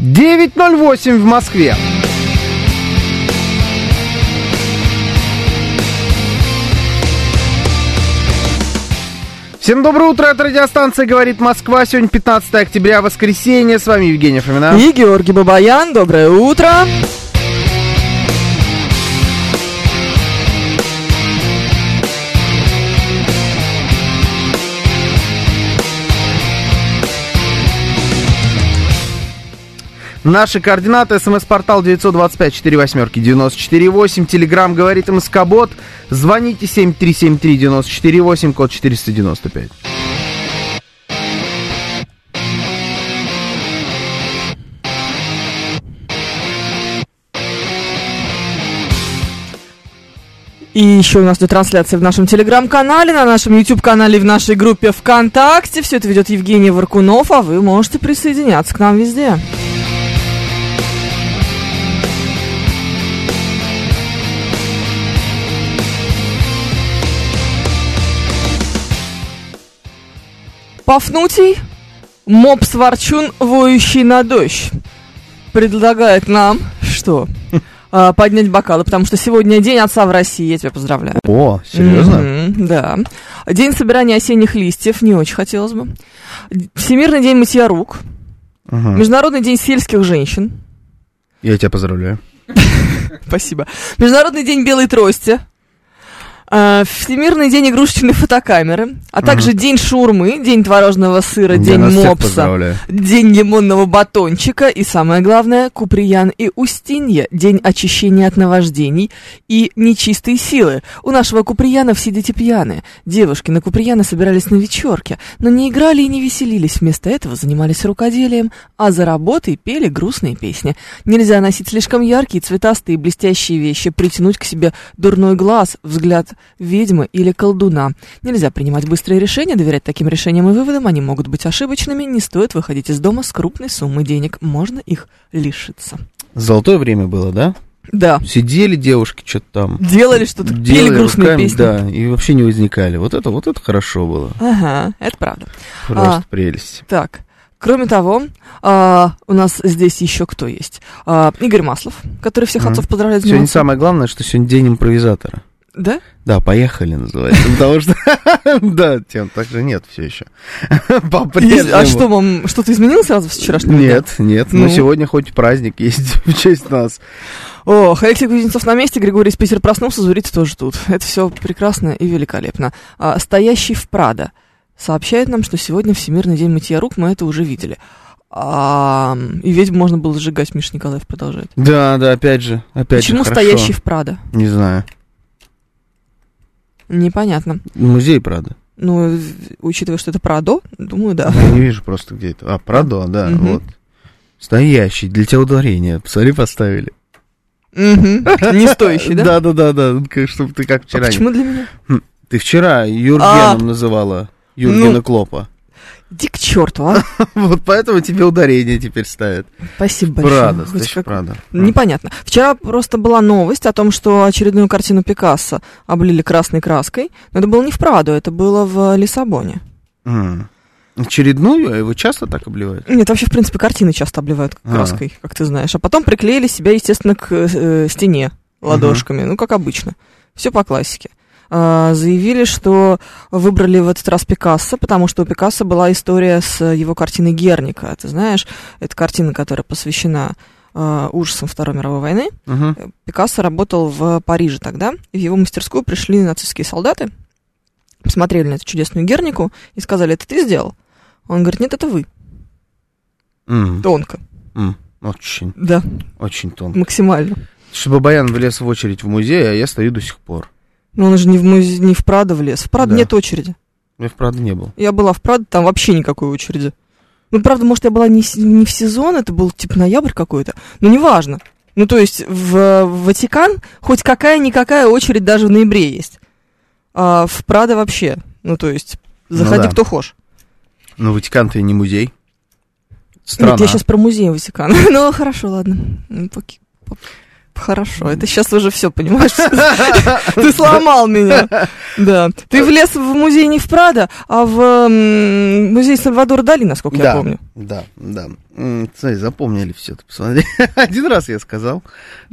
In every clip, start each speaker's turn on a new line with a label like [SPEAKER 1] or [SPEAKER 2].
[SPEAKER 1] 08 в Москве. Всем доброе утро, от радиостанции «Говорит Москва». Сегодня 15 октября, воскресенье. С вами Евгений Фомина.
[SPEAKER 2] И Георгий Бабаян, доброе утро.
[SPEAKER 1] Наши координаты. СМС-портал 925-48-94-8. Телеграмм «Говорит Москобот». Звоните 7373-94-8, код 495.
[SPEAKER 2] И еще у нас идет трансляция в нашем телеграм-канале, на нашем YouTube-канале, и в нашей группе ВКонтакте. Все это ведет Евгений Варкунов, а вы можете присоединяться к нам везде. Пафнутий, мопс ворчун, воющий на дождь, предлагает нам что? А, Поднять бокалы, потому что сегодня день отца в России, я тебя поздравляю.
[SPEAKER 1] О,
[SPEAKER 2] Мгм, да. День собирания осенних листьев, не очень хотелось бы. Д- Всемирный день мытья рук.
[SPEAKER 1] Ага.
[SPEAKER 2] Международный день сельских женщин.
[SPEAKER 1] Я тебя поздравляю.
[SPEAKER 2] Спасибо. Международный день белой трости. А, Всемирный день игрушечной фотокамеры. А также день шурмы, день творожного сыра,
[SPEAKER 1] Я
[SPEAKER 2] день
[SPEAKER 1] нас всех
[SPEAKER 2] мопса.
[SPEAKER 1] поздравляю.
[SPEAKER 2] День лимонного батончика и, самое главное, Куприян и Устинья, день очищения от наваждений и нечистой силы. У нашего Куприяна все дети пьяные. Девушки на Куприяна собирались на вечерке, но не играли и не веселились, вместо этого занимались рукоделием, а за работой пели грустные песни. Нельзя носить слишком яркие, цветастые, блестящие вещи, притянуть к себе дурной глаз, взгляд ведьмы или колдуна. Нельзя принимать быстрые решения, доверять таким решениям и выводам, они могут быть ошибочными, не стоит выходить из дома с крупной суммой денег, можно их лишиться.
[SPEAKER 1] Золотое время было, да?
[SPEAKER 2] Да,
[SPEAKER 1] Сидели девушки что-то там.
[SPEAKER 2] делали что-то, пели
[SPEAKER 1] делали
[SPEAKER 2] грустные
[SPEAKER 1] руками,
[SPEAKER 2] песни.
[SPEAKER 1] Да, и вообще не возникали. Вот это, вот это хорошо было.
[SPEAKER 2] Ага, это правда.
[SPEAKER 1] Просто
[SPEAKER 2] А.
[SPEAKER 1] прелесть.
[SPEAKER 2] Так, кроме того, а, у нас здесь еще кто есть? А, Игорь Маслов, который всех
[SPEAKER 1] Мгм.
[SPEAKER 2] отцов поздравляет с днем
[SPEAKER 1] Сегодня
[SPEAKER 2] отца.
[SPEAKER 1] самое главное, что сегодня день импровизатора.
[SPEAKER 2] Да?
[SPEAKER 1] Да, поехали, называется. Потому что, да, тем так же нет все еще.
[SPEAKER 2] Есть-
[SPEAKER 1] По-прежнему.
[SPEAKER 2] а что, мам, что-то изменилось сразу с вчерашнего дня?
[SPEAKER 1] Нет, нет. Но
[SPEAKER 2] Ну.
[SPEAKER 1] сегодня хоть праздник есть в честь нас.
[SPEAKER 2] Ох, Алексей Кузнецов на месте, Григорий из Питера проснулся, Зурите тоже тут. Это все прекрасно и великолепно. А, стоящий в Прадо сообщает нам, что сегодня Всемирный день мытья рук, мы это уже видели. А, и ведьм можно было сжигать, Миша Николаев продолжает.
[SPEAKER 1] Да, да, опять же. Опять же,
[SPEAKER 2] Почему
[SPEAKER 1] хорошо.
[SPEAKER 2] стоящий в Прадо?
[SPEAKER 1] Не знаю.
[SPEAKER 2] Непонятно.
[SPEAKER 1] Музей, правда.
[SPEAKER 2] Ну, в- учитывая, что это Прадо, думаю, да.
[SPEAKER 1] Я не вижу просто, где это. А, Прадо, да,
[SPEAKER 2] Мгм.
[SPEAKER 1] вот. Стоящий, для тебя ударение. Посмотри, поставили.
[SPEAKER 2] Мгм. Не стоящий, да?
[SPEAKER 1] Да, да, да, да. Ну, как- Чтоб ты как
[SPEAKER 2] А
[SPEAKER 1] вчера. не-
[SPEAKER 2] почему для меня?
[SPEAKER 1] Ты вчера
[SPEAKER 2] А. Ну.
[SPEAKER 1] Юргеном называла. Юргена Клопа.
[SPEAKER 2] Иди к черту, а.
[SPEAKER 1] Вот поэтому тебе ударение теперь ставят.
[SPEAKER 2] Спасибо большое.
[SPEAKER 1] Прада,
[SPEAKER 2] Хоть
[SPEAKER 1] значит,
[SPEAKER 2] как-
[SPEAKER 1] Прада.
[SPEAKER 2] Непонятно. Вчера просто была новость о том, что очередную картину Пикассо облили красной краской. Но это было не в Праду, это было в Лиссабоне.
[SPEAKER 1] М. Очередную? А его часто так обливают?
[SPEAKER 2] Нет, вообще, в принципе, картины часто обливают
[SPEAKER 1] А.
[SPEAKER 2] краской, как ты знаешь. А потом приклеили себя, естественно, к э, стене ладошками. Ну, как обычно. Все по классике. А, заявили, что выбрали в этот раз Пикассо, потому что у Пикассо была история с его картиной Герника. Ты знаешь, это картина, которая посвящена а, ужасам Второй мировой войны.
[SPEAKER 1] Мгм.
[SPEAKER 2] Э, Пикассо работал в Париже тогда, и в его мастерскую пришли нацистские солдаты, посмотрели на эту чудесную гернику и сказали, это ты сделал? Он говорит, нет, это вы,
[SPEAKER 1] М.
[SPEAKER 2] тонко.
[SPEAKER 1] М. Очень,
[SPEAKER 2] Да,
[SPEAKER 1] очень тонко.
[SPEAKER 2] максимально.
[SPEAKER 1] Чтобы Баян влез в очередь в музей, а я стою до сих пор.
[SPEAKER 2] Но он же не в, музе... не в Прадо влез. В Прадо
[SPEAKER 1] Да.
[SPEAKER 2] нет очереди.
[SPEAKER 1] Я правда не был.
[SPEAKER 2] Я была в Прадо, там вообще никакой очереди. Ну, правда, может, я была не, с- не в сезон, это был типа ноябрь какой-то, но неважно. Ну, то есть в, в Ватикан хоть какая-никакая очередь даже в ноябре есть. А в Прадо вообще, ну, то есть
[SPEAKER 1] Ну
[SPEAKER 2] заходи
[SPEAKER 1] да.
[SPEAKER 2] кто хочешь.
[SPEAKER 1] Но Ватикан-то и не музей. Страна.
[SPEAKER 2] Нет, я сейчас про музей Ватикана. Ну, хорошо, ладно. Ну, поки- поп- Хорошо, это сейчас уже все, понимаешь? Ты сломал меня. Да. Ты влез в музей не в Прадо, а в м, музей Сальвадора Дали, насколько я
[SPEAKER 1] Да.
[SPEAKER 2] помню.
[SPEAKER 1] Да, да. М, Смотри, запомнили все, ты посмотри. Один раз я сказал,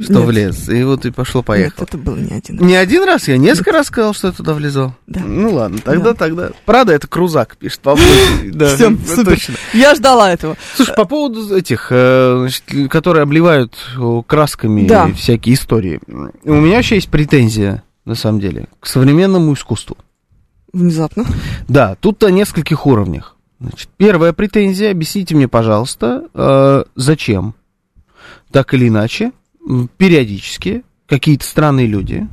[SPEAKER 1] что
[SPEAKER 2] Нет.
[SPEAKER 1] влез, и вот и
[SPEAKER 2] Нет,
[SPEAKER 1] пошло-поехало.
[SPEAKER 2] это был не один раз.
[SPEAKER 1] Не один раз, я несколько раз сказал, что я туда влезал.
[SPEAKER 2] Да.
[SPEAKER 1] Ну ладно, тогда, тогда. Правда, это Крузак пишет по Да,
[SPEAKER 2] Всё,
[SPEAKER 1] ну,
[SPEAKER 2] супер.
[SPEAKER 1] точно.
[SPEAKER 2] Я ждала этого.
[SPEAKER 1] Слушай, по поводу этих, э, значит, которые обливают э, красками
[SPEAKER 2] Да.
[SPEAKER 1] всякие истории. У меня вообще есть претензия, на самом деле, к современному искусству.
[SPEAKER 2] Внезапно.
[SPEAKER 1] Да, тут на нескольких уровнях. Значит, первая претензия, объясните мне, пожалуйста, э, зачем так или иначе м, периодически какие-то странные люди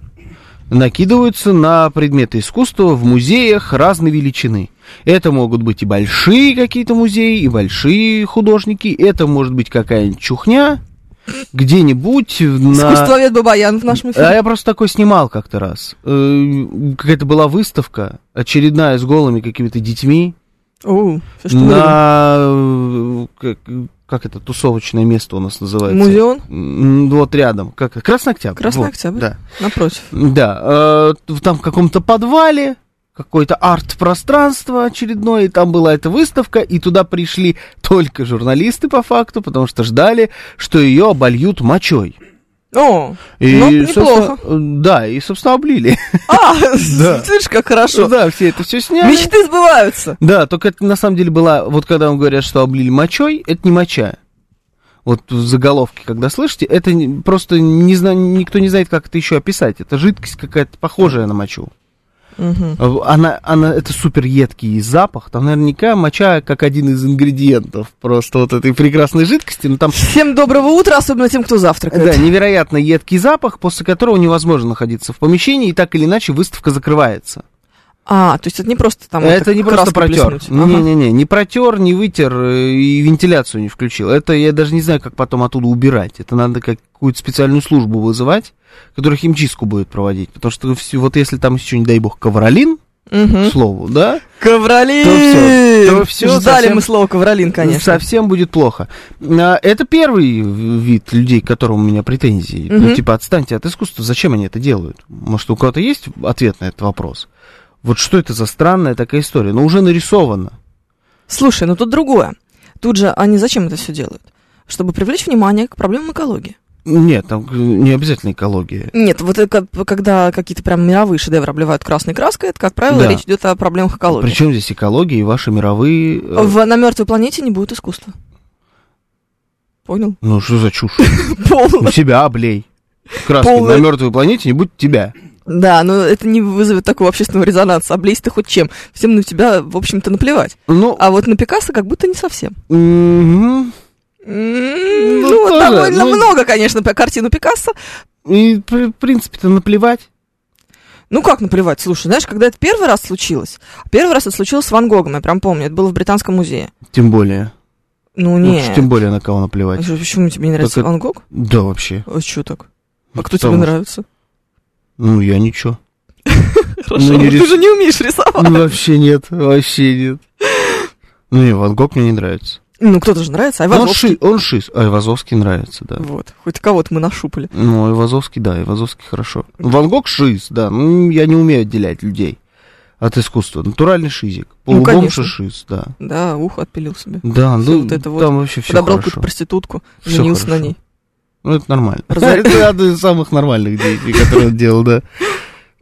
[SPEAKER 1] накидываются на предметы искусства в музеях разной величины. Это могут быть и большие какие-то музеи, и большие художники, это может быть какая-нибудь чухня где-нибудь на...
[SPEAKER 2] Искусствовед Бабаян в нашем
[SPEAKER 1] А
[SPEAKER 2] эфире.
[SPEAKER 1] я просто такой снимал как-то раз. Э, Какая-то была выставка, очередная с голыми какими-то детьми
[SPEAKER 2] Оу, всё, что выдумал.
[SPEAKER 1] на... э, Как, как это тусовочное место у нас называется?
[SPEAKER 2] Музеон
[SPEAKER 1] М, Вот рядом. Как, Красный Октябрь.
[SPEAKER 2] Красный
[SPEAKER 1] вот,
[SPEAKER 2] Октябрь.
[SPEAKER 1] Да.
[SPEAKER 2] напротив.
[SPEAKER 1] Да. э, там в каком-то подвале какое-то арт-пространство очередное, и там была эта выставка, и туда пришли только журналисты по факту, потому что ждали, что ее обольют мочой.
[SPEAKER 2] О,
[SPEAKER 1] И,
[SPEAKER 2] Ну,
[SPEAKER 1] собственно,
[SPEAKER 2] неплохо.
[SPEAKER 1] э, Да, и, собственно, облили.
[SPEAKER 2] а,
[SPEAKER 1] Да.
[SPEAKER 2] слышишь, как хорошо.
[SPEAKER 1] Да, все это все сняли.
[SPEAKER 2] Мечты сбываются.
[SPEAKER 1] Да, только это на самом деле была, вот когда вам говорят, что облили мочой, это не моча. Вот в заголовке, когда слышите, это не- просто не зна- никто не знает, как это еще описать. Это жидкость какая-то похожая на мочу.
[SPEAKER 2] Мгм.
[SPEAKER 1] В- Она, она, это супер едкий запах. Там наверняка моча как один из ингредиентов просто вот этой прекрасной жидкости. Но там
[SPEAKER 2] Всем доброго утра, особенно тем, кто
[SPEAKER 1] да,
[SPEAKER 2] завтракает.
[SPEAKER 1] невероятно едкий запах, после которого невозможно находиться в помещении, и так или иначе выставка закрывается.
[SPEAKER 2] А, то есть это не просто там вот
[SPEAKER 1] это
[SPEAKER 2] так
[SPEAKER 1] не просто
[SPEAKER 2] краску
[SPEAKER 1] протер.
[SPEAKER 2] плеснуть. Ага.
[SPEAKER 1] Не-не-не, не протер, не вытер э, и вентиляцию не включил. Это я даже не знаю, как потом оттуда убирать. Это надо какую-то специальную службу вызывать, которая химчистку будет проводить. Потому что всё- вот если там еще, не дай бог, ковролин, к
[SPEAKER 2] Мгм.
[SPEAKER 1] слову, да,
[SPEAKER 2] Ковролин!
[SPEAKER 1] То всё, то всё
[SPEAKER 2] Ждали
[SPEAKER 1] совсем- Ну,
[SPEAKER 2] мы слово ковролин, конечно.
[SPEAKER 1] совсем будет плохо. А, Это первый в- вид людей, к которым у меня претензии. Ну,
[SPEAKER 2] Мгм.
[SPEAKER 1] типа, отстаньте от искусства, зачем они это делают? Может, у кого-то есть ответ на этот вопрос? Вот что это за странная такая история? Но уже нарисовано.
[SPEAKER 2] Слушай, ну тут другое. Тут же они зачем это все делают? Чтобы привлечь внимание к проблемам экологии.
[SPEAKER 1] Нет, там э, не обязательно экология.
[SPEAKER 2] Нет, вот это как- когда какие-то прям мировые шедевры обливают красной краской, это, как правило,
[SPEAKER 1] Да.
[SPEAKER 2] речь идет о проблемах экологии.
[SPEAKER 1] Причем здесь экология и ваши мировые... э,
[SPEAKER 2] В, на мертвой планете не будет искусства. Понял?
[SPEAKER 1] Ну что за чушь? У
[SPEAKER 2] Полно.
[SPEAKER 1] себя облей. Краски
[SPEAKER 2] Полная-
[SPEAKER 1] на мертвой планете не будет тебя.
[SPEAKER 2] Да, но это не вызовет такого общественного резонанса. Облезь ты хоть чем. Всем на тебя, в общем-то, наплевать.
[SPEAKER 1] Ну,
[SPEAKER 2] А вот на Пикассо как будто не совсем.
[SPEAKER 1] мгм.
[SPEAKER 2] М,
[SPEAKER 1] Ну,
[SPEAKER 2] Ну,
[SPEAKER 1] тоже,
[SPEAKER 2] довольно
[SPEAKER 1] ну-
[SPEAKER 2] много, конечно, по картину Пикассо.
[SPEAKER 1] и при- в принципе-то наплевать.
[SPEAKER 2] Ну как наплевать, слушай, знаешь, когда это первый раз случилось, первый раз это случилось с Ван Гогом, я прям помню, это было в Британском музее.
[SPEAKER 1] Тем более.
[SPEAKER 2] Ну
[SPEAKER 1] Ну,
[SPEAKER 2] нет.
[SPEAKER 1] уж тем более на кого
[SPEAKER 2] А
[SPEAKER 1] наплевать.
[SPEAKER 2] что, Почему тебе не нравится
[SPEAKER 1] Так это-
[SPEAKER 2] Ван Гог?
[SPEAKER 1] Да вообще.
[SPEAKER 2] А что так? А кто
[SPEAKER 1] Потому
[SPEAKER 2] тебе
[SPEAKER 1] что-
[SPEAKER 2] нравится?
[SPEAKER 1] Ну я ничего.
[SPEAKER 2] Хорошо,
[SPEAKER 1] не
[SPEAKER 2] ну ты
[SPEAKER 1] рис-
[SPEAKER 2] же не умеешь рисовать.
[SPEAKER 1] Ну, вообще нет, вообще нет. Ну не, Ван Гог мне не нравится.
[SPEAKER 2] Ну кто-то же нравится, а
[SPEAKER 1] Он,
[SPEAKER 2] Ивазов.
[SPEAKER 1] ши, он шиз. А Ивазовский нравится, да.
[SPEAKER 2] Вот, хоть кого-то мы нашупали.
[SPEAKER 1] Ну, Ивазовский, да, Ивазовский хорошо. Ван Гог шиз, да. Ну, я не умею отделять людей от искусства. Натуральный шизик.
[SPEAKER 2] Ну,
[SPEAKER 1] Полубомж
[SPEAKER 2] конечно.
[SPEAKER 1] и шиз, да.
[SPEAKER 2] Да, ухо отпилил себе.
[SPEAKER 1] Да,
[SPEAKER 2] Всё
[SPEAKER 1] ну,
[SPEAKER 2] вот это вот.
[SPEAKER 1] там вообще все
[SPEAKER 2] Подобрал
[SPEAKER 1] хорошо.
[SPEAKER 2] какую-то проститутку,
[SPEAKER 1] Всё
[SPEAKER 2] женился на
[SPEAKER 1] хорошо.
[SPEAKER 2] ней.
[SPEAKER 1] Ну, это нормально.
[SPEAKER 2] Разор-
[SPEAKER 1] Это одно из самых нормальных действий, которые он делал, да.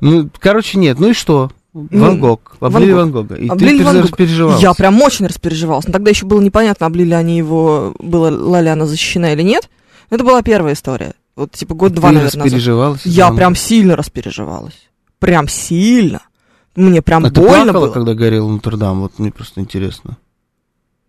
[SPEAKER 1] Ну, короче, нет. Ну и что? Ван
[SPEAKER 2] Ну,
[SPEAKER 1] Гог. Облили
[SPEAKER 2] Ван
[SPEAKER 1] Ван Гога. И ты
[SPEAKER 2] Облили Ван
[SPEAKER 1] перез-
[SPEAKER 2] Гога.
[SPEAKER 1] переживалась.
[SPEAKER 2] Я прям очень распереживалась. Но тогда еще было непонятно, облили они его, была Лаляна защищена или нет. Но это была первая история. Вот типа год-два,
[SPEAKER 1] Ты
[SPEAKER 2] наверное, назад.
[SPEAKER 1] распереживалась?
[SPEAKER 2] Я
[SPEAKER 1] Ван
[SPEAKER 2] прям сильно распереживалась. Прям сильно. Мне прям
[SPEAKER 1] Гог. А ты
[SPEAKER 2] больно
[SPEAKER 1] плакала,
[SPEAKER 2] было.
[SPEAKER 1] когда горел Нотр-Дам? Вот мне просто интересно.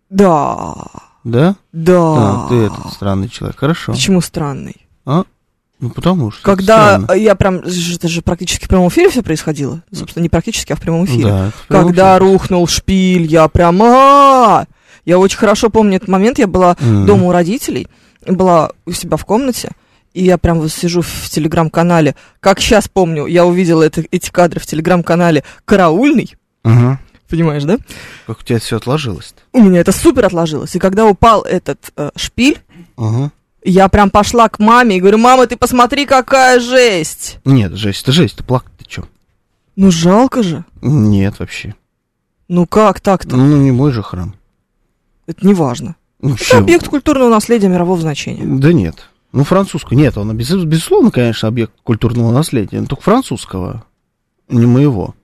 [SPEAKER 2] Да.
[SPEAKER 1] Да?
[SPEAKER 2] Да.
[SPEAKER 1] А, ты этот странный человек. Хорошо.
[SPEAKER 2] Почему странный?
[SPEAKER 1] Ну, потому что. это
[SPEAKER 2] Когда
[SPEAKER 1] странно.
[SPEAKER 2] э, я прям, ж- это же практически в прямом эфире все происходило. Собственно, не практически, а в прямом эфире.
[SPEAKER 1] Да, это прям
[SPEAKER 2] Когда
[SPEAKER 1] вообще-
[SPEAKER 2] рухнул шпиль, я прям... «А!» Я очень хорошо помню этот момент. Я была
[SPEAKER 1] М.
[SPEAKER 2] дома у родителей, была у себя в комнате, и я прям вот сижу в телеграм-канале. Как сейчас помню, я увидела это- эти кадры в телеграм-канале «Караульный».
[SPEAKER 1] Ага.
[SPEAKER 2] Понимаешь, да?
[SPEAKER 1] Как у тебя все отложилось-то?
[SPEAKER 2] У меня это супер отложилось. И когда упал этот э, шпиль,
[SPEAKER 1] Ага.
[SPEAKER 2] я прям пошла к маме и говорю, мама, ты посмотри, какая жесть.
[SPEAKER 1] Нет, жесть, это жесть, ты плакать ты чё?
[SPEAKER 2] Ну, жалко же.
[SPEAKER 1] Нет, вообще.
[SPEAKER 2] Ну, как так-то?
[SPEAKER 1] Ну, не мой же храм. Ну,
[SPEAKER 2] Это не важно. Это объект культурного наследия мирового значения.
[SPEAKER 1] Да нет. Ну, французского. Нет, он, без- безусловно, конечно, объект культурного наследия, но только французского, не моего.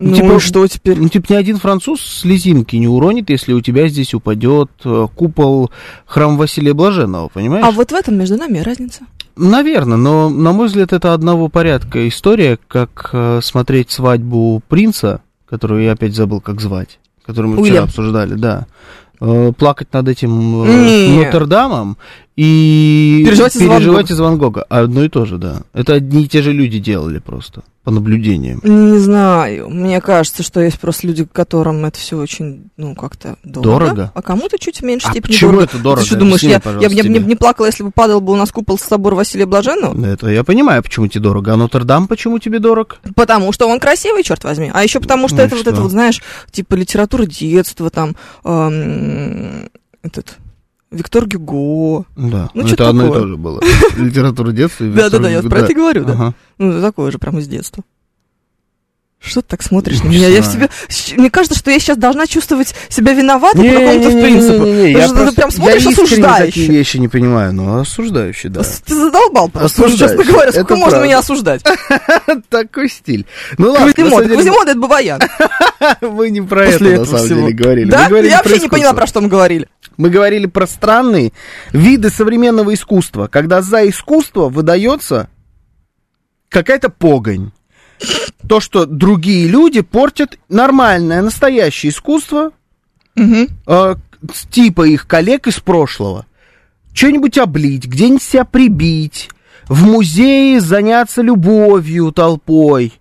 [SPEAKER 1] Ну,
[SPEAKER 2] Ну,
[SPEAKER 1] типа-
[SPEAKER 2] и что теперь?
[SPEAKER 1] Ну, типа, ни один француз слезинки не уронит, если у тебя здесь упадет э, купол храма Василия Блаженного, понимаешь?
[SPEAKER 2] А вот в этом между нами разница.
[SPEAKER 1] Наверное, но, на мой взгляд, это одного порядка история, как э, смотреть свадьбу принца, которую я опять забыл, как звать, которую мы вчера
[SPEAKER 2] Уильям.
[SPEAKER 1] обсуждали, да. Э, Плакать над этим э,
[SPEAKER 2] Не.
[SPEAKER 1] Нотр-Дамом и
[SPEAKER 2] Переживать из Ван Гога.
[SPEAKER 1] переживать из Ван Гога. Одно и то же, да. Это одни и те же люди делали просто, по наблюдениям.
[SPEAKER 2] Не знаю. Мне кажется, что есть просто люди, которым это все очень, ну, как-то дорого.
[SPEAKER 1] Дорого?
[SPEAKER 2] А кому-то чуть в меньшей
[SPEAKER 1] А
[SPEAKER 2] степени
[SPEAKER 1] почему
[SPEAKER 2] дорого.
[SPEAKER 1] это дорого?
[SPEAKER 2] Ты что думаешь,
[SPEAKER 1] Объясни мне,
[SPEAKER 2] я, я,
[SPEAKER 1] пожалуйста,
[SPEAKER 2] бы не-
[SPEAKER 1] тебе. Ну,
[SPEAKER 2] не плакала, если бы падал бы у нас купол с собора Василия Блаженного?
[SPEAKER 1] Это я понимаю, почему тебе дорого. А Нотр-Дам почему тебе дорог?
[SPEAKER 2] Потому что он красивый, черт возьми. А еще потому что
[SPEAKER 1] Ну и
[SPEAKER 2] это вот
[SPEAKER 1] что?
[SPEAKER 2] это вот, знаешь, типа литература детства, там, эм, этот, Виктор Гюго.
[SPEAKER 1] Да,
[SPEAKER 2] Ну,
[SPEAKER 1] это
[SPEAKER 2] чё
[SPEAKER 1] одно и
[SPEAKER 2] такое?
[SPEAKER 1] то же было. Литература детства и
[SPEAKER 2] Да-да-да, я
[SPEAKER 1] Виктор
[SPEAKER 2] про это и
[SPEAKER 1] Гюго,
[SPEAKER 2] говорю, да.
[SPEAKER 1] Ага.
[SPEAKER 2] Ну, это такое же, прям из детства. Что ты так смотришь на
[SPEAKER 1] Не
[SPEAKER 2] меня? Я в
[SPEAKER 1] знаю.
[SPEAKER 2] себе... щ- Мне кажется, что я сейчас должна чувствовать себя виноватой А по какому-то принципу.
[SPEAKER 1] Не-не-не,
[SPEAKER 2] Потому
[SPEAKER 1] я
[SPEAKER 2] что
[SPEAKER 1] просто-
[SPEAKER 2] ты прям смотришь
[SPEAKER 1] я искренне
[SPEAKER 2] осуждающе.
[SPEAKER 1] такие вещи не понимаю, но осуждающий, да.
[SPEAKER 2] Ты задолбал просто, уже, честно
[SPEAKER 1] Осуждаешь.
[SPEAKER 2] говоря.
[SPEAKER 1] Это
[SPEAKER 2] Сколько можно
[SPEAKER 1] правда.
[SPEAKER 2] меня осуждать?
[SPEAKER 1] Такой стиль. Ну ладно, на
[SPEAKER 2] Кузимот,
[SPEAKER 1] самом деле,
[SPEAKER 2] Кузимот, это Бабаян.
[SPEAKER 1] мы не про
[SPEAKER 2] После
[SPEAKER 1] это на
[SPEAKER 2] этого
[SPEAKER 1] самом
[SPEAKER 2] всего.
[SPEAKER 1] деле говорили.
[SPEAKER 2] Да?
[SPEAKER 1] Мы говорили
[SPEAKER 2] Я
[SPEAKER 1] про
[SPEAKER 2] вообще не поняла,
[SPEAKER 1] искусство.
[SPEAKER 2] про что мы говорили.
[SPEAKER 1] Мы говорили про странные виды современного искусства, когда за искусство выдается какая-то погонь. То, что другие люди портят нормальное, настоящее искусство,
[SPEAKER 2] Мгм.
[SPEAKER 1] э, с- типа их коллег из прошлого, что-нибудь облить, где-нибудь себя прибить, в музее заняться любовью толпой.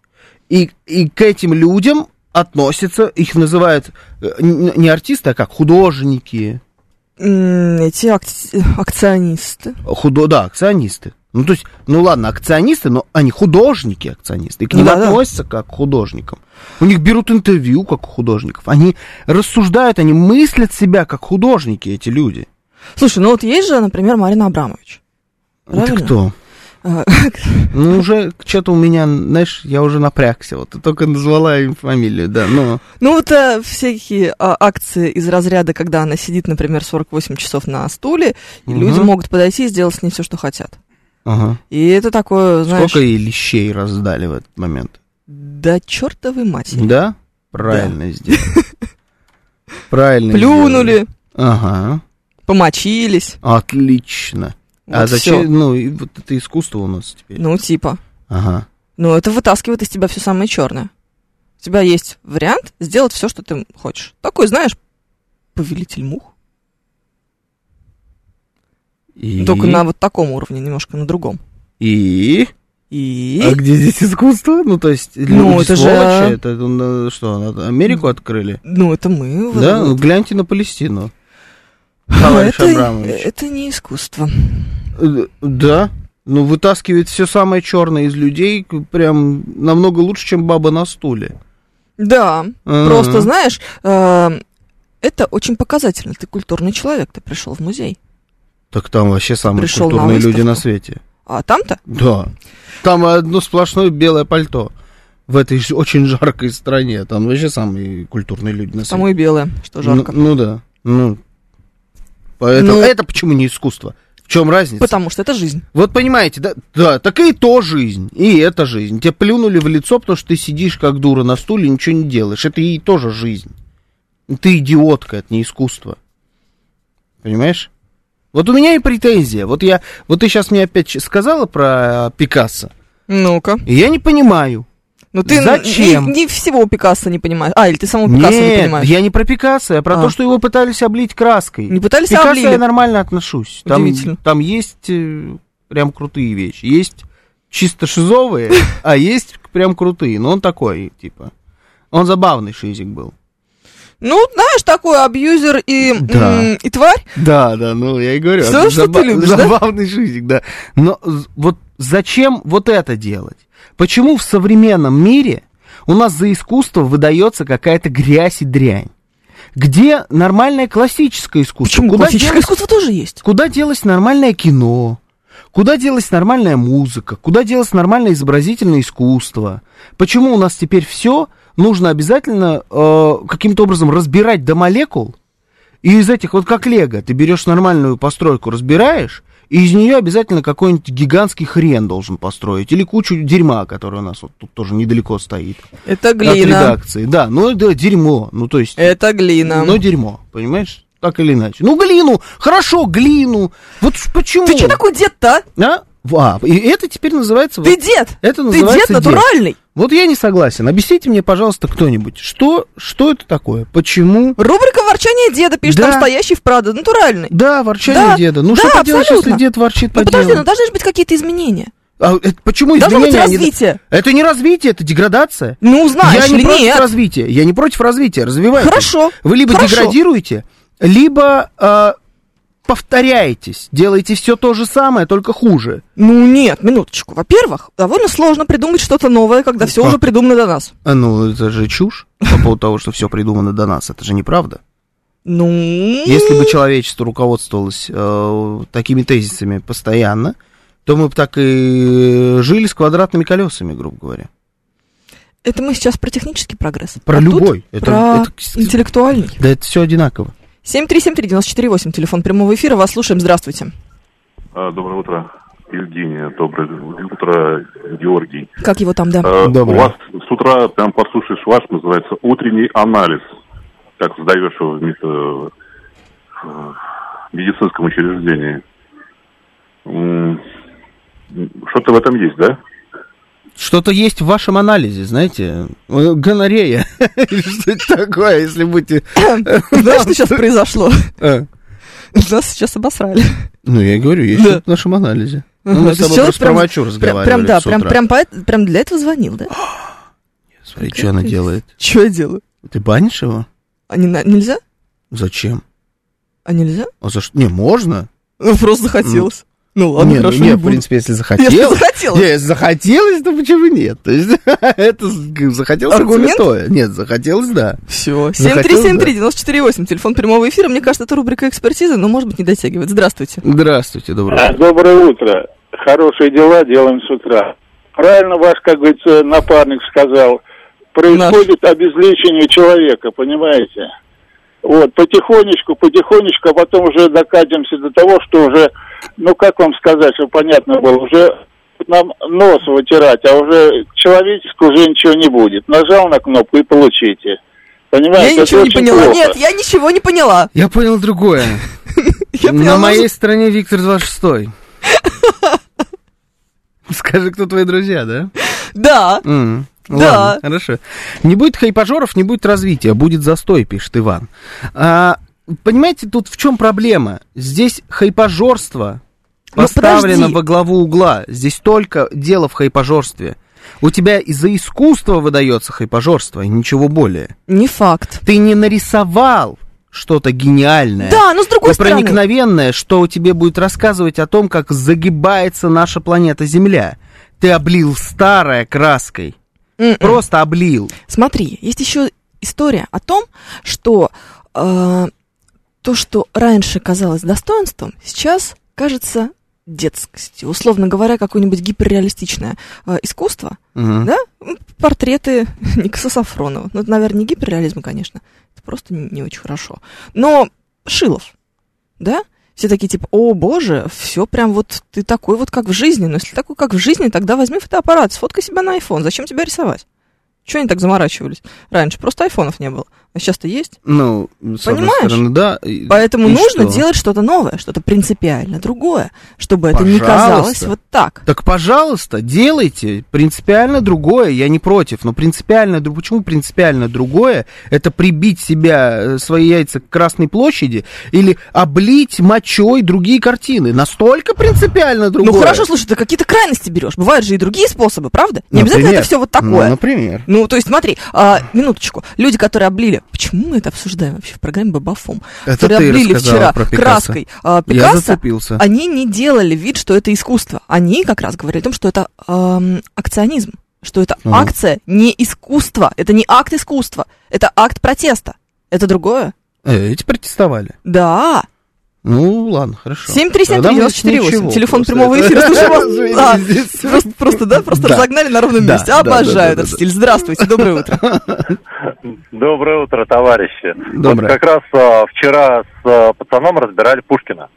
[SPEAKER 1] И, и к этим людям относятся, их называют э, н- не артисты, а как художники,
[SPEAKER 2] М, Эти акци- акционисты.
[SPEAKER 1] худо, да, акционисты. Ну, то есть, ну ладно, акционисты, но они художники-акционисты. И к ним
[SPEAKER 2] Да-да.
[SPEAKER 1] относятся как к художникам. У них берут интервью как у художников. Они рассуждают, они мыслят себя как художники, эти люди.
[SPEAKER 2] Слушай, ну вот есть же, например, Марина Абрамович.
[SPEAKER 1] Это
[SPEAKER 2] Правильно?
[SPEAKER 1] кто?
[SPEAKER 2] Э,
[SPEAKER 1] Ну, уже что-то у меня, знаешь, я уже напрягся. Вот ты только назвала им фамилию, да. Но
[SPEAKER 2] Ну вот э, всякие а, акции из разряда, когда она сидит, например, 48 часов на стуле, и
[SPEAKER 1] Мгм.
[SPEAKER 2] люди могут подойти и сделать с ней все, что хотят.
[SPEAKER 1] Ага.
[SPEAKER 2] И это такое, знаешь,
[SPEAKER 1] сколько ей лещей раздали в этот момент?
[SPEAKER 2] да чертовой матери.
[SPEAKER 1] Да? Правильно сделали. Правильно сделали.
[SPEAKER 2] Плюнули,
[SPEAKER 1] Ага.
[SPEAKER 2] помочились.
[SPEAKER 1] Отлично. а
[SPEAKER 2] вот
[SPEAKER 1] зачем?
[SPEAKER 2] всё.
[SPEAKER 1] Ну, и вот это искусство у нас теперь.
[SPEAKER 2] Ну, типа.
[SPEAKER 1] Ага.
[SPEAKER 2] Ну, это вытаскивает из тебя все самое черное. У тебя есть вариант сделать все, что ты хочешь. Такой, знаешь, повелитель мух.
[SPEAKER 1] И...
[SPEAKER 2] Только на вот таком уровне, немножко на другом.
[SPEAKER 1] И...
[SPEAKER 2] И...
[SPEAKER 1] А где здесь искусство? Ну, то есть, люди
[SPEAKER 2] Ну, это же-
[SPEAKER 1] сволочи, это, ну, что, на- Америку открыли?
[SPEAKER 2] Ну, это мы. вот-
[SPEAKER 1] Да? Ну, гляньте на Палестину.
[SPEAKER 2] Но
[SPEAKER 1] Товарищ
[SPEAKER 2] это, э,
[SPEAKER 1] Абрамович.
[SPEAKER 2] это не искусство.
[SPEAKER 1] Э, Да. Ну, вытаскивает все самое черное из людей к- прям намного лучше, чем баба на стуле.
[SPEAKER 2] Да,
[SPEAKER 1] А.
[SPEAKER 2] просто знаешь, э, это очень показательно. Ты культурный человек, ты пришел в музей.
[SPEAKER 1] Так там вообще самые
[SPEAKER 2] Пришёл на
[SPEAKER 1] культурные люди на
[SPEAKER 2] выставку.
[SPEAKER 1] свете.
[SPEAKER 2] А там-то
[SPEAKER 1] Да. Там одно сплошное белое пальто. В этой ж- очень жаркой стране. Там вообще самые культурные люди на свете.
[SPEAKER 2] самое белое, что жарко.
[SPEAKER 1] Ну, ну да. Ну. Поэтому
[SPEAKER 2] Ну.
[SPEAKER 1] это почему не искусство? В чем разница?
[SPEAKER 2] Потому что это жизнь.
[SPEAKER 1] Вот понимаете, да, да, так и то жизнь, и это жизнь. Тебе плюнули в лицо, потому что ты сидишь как дура на стуле, ничего не делаешь. Это и тоже жизнь. Ты идиотка, это не искусство. Понимаешь? Вот у меня и претензия. Вот я, вот ты сейчас мне опять ч- сказала про э, Пикассо.
[SPEAKER 2] Ну-ка.
[SPEAKER 1] И я не понимаю.
[SPEAKER 2] Ну ты н-
[SPEAKER 1] Зачем?
[SPEAKER 2] Не, не всего Пикассо не понимаешь. А, или ты самого
[SPEAKER 1] Нет,
[SPEAKER 2] Пикассо не понимаешь.
[SPEAKER 1] я не про Пикассо, я про
[SPEAKER 2] А.
[SPEAKER 1] то, что его пытались облить краской.
[SPEAKER 2] Не пытались
[SPEAKER 1] Пикассо
[SPEAKER 2] облили?
[SPEAKER 1] я нормально отношусь. Там,
[SPEAKER 2] Удивительно.
[SPEAKER 1] там есть э, прям крутые вещи. Есть чисто шизовые, а есть прям крутые. Но он такой, типа. Он забавный шизик был.
[SPEAKER 2] Ну, знаешь, такой абьюзер и, м,
[SPEAKER 1] Да.
[SPEAKER 2] и тварь.
[SPEAKER 1] Да, да, ну я и говорю.
[SPEAKER 2] Всё,
[SPEAKER 1] это
[SPEAKER 2] что ты любишь, да?
[SPEAKER 1] Забавный шизик, да. Но з- вот зачем вот это делать? Почему в современном мире у нас за искусство выдается какая-то грязь и дрянь? Где нормальное классическое искусство?
[SPEAKER 2] Почему?
[SPEAKER 1] Куда
[SPEAKER 2] Классическое
[SPEAKER 1] делось-
[SPEAKER 2] искусство тоже есть.
[SPEAKER 1] Куда делось нормальное кино? Куда делась нормальная музыка? Куда делось нормальное изобразительное искусство? Почему у нас теперь все нужно обязательно э, каким-то образом разбирать до молекул И из этих, вот как лего, ты берешь нормальную постройку, разбираешь, и из нее обязательно какой-нибудь гигантский хрен должен построить. Или кучу дерьма, которое у нас вот тут тоже недалеко стоит.
[SPEAKER 2] Это
[SPEAKER 1] От
[SPEAKER 2] глина.
[SPEAKER 1] редакции. Да, ну да, дерьмо. Ну, то есть,
[SPEAKER 2] Это глина.
[SPEAKER 1] но дерьмо, понимаешь? Так или иначе. Ну, глину! Хорошо, глину! Вот ж почему?
[SPEAKER 2] Ты что такой дед-то? а?
[SPEAKER 1] А? А, и это теперь называется...
[SPEAKER 2] Ты
[SPEAKER 1] вот-
[SPEAKER 2] дед!
[SPEAKER 1] это
[SPEAKER 2] Ты дед
[SPEAKER 1] называется дед.
[SPEAKER 2] натуральный!
[SPEAKER 1] Вот я не согласен. Объясните мне, пожалуйста, кто-нибудь, что, что это такое? Почему?
[SPEAKER 2] Рубрика «Ворчание деда» пишет,
[SPEAKER 1] Да.
[SPEAKER 2] там стоящий в Прадо, натуральный.
[SPEAKER 1] Да, ворчание
[SPEAKER 2] Да,
[SPEAKER 1] деда. Ну
[SPEAKER 2] да,
[SPEAKER 1] что поделать,
[SPEAKER 2] абсолютно.
[SPEAKER 1] если дед ворчит по
[SPEAKER 2] Ну подожди,
[SPEAKER 1] делу?
[SPEAKER 2] ну должны же быть какие-то изменения.
[SPEAKER 1] А, это почему
[SPEAKER 2] Должно быть
[SPEAKER 1] изменения? они-
[SPEAKER 2] развитие.
[SPEAKER 1] Это не развитие, это деградация.
[SPEAKER 2] Ну, знаешь
[SPEAKER 1] я не
[SPEAKER 2] ли,
[SPEAKER 1] против
[SPEAKER 2] нет.
[SPEAKER 1] развития. Я не против развития. Развивайтесь.
[SPEAKER 2] Хорошо.
[SPEAKER 1] Вы либо
[SPEAKER 2] Хорошо.
[SPEAKER 1] деградируете, либо э, повторяетесь, делаете все то же самое, только хуже.
[SPEAKER 2] Ну нет, минуточку. Во-первых, довольно сложно придумать что-то новое, когда все
[SPEAKER 1] Ну, Как?
[SPEAKER 2] уже придумано до нас.
[SPEAKER 1] А, Ну, это же чушь по поводу того, что все придумано до нас. Это же неправда.
[SPEAKER 2] Ну...
[SPEAKER 1] Если бы человечество руководствовалось э, такими тезисами постоянно, то мы бы так и жили с квадратными колесами, грубо говоря.
[SPEAKER 2] Это мы сейчас про технический прогресс.
[SPEAKER 1] Про
[SPEAKER 2] А тут
[SPEAKER 1] любой. Это-
[SPEAKER 2] про
[SPEAKER 1] это-
[SPEAKER 2] интеллектуальный.
[SPEAKER 1] Да это все одинаково.
[SPEAKER 2] 7373948, телефон прямого эфира, вас слушаем, здравствуйте.
[SPEAKER 3] А, Доброе утро, Евгения. Доброе утро, Георгий.
[SPEAKER 2] Как его там, да?
[SPEAKER 3] А,
[SPEAKER 1] Доброе.
[SPEAKER 3] У вас с утра прям послушаешь ваш, называется, утренний анализ, как сдаешь его в мед- э, в медицинском учреждении. М, Что-то в этом есть, да?
[SPEAKER 1] Что-то есть в вашем анализе, знаете, э, гонорея или что-то такое, если будете...
[SPEAKER 2] Знаешь, что сейчас произошло?
[SPEAKER 1] А.
[SPEAKER 2] Нас сейчас обосрали.
[SPEAKER 1] Ну, я и говорю, есть
[SPEAKER 2] Да.
[SPEAKER 1] что-то в нашем анализе. Ну,
[SPEAKER 2] Ага,
[SPEAKER 1] мы с
[SPEAKER 2] то есть
[SPEAKER 1] тобой
[SPEAKER 2] человек
[SPEAKER 1] просто
[SPEAKER 2] прям-
[SPEAKER 1] про мочу
[SPEAKER 2] Прям,
[SPEAKER 1] разговаривали
[SPEAKER 2] прям, да,
[SPEAKER 1] с
[SPEAKER 2] прям,
[SPEAKER 1] утра.
[SPEAKER 2] прям, по- прям для этого звонил, да?
[SPEAKER 1] Смотри, что она делает.
[SPEAKER 2] Что я делаю?
[SPEAKER 1] Ты банишь его?
[SPEAKER 2] А не на- нельзя?
[SPEAKER 1] Зачем?
[SPEAKER 2] А нельзя?
[SPEAKER 1] А за что? Не, можно.
[SPEAKER 2] Ну, просто захотелось. Ну ладно,
[SPEAKER 1] не, ну,
[SPEAKER 2] хорошо,
[SPEAKER 1] не,
[SPEAKER 2] не
[SPEAKER 1] в
[SPEAKER 2] буду.
[SPEAKER 1] принципе, если
[SPEAKER 2] Я
[SPEAKER 1] захотел.
[SPEAKER 2] захотела.
[SPEAKER 1] Не, если захотелось, то почему нет? То есть, это с- г- захотелось
[SPEAKER 2] Аргумент?
[SPEAKER 1] аргументое. Нет, захотелось, да.
[SPEAKER 2] Все.
[SPEAKER 1] Захотелось,
[SPEAKER 2] 7373948, телефон прямого эфира. Мне кажется, это рубрика экспертизы, но, может быть, не дотягивает. Здравствуйте.
[SPEAKER 1] Здравствуйте, доброе
[SPEAKER 4] А, Доброе утро. Хорошие дела делаем с утра. Правильно ваш, как говорится, напарник сказал, происходит обезличение человека, понимаете? Вот, потихонечку, потихонечку, а потом уже докатимся до того, что уже, ну как вам сказать, чтобы понятно было, уже нам нос вытирать, а уже человеческого уже ничего не будет. Нажал на кнопку и получите. Понимаете?
[SPEAKER 2] Я
[SPEAKER 4] это
[SPEAKER 2] ничего не
[SPEAKER 4] очень
[SPEAKER 2] поняла.
[SPEAKER 4] плохо.
[SPEAKER 2] Нет, я ничего не поняла.
[SPEAKER 1] Я понял другое.
[SPEAKER 2] Я
[SPEAKER 1] На
[SPEAKER 2] поняла,
[SPEAKER 1] моей
[SPEAKER 2] может,
[SPEAKER 1] стороне Виктор 26. Скажи, кто твои друзья, да?
[SPEAKER 2] Да.
[SPEAKER 1] М,
[SPEAKER 2] Да.
[SPEAKER 1] ладно, хорошо. Не будет хайпажоров, не будет развития, будет застой, пишет Иван. А, понимаете, тут в чем проблема? Здесь хайпажорство
[SPEAKER 2] Ну,
[SPEAKER 1] поставлено
[SPEAKER 2] подожди.
[SPEAKER 1] во главу угла. Здесь только дело в хайпажорстве. У тебя из-за искусства выдается хайпажорство, и ничего более.
[SPEAKER 2] Не факт.
[SPEAKER 1] Ты не нарисовал что-то гениальное.
[SPEAKER 2] Да, но с другой
[SPEAKER 1] И
[SPEAKER 2] стороны.
[SPEAKER 1] проникновенное, что тебе будет рассказывать о том, как загибается наша планета Земля. Ты облил старое краской.
[SPEAKER 2] М-м.
[SPEAKER 1] Просто облил.
[SPEAKER 2] Смотри, есть еще история о том, что э, то, что раньше казалось достоинством, сейчас кажется детскостью. Условно говоря, какое-нибудь гиперреалистичное э, искусство,
[SPEAKER 1] Мгм.
[SPEAKER 2] Да? М, портреты Никаса Сафронова. Ну, это, наверное, не гиперреализм, конечно. Это просто не, не очень хорошо. Но Шилов, да? Все такие типа, о боже, все прям вот ты такой вот как в жизни. Но если такой как в жизни, тогда возьми фотоаппарат, сфоткай себя на iPhone. Зачем тебя рисовать? Чего они так заморачивались? Раньше просто айфонов не было, а сейчас-то есть.
[SPEAKER 1] Ну, с одной
[SPEAKER 2] Понимаешь?
[SPEAKER 1] стороны, да. и-
[SPEAKER 2] Поэтому
[SPEAKER 1] и
[SPEAKER 2] нужно
[SPEAKER 1] что?
[SPEAKER 2] делать что-то новое, что-то принципиально другое, чтобы это не
[SPEAKER 1] Пожалуйста.
[SPEAKER 2] казалось вот так.
[SPEAKER 1] Так, пожалуйста, делайте принципиально другое, я не против, но принципиально, дру- почему принципиально другое, это прибить себя, э, свои яйца к Красной площади или облить мочой другие картины, настолько принципиально другое.
[SPEAKER 2] Ну хорошо, слушай, ты какие-то крайности берешь. Бывают же и другие способы, правда? Не обязательно
[SPEAKER 1] Например.
[SPEAKER 2] это все вот
[SPEAKER 1] Ну,
[SPEAKER 2] такое.
[SPEAKER 1] например.
[SPEAKER 2] Ну, то есть, смотри, а, минуточку. Люди, которые облили... Почему мы это обсуждаем вообще в программе «Бабафом»?
[SPEAKER 1] Это
[SPEAKER 2] которые
[SPEAKER 1] ты
[SPEAKER 2] облили
[SPEAKER 1] рассказала
[SPEAKER 2] вчера
[SPEAKER 1] про Пикассо.
[SPEAKER 2] краской а,
[SPEAKER 1] Я
[SPEAKER 2] Пикассо,
[SPEAKER 1] зацепился.
[SPEAKER 2] они не делали вид, что это искусство. Они как раз говорили о том, что это эм, акционизм. Что это
[SPEAKER 1] Ну.
[SPEAKER 2] акция не искусство. Это не акт искусства. Это акт протеста. Это другое?
[SPEAKER 1] Э, Эти протестовали.
[SPEAKER 2] Да.
[SPEAKER 1] Ну, ладно, хорошо.
[SPEAKER 2] 7373948.
[SPEAKER 1] Тогда мы здесь ничего
[SPEAKER 2] Телефон
[SPEAKER 1] просто.
[SPEAKER 2] прямого эфира. Слушай, вас- а,
[SPEAKER 1] Здесь-
[SPEAKER 2] Просто, просто, да, просто
[SPEAKER 1] Да.
[SPEAKER 2] разогнали на ровном
[SPEAKER 1] Да,
[SPEAKER 2] месте.
[SPEAKER 1] да, да,
[SPEAKER 2] Обожаю
[SPEAKER 1] да, да,
[SPEAKER 2] этот
[SPEAKER 1] да.
[SPEAKER 2] стиль. Здравствуйте, доброе утро.
[SPEAKER 5] Доброе утро, товарищи.
[SPEAKER 1] Доброе.
[SPEAKER 5] Вот как раз а, вчера с а, пацаном разбирали Пушкина.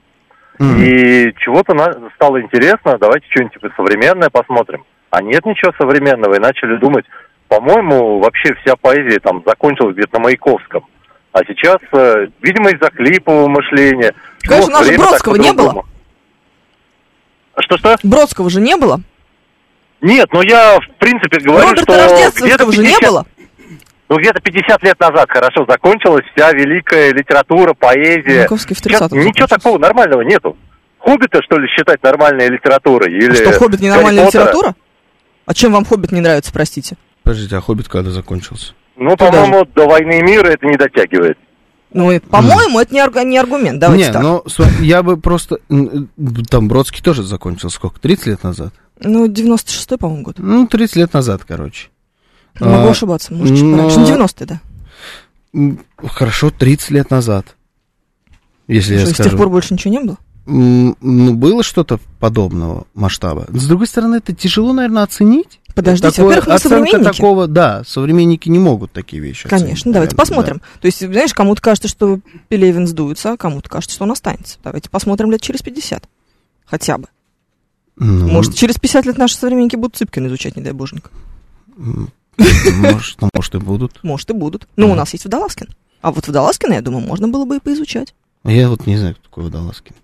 [SPEAKER 1] Мгм.
[SPEAKER 5] И чего-то на- стало интересно, давайте что-нибудь типа, современное посмотрим. А нет ничего современного, и начали думать. По-моему, вообще вся поэзия там закончилась где-то на Маяковском. А сейчас, э, видимо, из-за клипового мышления.
[SPEAKER 2] Конечно,
[SPEAKER 5] Вот
[SPEAKER 2] у нас же
[SPEAKER 5] время так
[SPEAKER 2] Бродского не
[SPEAKER 5] по-другому. Что-что?
[SPEAKER 2] Бродского же не было.
[SPEAKER 5] Нет, ну я в принципе говорю,
[SPEAKER 2] Роберта
[SPEAKER 5] что
[SPEAKER 2] Рождественского же не
[SPEAKER 5] 50
[SPEAKER 2] было.
[SPEAKER 5] Ну, где-то 50 лет назад хорошо закончилась вся великая литература, поэзия.
[SPEAKER 2] Маяковский в
[SPEAKER 5] Сейчас
[SPEAKER 2] 30-х
[SPEAKER 5] ничего
[SPEAKER 2] закончился.
[SPEAKER 5] такого нормального нету. Хоббита, что ли, считать нормальной литературой? Или
[SPEAKER 2] Что, «Хоббит»
[SPEAKER 5] Гарри
[SPEAKER 2] ненормальная
[SPEAKER 5] Поттера?
[SPEAKER 2] литература? А чем вам «Хоббит» не нравится, простите?
[SPEAKER 1] Подождите, а «Хоббит» когда закончился?
[SPEAKER 5] Ну, по-моему, до войны и мира это не дотягивает.
[SPEAKER 2] Ну, и, по-моему, это не, арг- не аргумент. Давайте
[SPEAKER 1] не,
[SPEAKER 2] так.
[SPEAKER 1] ну, см- я бы просто... м, м, Там Бродский тоже закончил сколько? 30 лет назад?
[SPEAKER 2] Ну, 96-й, по-моему, год.
[SPEAKER 1] Ну, 30 лет назад, короче.
[SPEAKER 2] Могу
[SPEAKER 1] А,
[SPEAKER 2] ошибаться, может, чуть
[SPEAKER 1] но-
[SPEAKER 2] пораньше. Ну, 90-е, да.
[SPEAKER 1] м, Хорошо, 30 лет назад. Если я
[SPEAKER 2] Что, и с
[SPEAKER 1] скажу.
[SPEAKER 2] тех пор больше ничего не было?
[SPEAKER 1] М, Ну, было что-то подобного масштаба. С другой стороны, это тяжело, наверное, оценить.
[SPEAKER 2] Подождите,
[SPEAKER 1] Такое-
[SPEAKER 2] во-первых, мы
[SPEAKER 1] оценка
[SPEAKER 2] современники.
[SPEAKER 1] такого, да, современники не могут такие вещи оценить,
[SPEAKER 2] Конечно,
[SPEAKER 1] наверное,
[SPEAKER 2] давайте посмотрим. То есть, знаешь, кому-то кажется, что Пелевин сдуется, а кому-то кажется, что он останется. Давайте посмотрим лет через 50. Хотя бы.
[SPEAKER 1] да. Ну,
[SPEAKER 2] Может, через 50 лет наши современники будут Цыпкина изучать, не дай боженька.
[SPEAKER 1] м, Может, ну, может и будут.
[SPEAKER 2] Может, и будут. Но у
[SPEAKER 1] Мгм.
[SPEAKER 2] нас есть Водолазкин. А вот Водолазкина, я думаю, можно было бы и поизучать.
[SPEAKER 1] Я вот не знаю, кто такой Водолазкин.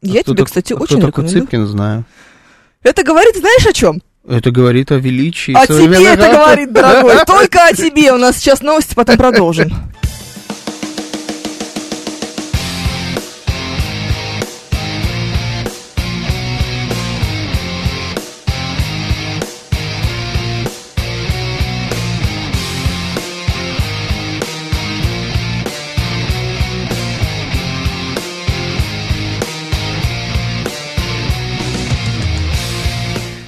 [SPEAKER 2] Я
[SPEAKER 1] Кто
[SPEAKER 2] тебе,
[SPEAKER 1] так-
[SPEAKER 2] кстати,
[SPEAKER 1] а
[SPEAKER 2] очень
[SPEAKER 1] Кто такой
[SPEAKER 2] рекомендую.
[SPEAKER 1] Цыпкин, знаю.
[SPEAKER 2] Это говорит, знаешь, о чем?
[SPEAKER 1] Это говорит о величии
[SPEAKER 2] О тебе
[SPEAKER 1] современных
[SPEAKER 2] это
[SPEAKER 1] авторов.
[SPEAKER 2] говорит, дорогой. Только о тебе. У нас сейчас новости, потом продолжим.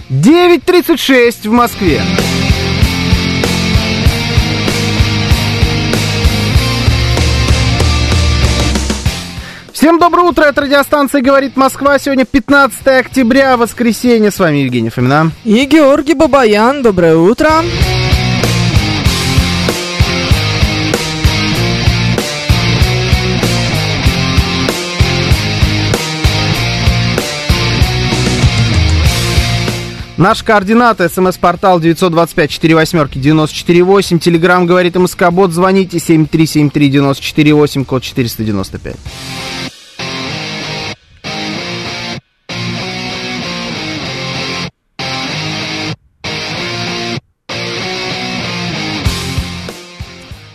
[SPEAKER 1] девять 9.36 в Москве. Всем доброе утро, это радиостанция «Говорит Москва». Сегодня 15 октября, воскресенье. С вами Евгений Фомина.
[SPEAKER 2] И Георгий Бабаян, доброе утро.
[SPEAKER 1] Наш координат, смс-портал 925-48-94-8, телеграмм «Говорит МСК-бот», звоните 7373-94-8, код 495.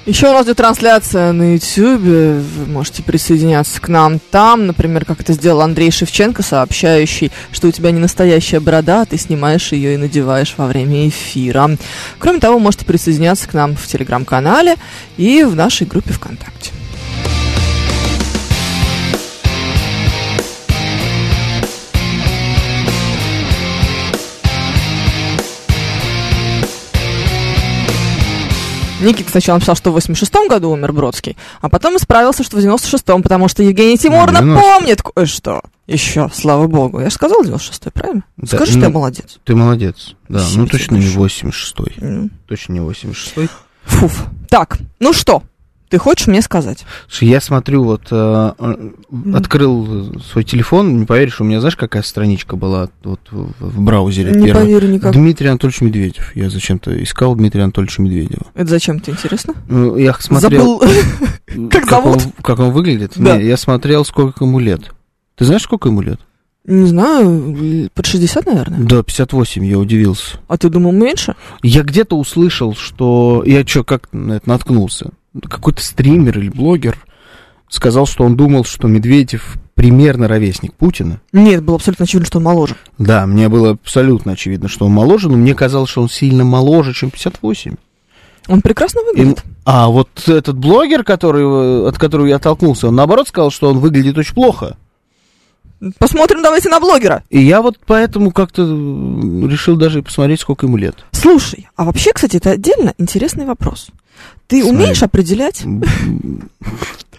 [SPEAKER 2] Еще у нас идет трансляция на YouTube. Вы можете присоединяться к нам там. Например, как это сделал Андрей Шевченко, сообщающий, что у тебя не настоящая борода, а ты снимаешь ее и надеваешь во время эфира. Кроме того, можете присоединяться к нам в телеграм-канале и в нашей группе ВКонтакте. Никит сначала написал, что в 86-м году умер Бродский, а потом исправился, что в 96-м, потому что Евгений Тимуровна
[SPEAKER 1] 90.
[SPEAKER 2] помнит кое-что. Э, Еще, слава богу. Я же сказал 96-й, правильно?
[SPEAKER 1] Да,
[SPEAKER 2] Скажи, что я
[SPEAKER 1] ну-
[SPEAKER 2] молодец.
[SPEAKER 1] Ты молодец. Да,
[SPEAKER 2] Спасибо
[SPEAKER 1] ну
[SPEAKER 2] тебе
[SPEAKER 1] точно не
[SPEAKER 2] большое.
[SPEAKER 1] 86
[SPEAKER 2] Ну,
[SPEAKER 1] Точно не 86
[SPEAKER 2] Фуф. Так, ну что, ты хочешь мне сказать?
[SPEAKER 1] Слушай, я смотрю, вот э, э, открыл свой телефон, не поверишь, у меня знаешь, какая страничка была вот в, в браузере
[SPEAKER 2] не
[SPEAKER 1] первая?
[SPEAKER 2] поверю никак.
[SPEAKER 1] Дмитрий Анатольевич Медведев. Я зачем-то искал Дмитрия Анатольевича Медведева.
[SPEAKER 2] Это зачем-то интересно?
[SPEAKER 1] Ну, я смотрел,
[SPEAKER 2] Забыл.
[SPEAKER 1] э,
[SPEAKER 2] как
[SPEAKER 1] он,
[SPEAKER 2] зовут?
[SPEAKER 1] как он выглядит.
[SPEAKER 2] Да.
[SPEAKER 1] Не, я смотрел, сколько ему лет. Ты знаешь, сколько ему лет?
[SPEAKER 2] Не знаю, под 60, наверное.
[SPEAKER 1] Да, 58, я удивился.
[SPEAKER 2] А ты думал меньше?
[SPEAKER 1] Я где-то услышал, что... Я что, как на это наткнулся? Какой-то стример или блогер сказал, что он думал, что Медведев примерно ровесник Путина.
[SPEAKER 2] Нет, было абсолютно очевидно, что он моложе.
[SPEAKER 1] Да, мне было абсолютно очевидно, что он моложе, но мне казалось, что он сильно моложе, чем 58.
[SPEAKER 2] Он прекрасно
[SPEAKER 1] И-
[SPEAKER 2] выглядит.
[SPEAKER 1] а вот этот блогер, который, э, от которого я оттолкнулся, он наоборот сказал, что он выглядит очень плохо.
[SPEAKER 2] Посмотрим давайте на блогера.
[SPEAKER 1] И я вот поэтому как-то э, решил даже посмотреть, сколько ему лет.
[SPEAKER 2] Слушай, а вообще, кстати, это отдельно интересный вопрос. Ты
[SPEAKER 1] Смотри.
[SPEAKER 2] умеешь определять...
[SPEAKER 1] М,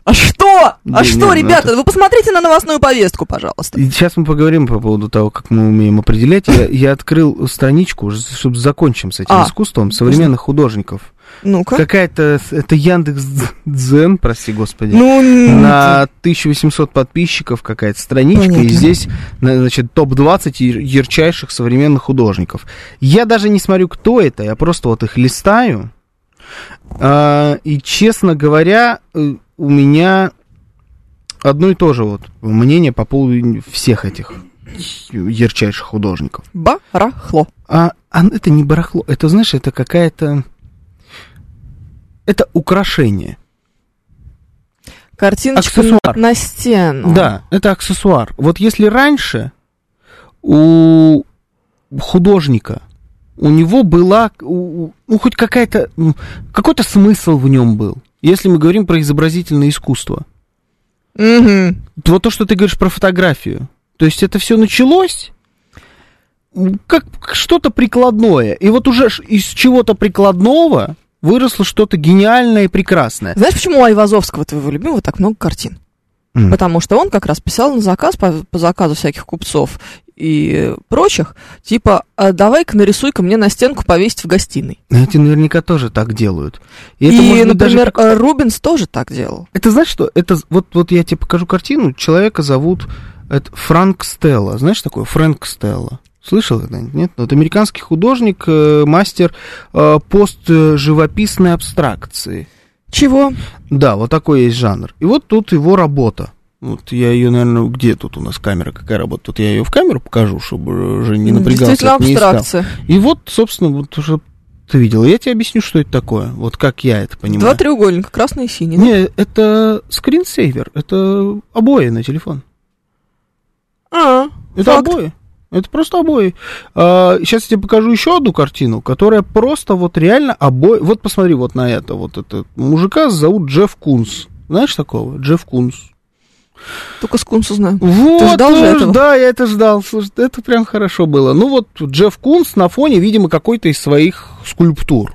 [SPEAKER 2] А что? А
[SPEAKER 1] Не,
[SPEAKER 2] что,
[SPEAKER 1] не,
[SPEAKER 2] ребята?
[SPEAKER 1] ну
[SPEAKER 2] Вы посмотрите на новостную повестку, пожалуйста.
[SPEAKER 1] И сейчас мы поговорим по поводу того, как мы умеем определять. Я, я открыл страничку, уже, чтобы закончим с этим
[SPEAKER 2] А.
[SPEAKER 1] искусством современных художников.
[SPEAKER 2] Ну-ка.
[SPEAKER 1] Какая-то это Яндекс Дзен, прости господи.
[SPEAKER 2] Ну, н-
[SPEAKER 1] на 1800 подписчиков какая-то страничка, и
[SPEAKER 2] Понятно.
[SPEAKER 1] здесь, на- значит, топ-20 яр- ярчайших современных художников. Я даже не смотрю, кто это, я просто вот их листаю, А, и, честно говоря, э, у меня одно и то же вот мнение по поводу всех этих ярчайших художников.
[SPEAKER 2] барахло.
[SPEAKER 1] А, а это не барахло, это, знаешь, это какая-то... Это украшение.
[SPEAKER 2] Картиночка
[SPEAKER 1] Аксессуар.
[SPEAKER 2] на стену.
[SPEAKER 1] Да, это аксессуар. Вот если раньше у художника у него была у- у- ну хоть какая-то м, какой-то смысл в нем был. Если мы говорим про изобразительное искусство,
[SPEAKER 2] Мгм.
[SPEAKER 1] то вот то, что ты говоришь про фотографию, то есть это все началось м, как что-то прикладное, и вот уже ш- из чего-то прикладного выросло что-то гениальное и прекрасное.
[SPEAKER 2] Знаешь, почему у Айвазовского, твоего любимого, так много картин?
[SPEAKER 1] М.
[SPEAKER 2] Потому что он как раз писал на заказ, по, по заказу всяких купцов и прочих, типа, «А давай-ка нарисуй-ка мне на стенку повесить в гостиной.
[SPEAKER 1] Эти наверняка тоже так делают. И, это,
[SPEAKER 2] и,
[SPEAKER 1] может быть, даже
[SPEAKER 2] например,
[SPEAKER 1] как-
[SPEAKER 2] э, Рубинс тоже так делал.
[SPEAKER 1] Это знаешь что? Это з- вот, вот я тебе покажу картину. Человека зовут это Франк Стелла. Знаешь такое? Фрэнк Стелла. Слышал когда-нибудь? Нет? Вот американский художник, э, мастер э, постживописной абстракции.
[SPEAKER 2] Чего?
[SPEAKER 1] Да, вот такой есть жанр. И вот тут его работа. Вот я ее, наверное, где тут у нас камера, какая работа? Тут я ее в камеру покажу, чтобы уже не напрягался.
[SPEAKER 2] Действительно
[SPEAKER 1] не искал.
[SPEAKER 2] абстракция.
[SPEAKER 1] И вот, собственно, вот уже ты видел. Я тебе объясню, что это такое. Вот как я это понимаю.
[SPEAKER 2] Два треугольника, красный и синий.
[SPEAKER 1] Не, это скринсейвер, это обои на телефон.
[SPEAKER 2] А,
[SPEAKER 1] Это
[SPEAKER 2] Факт.
[SPEAKER 1] обои. Это просто обои. сейчас я тебе покажу еще одну картину, которая просто вот реально обои. Вот посмотри вот на это. Вот это мужика зовут Джефф Кунс. Знаешь такого? Джефф Кунс.
[SPEAKER 2] только с Кунсу знаю.
[SPEAKER 1] Вот,
[SPEAKER 2] ждал же
[SPEAKER 1] э,
[SPEAKER 2] этого?
[SPEAKER 1] да, я это ждал. Слушай, это прям хорошо было. Ну вот Джефф Кунс на фоне, видимо, какой-то из своих скульптур.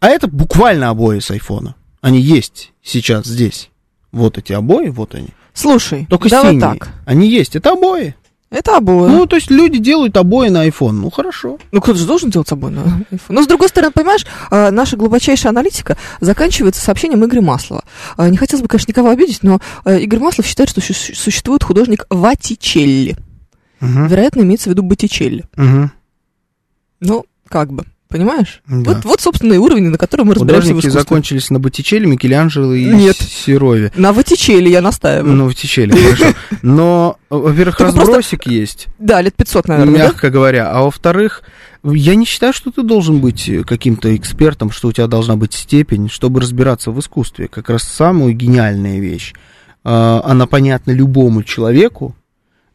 [SPEAKER 1] А это буквально обои с айфона. Они есть сейчас здесь. Вот эти обои, вот они.
[SPEAKER 2] Слушай,
[SPEAKER 1] Только
[SPEAKER 2] давай
[SPEAKER 1] синие.
[SPEAKER 2] так.
[SPEAKER 1] Они есть. Это обои.
[SPEAKER 2] Это обои.
[SPEAKER 1] Ну, то есть люди делают обои на iPhone. Ну, хорошо.
[SPEAKER 2] Ну, кто-то же должен делать собой на iPhone. Но, с другой стороны, понимаешь, а, наша глубочайшая аналитика заканчивается сообщением Игоря Маслова. А, Не хотелось бы, конечно, никого обидеть, но а, Игорь Маслов считает, что су- существует художник Ватичелли. Вероятно, имеется в виду Боттичелли. Ну, как бы, понимаешь?
[SPEAKER 1] Да.
[SPEAKER 2] Вот, вот, собственно, и уровень, на котором мы разбираемся в
[SPEAKER 1] Художники
[SPEAKER 2] искусстве.
[SPEAKER 1] закончились на Боттичелле, Микеланджело и
[SPEAKER 2] Нет.
[SPEAKER 1] Серове.
[SPEAKER 2] На Ватичелли я настаиваю.
[SPEAKER 1] Ну, Боттичелли, хорошо. Но, во-первых,
[SPEAKER 2] Только просто-
[SPEAKER 1] разбросик есть.
[SPEAKER 2] Да, лет 500, наверное, да?
[SPEAKER 1] мягко говоря. А во-вторых, я не считаю, что ты должен быть э, каким-то экспертом, что у тебя должна быть степень, чтобы разбираться в искусстве. Как раз самую гениальная вещь. э, Она понятна любому человеку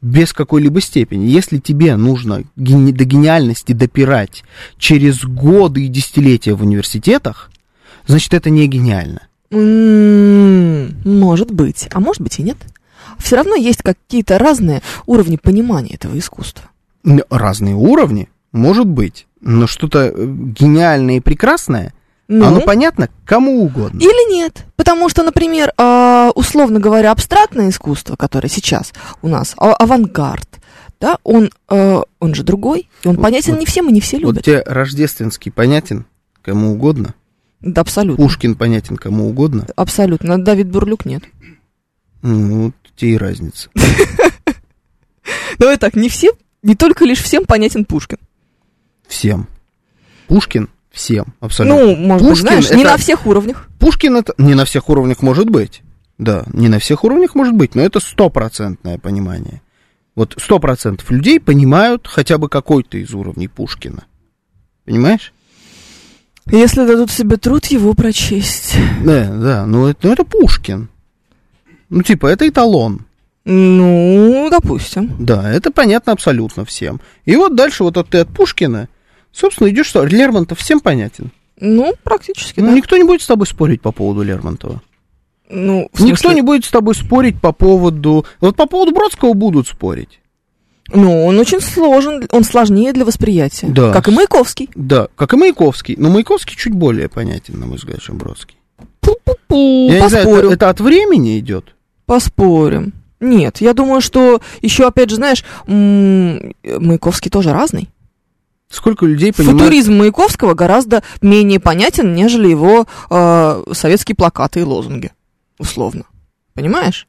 [SPEAKER 1] без какой-либо степени. Если тебе нужно гени- до гениальности допирать через годы и десятилетия в университетах, значит, это не гениально.
[SPEAKER 2] М, М-м-м. Может быть, а может быть и нет. Все равно есть какие-то разные уровни понимания этого искусства.
[SPEAKER 1] Н- Разные уровни, может быть, но что-то э, гениальное и прекрасное,
[SPEAKER 2] Ну,
[SPEAKER 1] оно понятно кому угодно.
[SPEAKER 2] или нет. Потому что, например, а, условно говоря, абстрактное искусство, которое сейчас у нас, а- авангард, да, он, э, он же другой, и он
[SPEAKER 1] Вот-
[SPEAKER 2] понятен
[SPEAKER 1] вот-
[SPEAKER 2] не всем, и не все
[SPEAKER 1] Вот
[SPEAKER 2] любят.
[SPEAKER 1] тебе рождественский понятен кому угодно,
[SPEAKER 2] Да, абсолютно.
[SPEAKER 1] Пушкин понятен кому угодно,
[SPEAKER 2] Абсолютно. Давид Бурлюк нет.
[SPEAKER 1] ну, вот тебе и разница.
[SPEAKER 2] Давай так, не всем, не только лишь всем понятен Пушкин.
[SPEAKER 1] Всем. Пушкин всем, абсолютно.
[SPEAKER 2] Ну, может быть,
[SPEAKER 1] Пушкин
[SPEAKER 2] знаешь, не
[SPEAKER 1] это-
[SPEAKER 2] на всех уровнях.
[SPEAKER 1] Пушкин это не на всех уровнях может быть. Да, не на всех уровнях может быть, но это стопроцентное понимание. Вот сто процентов людей понимают хотя бы какой-то из уровней Пушкина. Понимаешь?
[SPEAKER 2] Если дадут себе труд его прочесть.
[SPEAKER 1] Да, да, ну это, ну это Пушкин. Ну, типа, это эталон.
[SPEAKER 2] Ну, допустим.
[SPEAKER 1] Да, это понятно абсолютно всем. И вот дальше вот от, ты от Пушкина, собственно, идешь что? Лермонтов всем понятен.
[SPEAKER 2] Ну, практически,
[SPEAKER 1] Ну,
[SPEAKER 2] да.
[SPEAKER 1] никто не будет с тобой спорить по поводу Лермонтова.
[SPEAKER 2] Ну, в
[SPEAKER 1] Никто
[SPEAKER 2] смысле-
[SPEAKER 1] не будет с тобой спорить по поводу... Вот по поводу Бродского будут спорить.
[SPEAKER 2] Ну, он очень сложен, он сложнее для восприятия.
[SPEAKER 1] Да.
[SPEAKER 2] Как и Маяковский.
[SPEAKER 1] Да, как и Маяковский. Но Маяковский чуть более понятен, на мой взгляд, чем Бродский.
[SPEAKER 2] Пу-пу-пу. Поспу...
[SPEAKER 1] Я не знаю,
[SPEAKER 2] Ну, поспорю.
[SPEAKER 1] это, это от времени идет?
[SPEAKER 2] Поспорим. Нет, я думаю, что еще, опять же, знаешь, м, Маяковский тоже разный.
[SPEAKER 1] Сколько людей понимают...
[SPEAKER 2] Футуризм Маяковского гораздо менее понятен, нежели его э, советские плакаты и лозунги, условно. Понимаешь?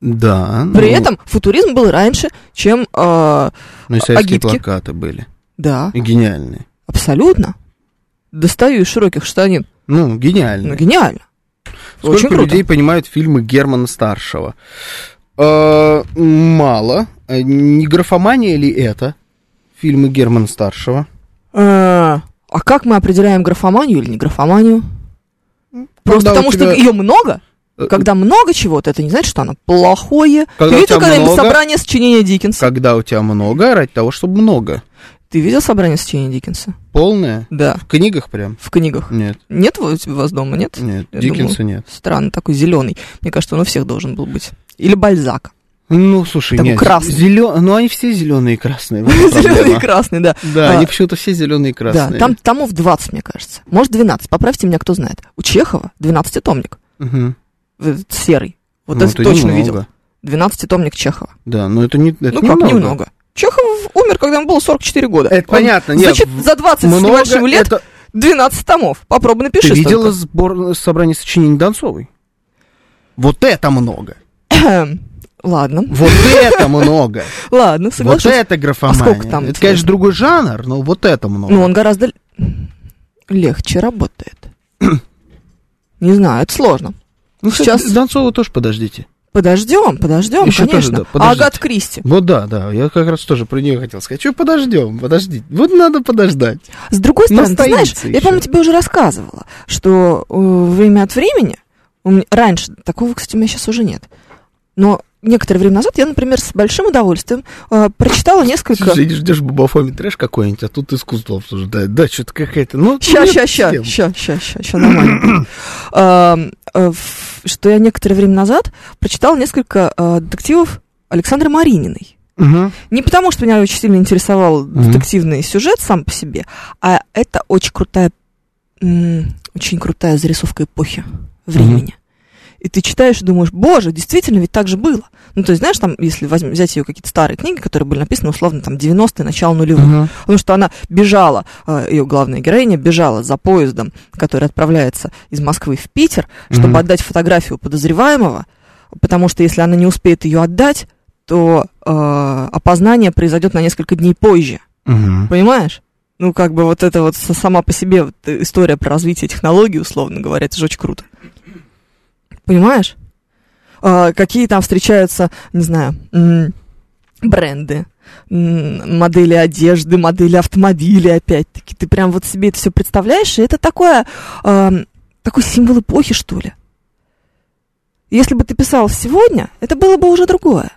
[SPEAKER 1] Да. ну,
[SPEAKER 2] При этом футуризм был раньше, чем... э,
[SPEAKER 1] Ну и советские
[SPEAKER 2] агитки.
[SPEAKER 1] плакаты были.
[SPEAKER 2] да,
[SPEAKER 1] И гениальные.
[SPEAKER 2] абсолютно. Достаю из широких штанин.
[SPEAKER 1] Ну, гениальные.
[SPEAKER 2] Ну, гениально.
[SPEAKER 1] Сколько
[SPEAKER 2] Очень круто.
[SPEAKER 1] людей понимают фильмы Германа Старшего? Э, мало. Э, Не графомания ли это? Фильмы Германа Старшего.
[SPEAKER 2] Э, а как мы определяем графоманию или не графоманию?
[SPEAKER 1] Когда
[SPEAKER 2] Просто
[SPEAKER 1] у
[SPEAKER 2] потому,
[SPEAKER 1] тебя-
[SPEAKER 2] что ее много?
[SPEAKER 1] Э,
[SPEAKER 2] Когда много чего-то, это не значит, что оно плохое.
[SPEAKER 1] Когда
[SPEAKER 2] Ты
[SPEAKER 1] у
[SPEAKER 2] видел
[SPEAKER 1] тебя
[SPEAKER 2] когда-нибудь
[SPEAKER 1] много-
[SPEAKER 2] собрание сочинения Диккенса?
[SPEAKER 1] Когда у тебя много, ради того, чтобы много.
[SPEAKER 2] Ты видел собрание сочинения Диккенса?
[SPEAKER 1] Полное.
[SPEAKER 2] Да,
[SPEAKER 1] В книгах прям?
[SPEAKER 2] в книгах.
[SPEAKER 1] Нет.
[SPEAKER 2] Нет у вас дома, нет?
[SPEAKER 1] Нет,
[SPEAKER 2] Я
[SPEAKER 1] Диккенса нет.
[SPEAKER 2] Странно, такой зеленый. Мне кажется, он у всех должен был быть. Или Бальзак.
[SPEAKER 1] Ну, слушай,
[SPEAKER 2] Такой
[SPEAKER 1] нет.
[SPEAKER 2] красный.
[SPEAKER 1] зелё- Ну, они все зеленые и красные. вот это
[SPEAKER 2] Зеленый и
[SPEAKER 1] проблема.
[SPEAKER 2] красный, да.
[SPEAKER 1] Да,
[SPEAKER 2] А,
[SPEAKER 1] они почему-то все зеленые и
[SPEAKER 2] Да,
[SPEAKER 1] красные.
[SPEAKER 2] там томов 20, мне кажется. Может, 12. Поправьте меня, кто знает. У Чехова 12-томник.
[SPEAKER 1] Мгм.
[SPEAKER 2] Этот серый. Вот
[SPEAKER 1] Ну,
[SPEAKER 2] это точно
[SPEAKER 1] немного.
[SPEAKER 2] видел. 12-томник Чехова.
[SPEAKER 1] Да, но это не это
[SPEAKER 2] ну как,
[SPEAKER 1] немного.
[SPEAKER 2] немного. Чехов умер, когда ему было 44 года.
[SPEAKER 1] Это
[SPEAKER 2] Он,
[SPEAKER 1] понятно, нет,
[SPEAKER 2] Значит,
[SPEAKER 1] в-
[SPEAKER 2] за 20 с
[SPEAKER 1] Много
[SPEAKER 2] небольшим лет
[SPEAKER 1] это-
[SPEAKER 2] 12 томов. Попробуй напиши
[SPEAKER 1] Ты
[SPEAKER 2] столько.
[SPEAKER 1] видела сбор... э, собрание сочинений Донцовой? Вот это много.
[SPEAKER 2] Ладно,
[SPEAKER 1] Вот это много.
[SPEAKER 2] ладно,
[SPEAKER 1] Вот
[SPEAKER 2] соглашусь.
[SPEAKER 1] это графомания.
[SPEAKER 2] А сколько там,
[SPEAKER 1] это,
[SPEAKER 2] интересно?
[SPEAKER 1] конечно, другой жанр, но вот это много.
[SPEAKER 2] Ну, он гораздо л- легче работает. Не знаю, это сложно.
[SPEAKER 1] Ну, кстати,
[SPEAKER 2] сейчас-
[SPEAKER 1] Донцова тоже подождите.
[SPEAKER 2] Подождем, подождем,
[SPEAKER 1] Ещё тоже,
[SPEAKER 2] конечно.
[SPEAKER 1] да, подождите.
[SPEAKER 2] А Агат Кристи.
[SPEAKER 1] Вот Ну да, да, я как раз тоже про нее хотел сказать. Что подождем, подождите. Вот надо подождать.
[SPEAKER 2] С другой стороны, ты знаешь,
[SPEAKER 1] Настоится
[SPEAKER 2] я,
[SPEAKER 1] ещё.
[SPEAKER 2] по-моему, тебе уже рассказывала, что э, время от времени, у меня- раньше, такого, кстати, у меня сейчас уже нет, но некоторое время назад я, например, с большим удовольствием э, прочитала несколько...
[SPEAKER 1] Слушай, идешь, ждешь бабафоми трэш какой-нибудь, а тут искусство обсуждают. Да, что-то какая-то. Ну,
[SPEAKER 2] Ща,
[SPEAKER 1] нет,
[SPEAKER 2] ща, ща,
[SPEAKER 1] тем.
[SPEAKER 2] ща, ща, ща, ща, нормально. Эм, э, ф- Что я некоторое время назад прочитала несколько э, детективов Александры Марининой.
[SPEAKER 1] Мгм.
[SPEAKER 2] Не потому, что меня очень сильно интересовал
[SPEAKER 1] Мгм.
[SPEAKER 2] детективный сюжет сам по себе, а это очень крутая, м, очень крутая зарисовка эпохи времени. И ты читаешь и думаешь, боже, действительно, ведь так же было. Ну, то есть, знаешь, там, если возьм- взять ее какие-то старые книги, которые были написаны, условно, там, 90-е, начало нулевых,
[SPEAKER 1] Мгм.
[SPEAKER 2] Потому что она бежала, ее главная героиня бежала за поездом, который отправляется из Москвы в Питер, чтобы
[SPEAKER 1] Мгм.
[SPEAKER 2] отдать фотографию подозреваемого, потому что если она не успеет ее отдать, то э, опознание произойдет на несколько дней позже.
[SPEAKER 1] Мгм.
[SPEAKER 2] Понимаешь? Ну, как бы вот это вот с- сама по себе вот э, история про развитие технологий, условно говоря, это же очень круто. Понимаешь? А, какие там встречаются, не знаю, м, бренды, м, модели одежды, модели автомобилей, опять-таки. Ты прям вот себе это все представляешь, и это такое, ам, такой символ эпохи, что ли. Если бы ты писал сегодня, это было бы уже другое.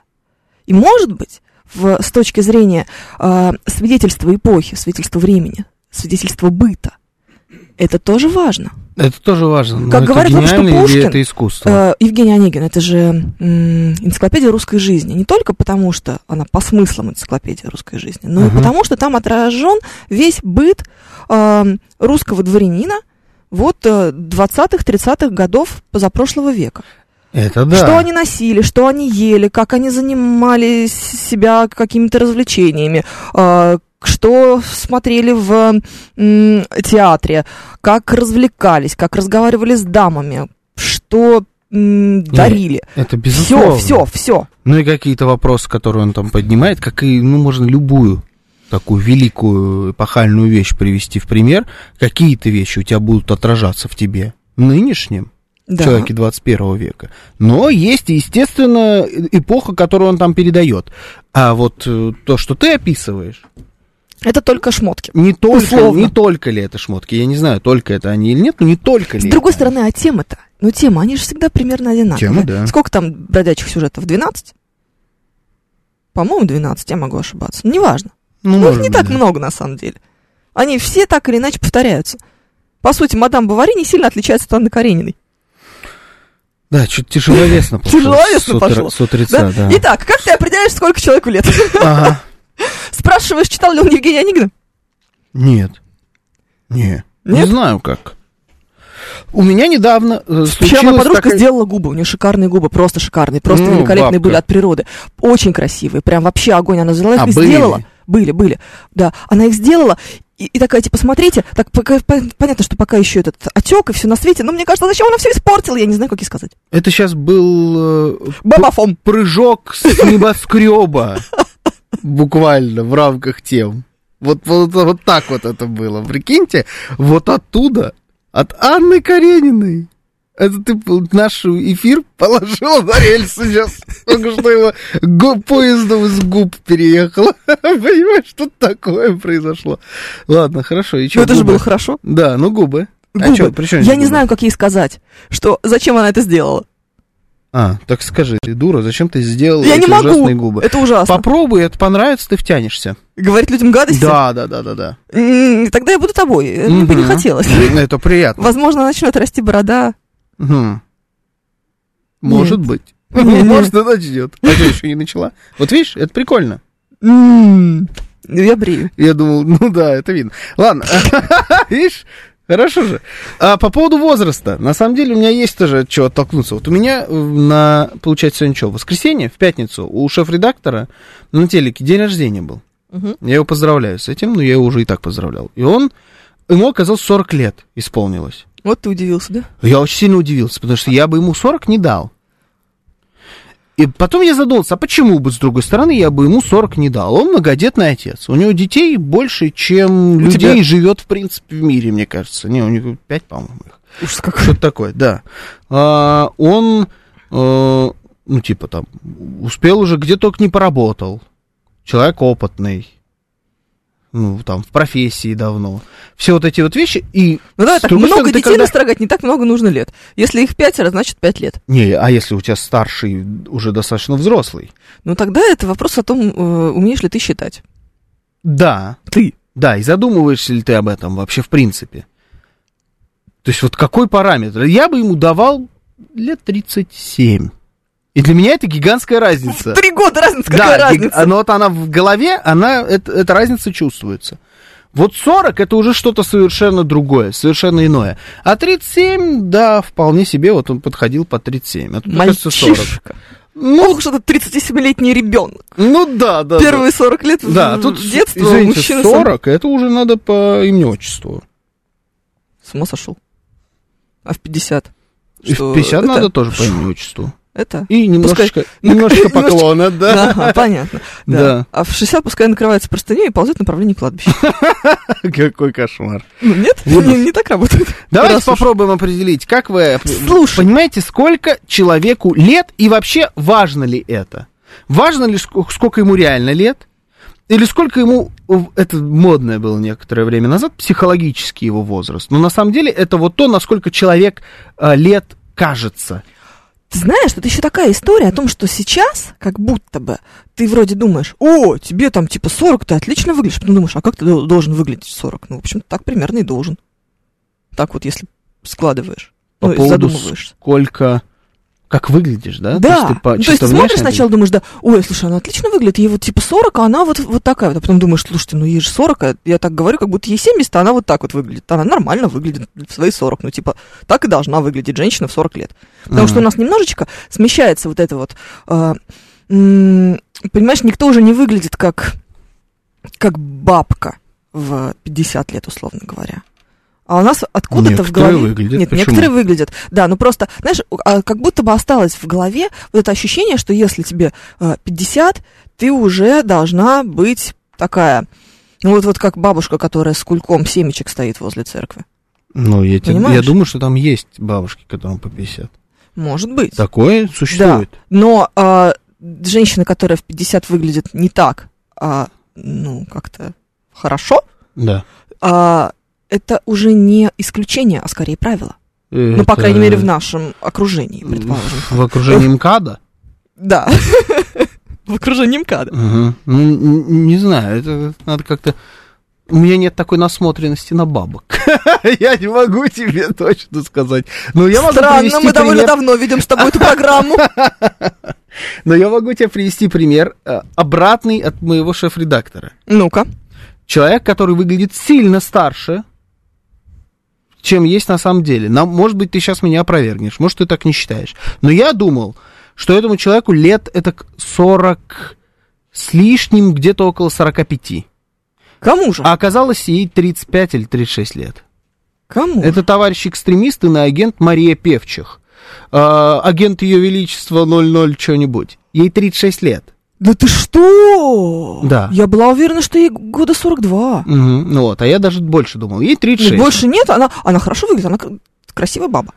[SPEAKER 2] И, может быть, в, с точки зрения а, свидетельство эпохи, свидетельство времени, свидетельство быта. Это тоже важно.
[SPEAKER 1] Это тоже важно. но
[SPEAKER 2] Как
[SPEAKER 1] это
[SPEAKER 2] говорит бабушка
[SPEAKER 1] гениально или
[SPEAKER 2] Пушкин,
[SPEAKER 1] это искусство?
[SPEAKER 2] Э, Евгений Онегин, это же м, энциклопедия русской жизни. Не только потому, что она по смыслам энциклопедия русской жизни, но и
[SPEAKER 1] Мгм.
[SPEAKER 2] потому, что там отражен весь быт э, русского дворянина вот э, 20-х, 30-х годов позапрошлого века.
[SPEAKER 1] Это да.
[SPEAKER 2] Что они носили, что они ели, как они занимали себя какими-то развлечениями, э, что смотрели в м, театре, как развлекались, как разговаривали с дамами, что м, дарили.
[SPEAKER 1] Это
[SPEAKER 2] Все,
[SPEAKER 1] безусловно.
[SPEAKER 2] все, все.
[SPEAKER 1] Ну и какие-то вопросы, которые он там поднимает, как и, ну, можно любую такую великую эпохальную вещь привести в пример, какие-то вещи у тебя будут отражаться в тебе нынешнем
[SPEAKER 2] Да.
[SPEAKER 1] человеке 21 века. Но есть, естественно, э- эпоха, которую он там передает. А вот э, то, что ты описываешь,
[SPEAKER 2] Это только шмотки.
[SPEAKER 1] не только,
[SPEAKER 2] Условно.
[SPEAKER 1] не только ли это шмотки, я не знаю, только это они или нет, но не только ли
[SPEAKER 2] С другой
[SPEAKER 1] это
[SPEAKER 2] стороны, а темы-то? Ну, темы, они же всегда примерно одинаковые.
[SPEAKER 1] Темы, да.
[SPEAKER 2] Сколько там бродячих сюжетов? 12? По-моему, 12, я могу ошибаться. Ну, Неважно.
[SPEAKER 1] они.
[SPEAKER 2] Ну, их
[SPEAKER 1] может
[SPEAKER 2] не
[SPEAKER 1] быть,
[SPEAKER 2] так
[SPEAKER 1] да.
[SPEAKER 2] много, на самом деле. Они все так или иначе повторяются. По сути, мадам Бавари не сильно отличается от Анны Карениной.
[SPEAKER 1] Да, что-то тяжеловесно пошло.
[SPEAKER 2] Тяжеловесно
[SPEAKER 1] С утра-
[SPEAKER 2] пошло.
[SPEAKER 1] С утреца,
[SPEAKER 2] Да?
[SPEAKER 1] да.
[SPEAKER 2] Итак, как ты определяешь, сколько человеку лет?
[SPEAKER 1] Ага.
[SPEAKER 2] Спрашиваешь, читал ли он Евгения Онегина?
[SPEAKER 1] Нет. Не. Не
[SPEAKER 2] Нет?
[SPEAKER 1] знаю как. У меня недавно э,
[SPEAKER 2] Вчера моя
[SPEAKER 1] случилась
[SPEAKER 2] подружка
[SPEAKER 1] такая-
[SPEAKER 2] сделала губы, у нее шикарные губы, просто шикарные, просто
[SPEAKER 1] Ну, бабка.
[SPEAKER 2] великолепные были от природы. Очень красивые, прям вообще огонь она взяла их
[SPEAKER 1] А,
[SPEAKER 2] и
[SPEAKER 1] были?
[SPEAKER 2] сделала. Были, были, да. Она их сделала, и, и такая, типа, смотрите, так пока- пон- понятно, что пока еще этот отек и все на свете, но мне кажется, зачем она все испортила, я не знаю, как ей сказать.
[SPEAKER 1] Это сейчас был э,
[SPEAKER 2] Бабафом.
[SPEAKER 1] прыжок с небоскреба. Буквально в рамках тем. Вот, вот, вот так вот это было. Прикиньте, вот оттуда, от Анны Карениной. Это ты пол- наш эфир положила на рельсы сейчас. Только что его го- поездом из губ переехала. Понимаешь, что такое произошло? Ладно, хорошо. И чё,
[SPEAKER 2] Ну, это же
[SPEAKER 1] губы?
[SPEAKER 2] было хорошо.
[SPEAKER 1] Да, ну губы. А
[SPEAKER 2] Губы.
[SPEAKER 1] чё, при чём
[SPEAKER 2] я
[SPEAKER 1] здесь
[SPEAKER 2] не
[SPEAKER 1] губы?
[SPEAKER 2] знаю, как ей сказать, что зачем она это сделала.
[SPEAKER 1] А, так скажи, ты дура, зачем ты сделала
[SPEAKER 2] я
[SPEAKER 1] эти
[SPEAKER 2] не могу.
[SPEAKER 1] ужасные губы?
[SPEAKER 2] Это ужасно.
[SPEAKER 1] Попробуй, это понравится, ты втянешься.
[SPEAKER 2] Говорить людям гадости?
[SPEAKER 1] Да, да, да, да, да.
[SPEAKER 2] М, Тогда я буду тобой. Мне бы не
[SPEAKER 1] Мгм.
[SPEAKER 2] хотелось.
[SPEAKER 1] Это приятно.
[SPEAKER 2] Возможно, начнет расти борода.
[SPEAKER 1] Мгм. Может
[SPEAKER 2] Нет.
[SPEAKER 1] быть. Ну,
[SPEAKER 2] Не-не.
[SPEAKER 1] Может, она ждет. А ты еще не начала. Вот видишь, это прикольно.
[SPEAKER 2] М, Я брею.
[SPEAKER 1] Я думал, ну да, это видно. Ладно, видишь, хорошо же. А по поводу возраста, на самом деле у меня есть тоже от чего оттолкнуться. Вот у меня э, на, получается, сегодня что, в воскресенье, в пятницу у шеф-редактора на телеке день рождения был.
[SPEAKER 2] Мгм.
[SPEAKER 1] Я его поздравляю с этим, но я его уже и так поздравлял. И он, ему оказалось 40 лет исполнилось.
[SPEAKER 2] Вот ты удивился, да?
[SPEAKER 1] Я очень сильно удивился, потому что я бы ему 40 не дал. И потом я задумался, а почему бы, с другой стороны, я бы ему 40 не дал? Он многодетный отец. У него детей больше, чем людей живет, в принципе, в мире, мне кажется. Не, у него 5, по-моему, их.
[SPEAKER 2] Уж как.
[SPEAKER 1] Что-то такое, да. А, он, э, ну, типа там, успел уже где только не поработал. Человек опытный. Ну, там, в профессии давно. Все вот эти вот вещи. И
[SPEAKER 2] Ну давай
[SPEAKER 1] с
[SPEAKER 2] так,
[SPEAKER 1] другой
[SPEAKER 2] много
[SPEAKER 1] стороны, ты
[SPEAKER 2] детей
[SPEAKER 1] когда-
[SPEAKER 2] настрогать не так много нужно лет. Если их пятеро, значит пять лет.
[SPEAKER 1] Не, а если у тебя старший уже достаточно взрослый?
[SPEAKER 2] Ну тогда это вопрос о том, э, умеешь ли ты считать.
[SPEAKER 1] Да.
[SPEAKER 2] Ты.
[SPEAKER 1] Да, и задумываешься ли ты об этом вообще в принципе? То есть вот какой параметр? Я бы ему давал лет 37. И для меня это гигантская разница.
[SPEAKER 2] Три года разница,
[SPEAKER 1] да,
[SPEAKER 2] какая
[SPEAKER 1] гиг-
[SPEAKER 2] разница?
[SPEAKER 1] но вот она в голове, она, это- эта разница чувствуется. Вот 40 это уже что-то совершенно другое, совершенно иное. А 37, да, вполне себе, вот он подходил по 37. А тут, кажется, 40.
[SPEAKER 2] Мальчишка.
[SPEAKER 1] Ну,
[SPEAKER 2] Ох, что-то 37-летний ребенок.
[SPEAKER 1] ну да, да. да.
[SPEAKER 2] Первые 40 лет
[SPEAKER 1] Да,
[SPEAKER 2] в-
[SPEAKER 1] тут
[SPEAKER 2] в детство
[SPEAKER 1] извините,
[SPEAKER 2] у мужчины... сам-
[SPEAKER 1] 40, это уже надо по имени-отчеству.
[SPEAKER 2] С ума сошел. А в 50?
[SPEAKER 1] И
[SPEAKER 2] Что
[SPEAKER 1] в 50
[SPEAKER 2] это-
[SPEAKER 1] надо тоже по имени-отчеству.
[SPEAKER 2] Это?
[SPEAKER 1] И немножечко, немножечко поклона, да.
[SPEAKER 2] Ага, понятно.
[SPEAKER 1] Да.
[SPEAKER 2] А в 60 пускай накрывается простыней и ползет в направлении кладбища.
[SPEAKER 1] Какой кошмар.
[SPEAKER 2] Ну, нет,
[SPEAKER 1] Ужас.
[SPEAKER 2] не, не так работает.
[SPEAKER 1] Давайте
[SPEAKER 2] Раз уж-
[SPEAKER 1] попробуем определить, как вы
[SPEAKER 2] Слушай.
[SPEAKER 1] понимаете, сколько человеку лет и вообще важно ли это? Важно ли, ск- сколько ему реально лет? Или сколько ему, в- это модное было некоторое время назад, психологический его возраст. Но на самом деле это вот то, насколько человек э, лет кажется.
[SPEAKER 2] Ты знаешь, тут еще такая история о том, что сейчас, как будто бы, ты вроде думаешь, о, тебе там типа 40, ты отлично выглядишь. Потом думаешь, а как ты дол- должен выглядеть в 40? Ну, в общем-то, так примерно и должен. Так вот, если складываешь,
[SPEAKER 1] По
[SPEAKER 2] ну, и
[SPEAKER 1] поводу
[SPEAKER 2] задумываешься.
[SPEAKER 1] сколько... Как выглядишь, да?
[SPEAKER 2] Да,
[SPEAKER 1] То есть ты, по-
[SPEAKER 2] Ну, то
[SPEAKER 1] чисто
[SPEAKER 2] есть ты смотришь
[SPEAKER 1] внешне
[SPEAKER 2] сначала, думаешь, да, ой, слушай, она отлично выглядит, ей вот типа 40, а она вот, вот такая вот. А потом думаешь, слушайте, ну ей же 40, а я так говорю, как будто ей 70, а она вот так вот выглядит. Она нормально выглядит в свои 40, ну типа так и должна выглядеть женщина в 40 лет. Потому
[SPEAKER 1] Мгм.
[SPEAKER 2] что у нас немножечко смещается вот это вот, э, м, понимаешь, никто уже не выглядит как, как бабка в 50 лет, условно говоря. А у нас откуда-то в
[SPEAKER 1] Некоторые
[SPEAKER 2] голове...
[SPEAKER 1] выглядят.
[SPEAKER 2] Нет,
[SPEAKER 1] Почему?
[SPEAKER 2] некоторые выглядят. Да, ну просто, знаешь, у- а, как будто бы осталось в голове вот это ощущение, что если тебе э, 50, ты уже должна быть такая... Ну вот, вот как бабушка, которая с кульком семечек стоит возле церкви.
[SPEAKER 1] Ну, я, тебе- я
[SPEAKER 2] Понимаешь?
[SPEAKER 1] думаю, что там есть бабушки, которым по 50.
[SPEAKER 2] Может быть.
[SPEAKER 1] Такое существует.
[SPEAKER 2] Но а, женщина, которая в 50 выглядит не так, а, ну, как-то хорошо,
[SPEAKER 1] Да.
[SPEAKER 2] а, это уже не исключение, а скорее правило. Ну, по крайней мере, в нашем окружении, предположим.
[SPEAKER 1] В окружении МКАДа?
[SPEAKER 2] Да. В окружении МКАДа.
[SPEAKER 1] Мгм. Ну, н- не знаю, это надо как-то... У меня нет такой насмотренности на бабок. Я не могу тебе точно сказать. Но я могу
[SPEAKER 2] Странно,
[SPEAKER 1] привести
[SPEAKER 2] мы довольно
[SPEAKER 1] пример
[SPEAKER 2] давно ведем с тобой эту программу.
[SPEAKER 1] Но я могу тебе привести пример э, обратный от моего шеф-редактора.
[SPEAKER 2] Ну-ка.
[SPEAKER 1] Человек, который выглядит сильно старше, чем есть на самом деле. Нам, может быть, ты сейчас меня опровергнешь, может, ты так не считаешь. Но я думал, что этому человеку лет это 40 с лишним, где-то около 45.
[SPEAKER 2] Кому же?
[SPEAKER 1] А оказалось ей 35 или 36 лет.
[SPEAKER 2] Кому?
[SPEAKER 1] Это товарищ-экстремист и агент Мария Певчих. Э, агент Ее Величества 00 что-нибудь. Ей 36 лет.
[SPEAKER 2] Да ты что?
[SPEAKER 1] Да.
[SPEAKER 2] Я была уверена, что ей года 42.
[SPEAKER 1] Мгм, ну вот, а я даже больше думал. Ей
[SPEAKER 2] Нет,
[SPEAKER 1] 36.
[SPEAKER 2] больше нет, она, она хорошо выглядит, она кр- красивая баба.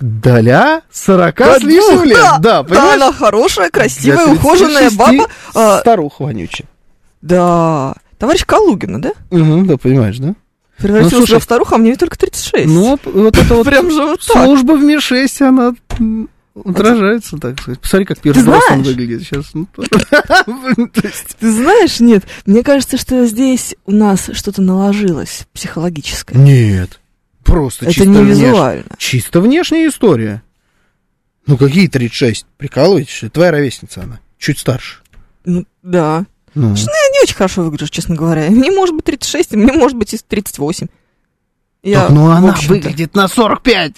[SPEAKER 1] Доля 40 с лишним лет.
[SPEAKER 2] Да,
[SPEAKER 1] Да,
[SPEAKER 2] да,
[SPEAKER 1] понимаешь?
[SPEAKER 2] она хорошая, красивая,
[SPEAKER 1] Для
[SPEAKER 2] ухоженная
[SPEAKER 1] 36
[SPEAKER 2] баба. А,
[SPEAKER 1] Старуха вонючая.
[SPEAKER 2] да, товарищ Калугина, да?
[SPEAKER 1] Угу, да, понимаешь, да?
[SPEAKER 2] Превратилась
[SPEAKER 1] Ну, слушай,
[SPEAKER 2] уже в старуху, а мне только 36.
[SPEAKER 1] Ну, вот- вот это вот
[SPEAKER 2] Прям же вот так.
[SPEAKER 1] служба в МИР-6, она м, отражается, так сказать. Посмотри, как Пирс
[SPEAKER 2] Ты
[SPEAKER 1] Броснан
[SPEAKER 2] знаешь?
[SPEAKER 1] выглядит сейчас. Ну, то есть-
[SPEAKER 2] Ты знаешь, нет, мне кажется, что здесь у нас что-то наложилось психологическое.
[SPEAKER 1] Нет, просто
[SPEAKER 2] Это
[SPEAKER 1] Ну, чисто
[SPEAKER 2] не
[SPEAKER 1] внешне.
[SPEAKER 2] визуально.
[SPEAKER 1] Чисто внешняя история. Ну, какие 36? Прикалываетесь? что ли? Твоя ровесница она, чуть старше.
[SPEAKER 2] Ну, да.
[SPEAKER 1] Ну.
[SPEAKER 2] Что Я не очень хорошо выгляжу, честно говоря. Мне может быть 36, и мне может быть и 38. Я,
[SPEAKER 1] Так, ну,
[SPEAKER 2] в
[SPEAKER 1] она
[SPEAKER 2] общем-то,
[SPEAKER 1] выглядит на 45.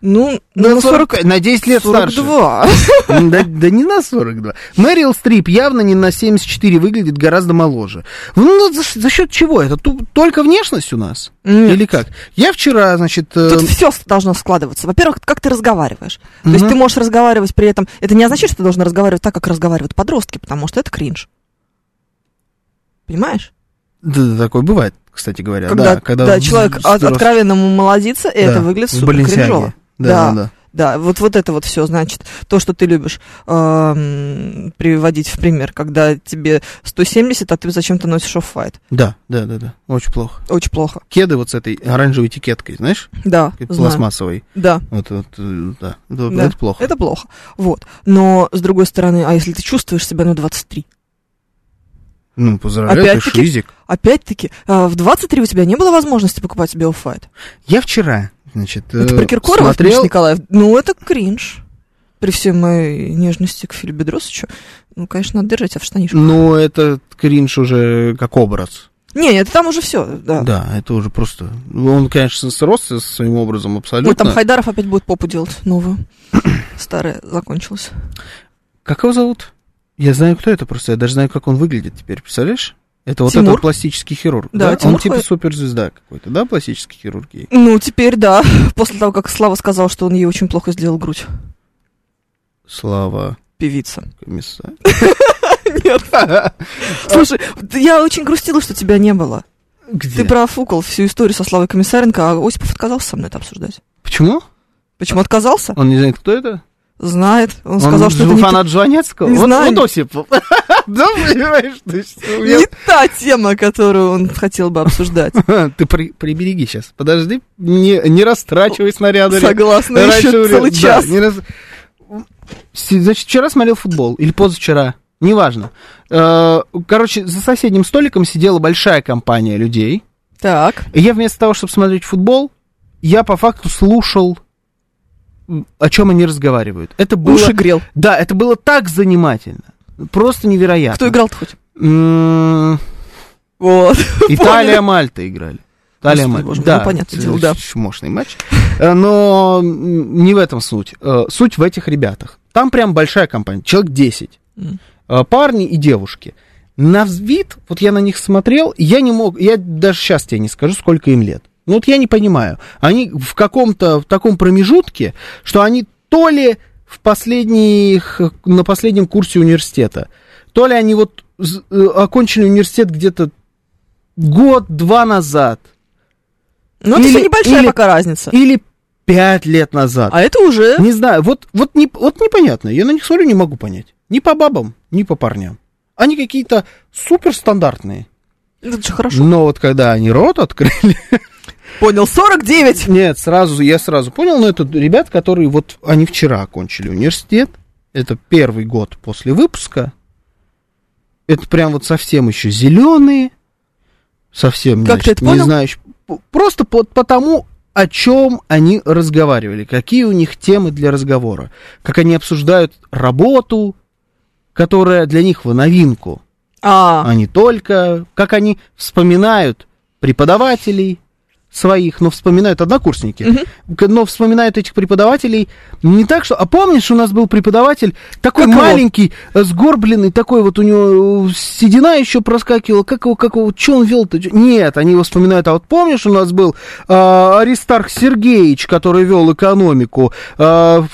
[SPEAKER 2] Ну,
[SPEAKER 1] На
[SPEAKER 2] на 40,
[SPEAKER 1] 45, на 10 лет старше.
[SPEAKER 2] 42.
[SPEAKER 1] М, Да, да не на 42. Мэрил Стрип явно не на 74 выглядит гораздо моложе. Ну, за, за счет чего? Это ту- только внешность у нас?
[SPEAKER 2] Нет.
[SPEAKER 1] Или как? Я вчера, значит... э,
[SPEAKER 2] Тут все должно складываться. Во-первых, как ты разговариваешь. То есть
[SPEAKER 1] Мгм.
[SPEAKER 2] ты можешь разговаривать при этом... Это не означает, что ты должен разговаривать так, как разговаривают подростки, потому что это кринж. Понимаешь?
[SPEAKER 1] да, да, такое бывает, кстати говоря.
[SPEAKER 2] когда
[SPEAKER 1] да, когда
[SPEAKER 2] да,
[SPEAKER 1] в-
[SPEAKER 2] человек
[SPEAKER 1] в-
[SPEAKER 2] от-
[SPEAKER 1] взрос-
[SPEAKER 2] откровенно молодится, и
[SPEAKER 1] да,
[SPEAKER 2] это выглядит
[SPEAKER 1] в
[SPEAKER 2] супер
[SPEAKER 1] Balenciaga.
[SPEAKER 2] кринжово.
[SPEAKER 1] Да, да,
[SPEAKER 2] Да.
[SPEAKER 1] да.
[SPEAKER 2] Да, вот, вот это вот все, значит, то, что ты любишь эм, приводить в пример, когда тебе 170, а ты зачем-то носишь оффайт.
[SPEAKER 1] Да, да, да, да. Очень плохо.
[SPEAKER 2] Очень плохо.
[SPEAKER 1] Кеды вот с этой оранжевой этикеткой, знаешь,
[SPEAKER 2] Да,
[SPEAKER 1] такой
[SPEAKER 2] знаю.
[SPEAKER 1] пластмассовой.
[SPEAKER 2] Да,
[SPEAKER 1] Вот, вот, э, да. Это,
[SPEAKER 2] Да.
[SPEAKER 1] это плохо.
[SPEAKER 2] это плохо. Вот. Но, с другой стороны, а если ты чувствуешь себя на 23?
[SPEAKER 1] Ну, поздравляю, ты
[SPEAKER 2] Опять-таки-
[SPEAKER 1] шизик.
[SPEAKER 2] Опять-таки, э, в 23 у тебя не было возможности покупать себе оффайт.
[SPEAKER 1] Я вчера, значит,
[SPEAKER 2] Это
[SPEAKER 1] э,
[SPEAKER 2] про Киркорова,
[SPEAKER 1] смотрел...
[SPEAKER 2] Миш Николаев. Ну, это кринж. При всей моей нежности к Филю Бедросовичу. Ну, конечно, надо держать тебя в штанишках.
[SPEAKER 1] Ну, это кринж уже как образ.
[SPEAKER 2] Не, это там уже все, да.
[SPEAKER 1] Да. это уже просто... Он, конечно, сросся со своим образом абсолютно.
[SPEAKER 2] Ой, там Хайдаров опять будет попу делать новую. Старая закончилась.
[SPEAKER 1] Как его зовут? Я знаю, кто это просто. Я даже знаю, как он выглядит теперь, представляешь? Это вот
[SPEAKER 2] Тимур?
[SPEAKER 1] этот пластический хирург.
[SPEAKER 2] Да,
[SPEAKER 1] Он
[SPEAKER 2] Тимур
[SPEAKER 1] типа
[SPEAKER 2] Хай-
[SPEAKER 1] суперзвезда какой-то, да, пластической хирургии?
[SPEAKER 2] Ну, теперь да. После того, как Слава сказал, что он ей очень плохо сделал грудь.
[SPEAKER 1] Слава
[SPEAKER 2] Певица.
[SPEAKER 1] комиссар.
[SPEAKER 2] Нет. Слушай, я очень грустила, что тебя не было.
[SPEAKER 1] Где?
[SPEAKER 2] Ты профукал всю историю со Славой Комиссаренко, а Осипов отказался со мной это обсуждать.
[SPEAKER 1] Почему?
[SPEAKER 2] Почему отказался?
[SPEAKER 1] Он не знает, кто это?
[SPEAKER 2] Знает. Он сказал, что это не та-
[SPEAKER 1] фанат Жванецкого?
[SPEAKER 2] Не
[SPEAKER 1] вот,
[SPEAKER 2] знаю.
[SPEAKER 1] вот Осипов. Да, понимаешь, то есть у меня-
[SPEAKER 2] не та тема, которую он хотел бы обсуждать.
[SPEAKER 1] Ты при- прибереги сейчас. Подожди, не, не растрачивай снаряды.
[SPEAKER 2] Согласна, еще
[SPEAKER 1] Раньше
[SPEAKER 2] целый
[SPEAKER 1] времени-
[SPEAKER 2] час.
[SPEAKER 1] да, не раз- Си- Значит, вчера смотрел футбол, или позавчера, неважно. Э, Короче, за соседним столиком сидела большая компания людей.
[SPEAKER 2] Так,
[SPEAKER 1] И я вместо того, чтобы смотреть футбол, я по факту слушал, м, о чем они разговаривают. Это было...
[SPEAKER 2] уши грел.
[SPEAKER 1] Да, это было так занимательно. Просто невероятно.
[SPEAKER 2] Кто играл-то хоть?
[SPEAKER 1] М,
[SPEAKER 2] Вот.
[SPEAKER 1] Италия, Мальта играли. Италия, Мальта.
[SPEAKER 2] Господи, боже мой,
[SPEAKER 1] да,
[SPEAKER 2] ну, понятное
[SPEAKER 1] это
[SPEAKER 2] дело, да.
[SPEAKER 1] Мощный матч. Э, Но м, не в этом суть. Э, Суть в этих ребятах. Там прям большая компания, человек 10.
[SPEAKER 2] Мгм.
[SPEAKER 1] Э, Парни и девушки. На вид, вот я на них смотрел, и я не мог, я даже сейчас тебе не скажу, сколько им лет. Ну вот я не понимаю. Они в каком-то в таком промежутке, что они то ли в последних, на последнем курсе университета, то ли они вот з- э, окончили университет где-то год-два назад,
[SPEAKER 2] Ну, это
[SPEAKER 1] Или-
[SPEAKER 2] все небольшая
[SPEAKER 1] или-
[SPEAKER 2] пока разница.
[SPEAKER 1] или пять лет назад.
[SPEAKER 2] А это уже...
[SPEAKER 1] Не знаю, вот, вот, не, вот непонятно. Я на них смотрю, не могу понять. Ни по бабам, ни по парням. Они какие-то суперстандартные.
[SPEAKER 2] Ну, Это же хорошо.
[SPEAKER 1] Но вот когда они рот открыли...
[SPEAKER 2] Понял, 49!
[SPEAKER 1] Нет, сразу, я сразу понял, но это ребят, которые вот... Они вчера окончили университет. Это первый год после выпуска. Это прям вот совсем еще зеленые. Совсем
[SPEAKER 2] Как ты
[SPEAKER 1] значит,
[SPEAKER 2] это
[SPEAKER 1] не
[SPEAKER 2] понял?
[SPEAKER 1] знаешь. п- Просто по, по тому, о чем они разговаривали, какие у них темы для разговора, как они обсуждают работу, которая для них в новинку
[SPEAKER 2] А,
[SPEAKER 1] а не только, как они вспоминают преподавателей, своих, но вспоминают однокурсники, к- но вспоминают этих преподавателей не так, что... А помнишь, у нас был преподаватель такой
[SPEAKER 2] Как его?
[SPEAKER 1] маленький, э, сгорбленный, такой вот у него э, седина еще проскакивала, как его, как его, что он вел-то? Чё- Нет, они его вспоминают, а вот помнишь, у нас был э, Аристарх Сергеевич, который вел экономику э,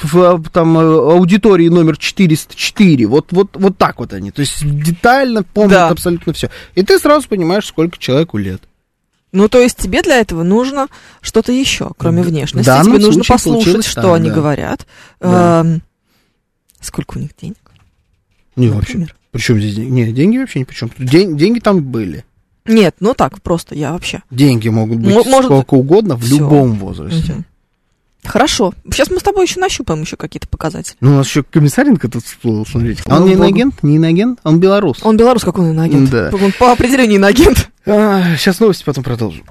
[SPEAKER 1] в э, там, э, аудитории номер 404, вот, вот, вот так вот они, то есть детально помнят
[SPEAKER 2] Да.
[SPEAKER 1] абсолютно все. И ты сразу понимаешь, сколько человеку лет.
[SPEAKER 2] Ну, то есть тебе для этого нужно что-то еще, кроме
[SPEAKER 1] Д-
[SPEAKER 2] внешности.
[SPEAKER 1] в данном
[SPEAKER 2] тебе нужно
[SPEAKER 1] случае
[SPEAKER 2] послушать,
[SPEAKER 1] ну, получилось
[SPEAKER 2] что
[SPEAKER 1] так,
[SPEAKER 2] они
[SPEAKER 1] да.
[SPEAKER 2] говорят.
[SPEAKER 1] Да.
[SPEAKER 2] Эм, сколько у них денег,
[SPEAKER 1] Не, вообще.
[SPEAKER 2] Ну, например?
[SPEAKER 1] Причем здесь деньги? Нет, деньги вообще ни при чем. День- деньги там были.
[SPEAKER 2] Нет, ну так, просто я вообще.
[SPEAKER 1] Деньги могут быть
[SPEAKER 2] Мо- может-
[SPEAKER 1] сколько угодно в
[SPEAKER 2] Всё.
[SPEAKER 1] любом возрасте.
[SPEAKER 2] Мгм. Хорошо. Сейчас мы с тобой еще нащупаем еще какие-то показатели.
[SPEAKER 1] Ну, у нас еще Комиссаренко тут всплыл, смотрите. А он не
[SPEAKER 2] Слава богу.
[SPEAKER 1] иноагент? Не иноагент? Он белорус.
[SPEAKER 2] Он белорус, как он иноагент.
[SPEAKER 1] Да.
[SPEAKER 2] Он по определению иноагент.
[SPEAKER 1] сейчас А, новости, потом продолжим.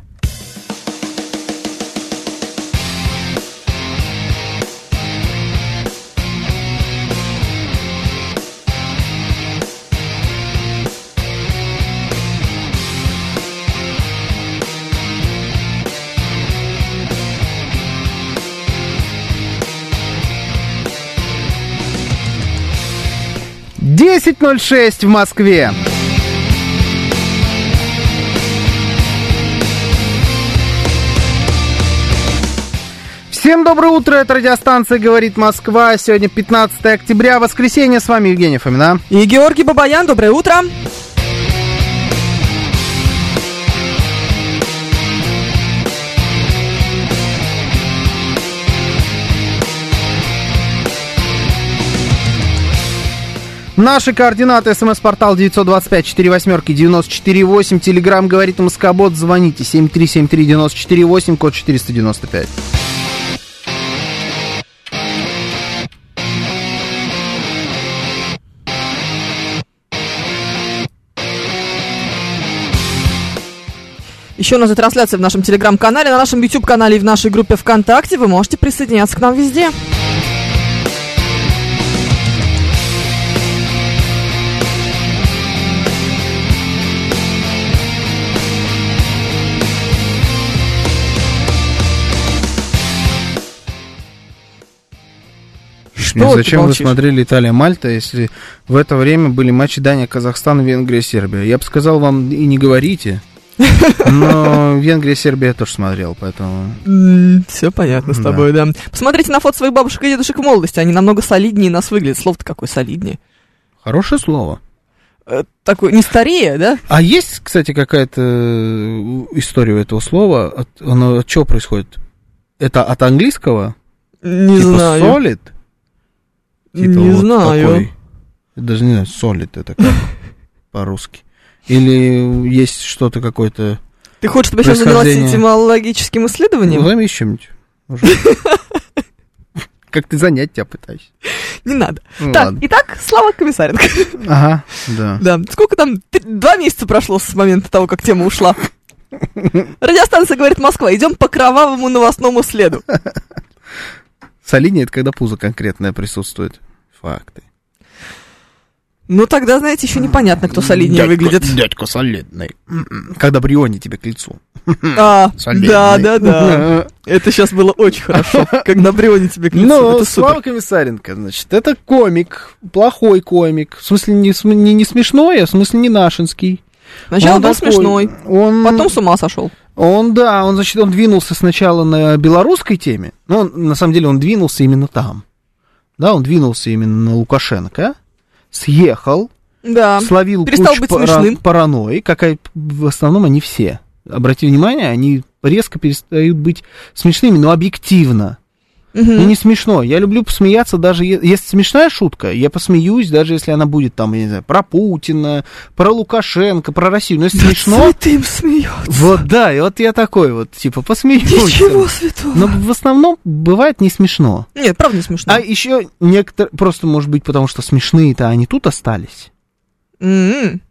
[SPEAKER 1] Десять ноль шесть в Москве. Всем доброе утро, это радиостанция «Говорит Москва». Сегодня 15 октября, воскресенье, с вами Евгений Фомина.
[SPEAKER 2] И Георгий Бабаян, доброе утро.
[SPEAKER 1] Наши координаты, смс-портал 925-48-94-8, телеграмм «Говорит Москобот», звоните 7373-94-8, код 495.
[SPEAKER 2] Еще у нас и трансляция в нашем телеграм-канале, на нашем YouTube-канале и в нашей группе ВКонтакте. Вы можете присоединяться к нам везде. Что ты
[SPEAKER 1] Ну, зачем вы
[SPEAKER 2] молчишь?
[SPEAKER 1] смотрели «Италия-Мальта», если в это время были матчи Дания, Казахстан, Венгрия, Сербия? Я бы сказал вам и не говорите, но Венгрия, Сербия я тоже смотрел, поэтому...
[SPEAKER 2] Все понятно с
[SPEAKER 1] Да.
[SPEAKER 2] тобой, да. Посмотрите на фото своих бабушек и дедушек в молодости. Они намного солиднее нас выглядят. Слово-то какое солиднее.
[SPEAKER 1] Хорошее слово.
[SPEAKER 2] Э, Такое, не старее, да?
[SPEAKER 1] А есть, кстати, какая-то э, история у этого слова? От, оно от чего происходит? Это от английского?
[SPEAKER 2] Не
[SPEAKER 1] типа
[SPEAKER 2] знаю.
[SPEAKER 1] solid? Типа
[SPEAKER 2] не
[SPEAKER 1] вот
[SPEAKER 2] знаю.
[SPEAKER 1] такой. Я даже не знаю, solid это как по-русски. Или есть что-то какое-то...
[SPEAKER 2] Ты хочешь, чтобы я сейчас занялась
[SPEAKER 1] Происхождение.
[SPEAKER 2] этимологическим
[SPEAKER 1] Ну,
[SPEAKER 2] исследованием?
[SPEAKER 1] займись чем-нибудь. уже. Как ты занять тебя пытаюсь.
[SPEAKER 2] Не надо.
[SPEAKER 1] Ну,
[SPEAKER 2] так,
[SPEAKER 1] ладно.
[SPEAKER 2] итак, Слава Комиссаренко.
[SPEAKER 1] Ага, да.
[SPEAKER 2] Да, сколько там? Три- Два месяца прошло с момента того, как тема ушла. Радиостанция говорит Москва. Идем по кровавому новостному следу.
[SPEAKER 1] Солиднее это когда пузо конкретное присутствует. Факты.
[SPEAKER 2] Ну тогда, знаете, еще непонятно, кто солиднее выглядит. М-м-м.
[SPEAKER 1] Дядька солидный. М-м. Когда бриони тебе к лицу.
[SPEAKER 2] А,
[SPEAKER 1] Солидный.
[SPEAKER 2] да, да, да. Это сейчас было очень хорошо. Когда Брионе тебе к лицу,
[SPEAKER 1] Ну,
[SPEAKER 2] это
[SPEAKER 1] Слава
[SPEAKER 2] супер.
[SPEAKER 1] Комиссаренко, значит, это комик, плохой комик. В смысле, не, см- не, не смешной, а в смысле не нашинский.
[SPEAKER 2] Сначала
[SPEAKER 1] Он
[SPEAKER 2] был
[SPEAKER 1] такой,
[SPEAKER 2] смешной,
[SPEAKER 1] Он,
[SPEAKER 2] потом с ума сошел.
[SPEAKER 1] он, да, он, значит, он двинулся сначала на белорусской теме, но он, на самом деле он двинулся именно там. Да, он двинулся именно на Лукашенко, съехал,
[SPEAKER 2] Да.
[SPEAKER 1] словил
[SPEAKER 2] перестал
[SPEAKER 1] кучу
[SPEAKER 2] быть
[SPEAKER 1] пара-
[SPEAKER 2] смешным.
[SPEAKER 1] паранойи, какая в основном они все. Обрати внимание, они резко перестают быть смешными, но объективно. Ну,
[SPEAKER 2] Мгм.
[SPEAKER 1] не смешно. Я люблю посмеяться, даже е- если смешная шутка, я посмеюсь, даже если она будет там, я не знаю, про Путина, про Лукашенко, про Россию. Но если смешно,
[SPEAKER 2] Святым смеется.
[SPEAKER 1] вот да, и вот я такой вот, типа, посмеюсь.
[SPEAKER 2] Ничего святого.
[SPEAKER 1] Но в основном бывает не смешно.
[SPEAKER 2] Нет, правда не смешно.
[SPEAKER 1] А еще некоторые, просто, может быть, потому что смешные-то они тут остались.
[SPEAKER 2] М-м.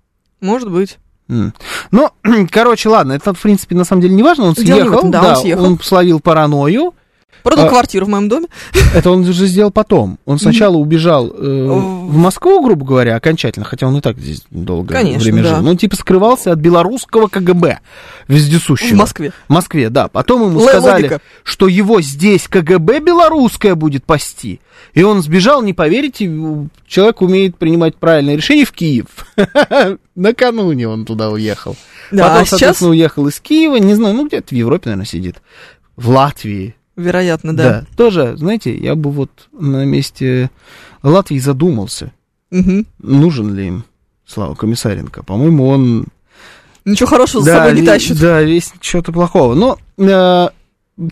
[SPEAKER 2] Может быть.
[SPEAKER 1] М. Ну, короче, ладно, это, в принципе, на самом деле не важно. Он
[SPEAKER 2] Дело не в
[SPEAKER 1] съехал,
[SPEAKER 2] этом, да, он съехал.
[SPEAKER 1] он словил паранойю,
[SPEAKER 2] Продал
[SPEAKER 1] А.
[SPEAKER 2] квартиру в моем доме.
[SPEAKER 1] Это он же сделал потом. Он сначала убежал э,
[SPEAKER 2] В-
[SPEAKER 1] в Москву, грубо говоря, окончательно, хотя он и так здесь долго
[SPEAKER 2] Конечно,
[SPEAKER 1] время
[SPEAKER 2] да.
[SPEAKER 1] жил. Ну, типа скрывался от белорусского КГБ
[SPEAKER 2] В
[SPEAKER 1] вездесущего.
[SPEAKER 2] Москве.
[SPEAKER 1] В Москве, да. Потом ему
[SPEAKER 2] Л-
[SPEAKER 1] сказали,
[SPEAKER 2] логика.
[SPEAKER 1] что его здесь КГБ белорусское будет пасти. И он сбежал, не поверите, у- человек умеет принимать правильные решения в Киев. Накануне он туда уехал.
[SPEAKER 2] Да,
[SPEAKER 1] Потом,
[SPEAKER 2] а сейчас,
[SPEAKER 1] соответственно, уехал из Киева, не знаю, ну где-то в Европе, наверное, сидит. В Латвии.
[SPEAKER 2] вероятно, да.
[SPEAKER 1] Да. Тоже, знаете, я бы вот на месте Латвии задумался,
[SPEAKER 2] Мгм.
[SPEAKER 1] нужен ли им Слава Комиссаренко. По-моему, он
[SPEAKER 2] Ничего хорошего за собой не
[SPEAKER 1] ве-
[SPEAKER 2] тащит.
[SPEAKER 1] Да, весь чего-то плохого. Но э,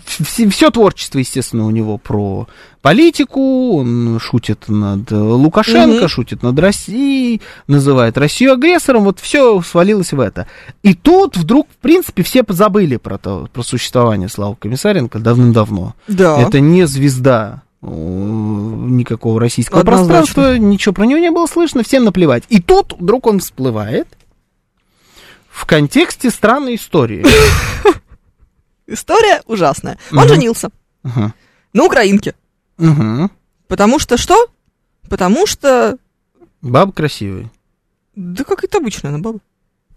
[SPEAKER 1] все, творчество, естественно, у него про политику, он шутит над э, Лукашенко,
[SPEAKER 2] Мгм.
[SPEAKER 1] шутит над Россией, называет Россию агрессором, вот все свалилось в это. И тут вдруг, в принципе, все забыли про, то, про существование Славы Комиссаренко давным-давно.
[SPEAKER 2] Да.
[SPEAKER 1] Это не звезда э, никакого российского
[SPEAKER 2] Однозначно.
[SPEAKER 1] пространства, ничего про него не было слышно, всем наплевать. И тут вдруг он всплывает в контексте странной истории.
[SPEAKER 2] История ужасная. Он
[SPEAKER 1] Мгм.
[SPEAKER 2] женился
[SPEAKER 1] Мгм.
[SPEAKER 2] на украинке.
[SPEAKER 1] Мгм.
[SPEAKER 2] Потому что что? Потому что...
[SPEAKER 1] Бабы красивые.
[SPEAKER 2] Да как это обычно, она баба.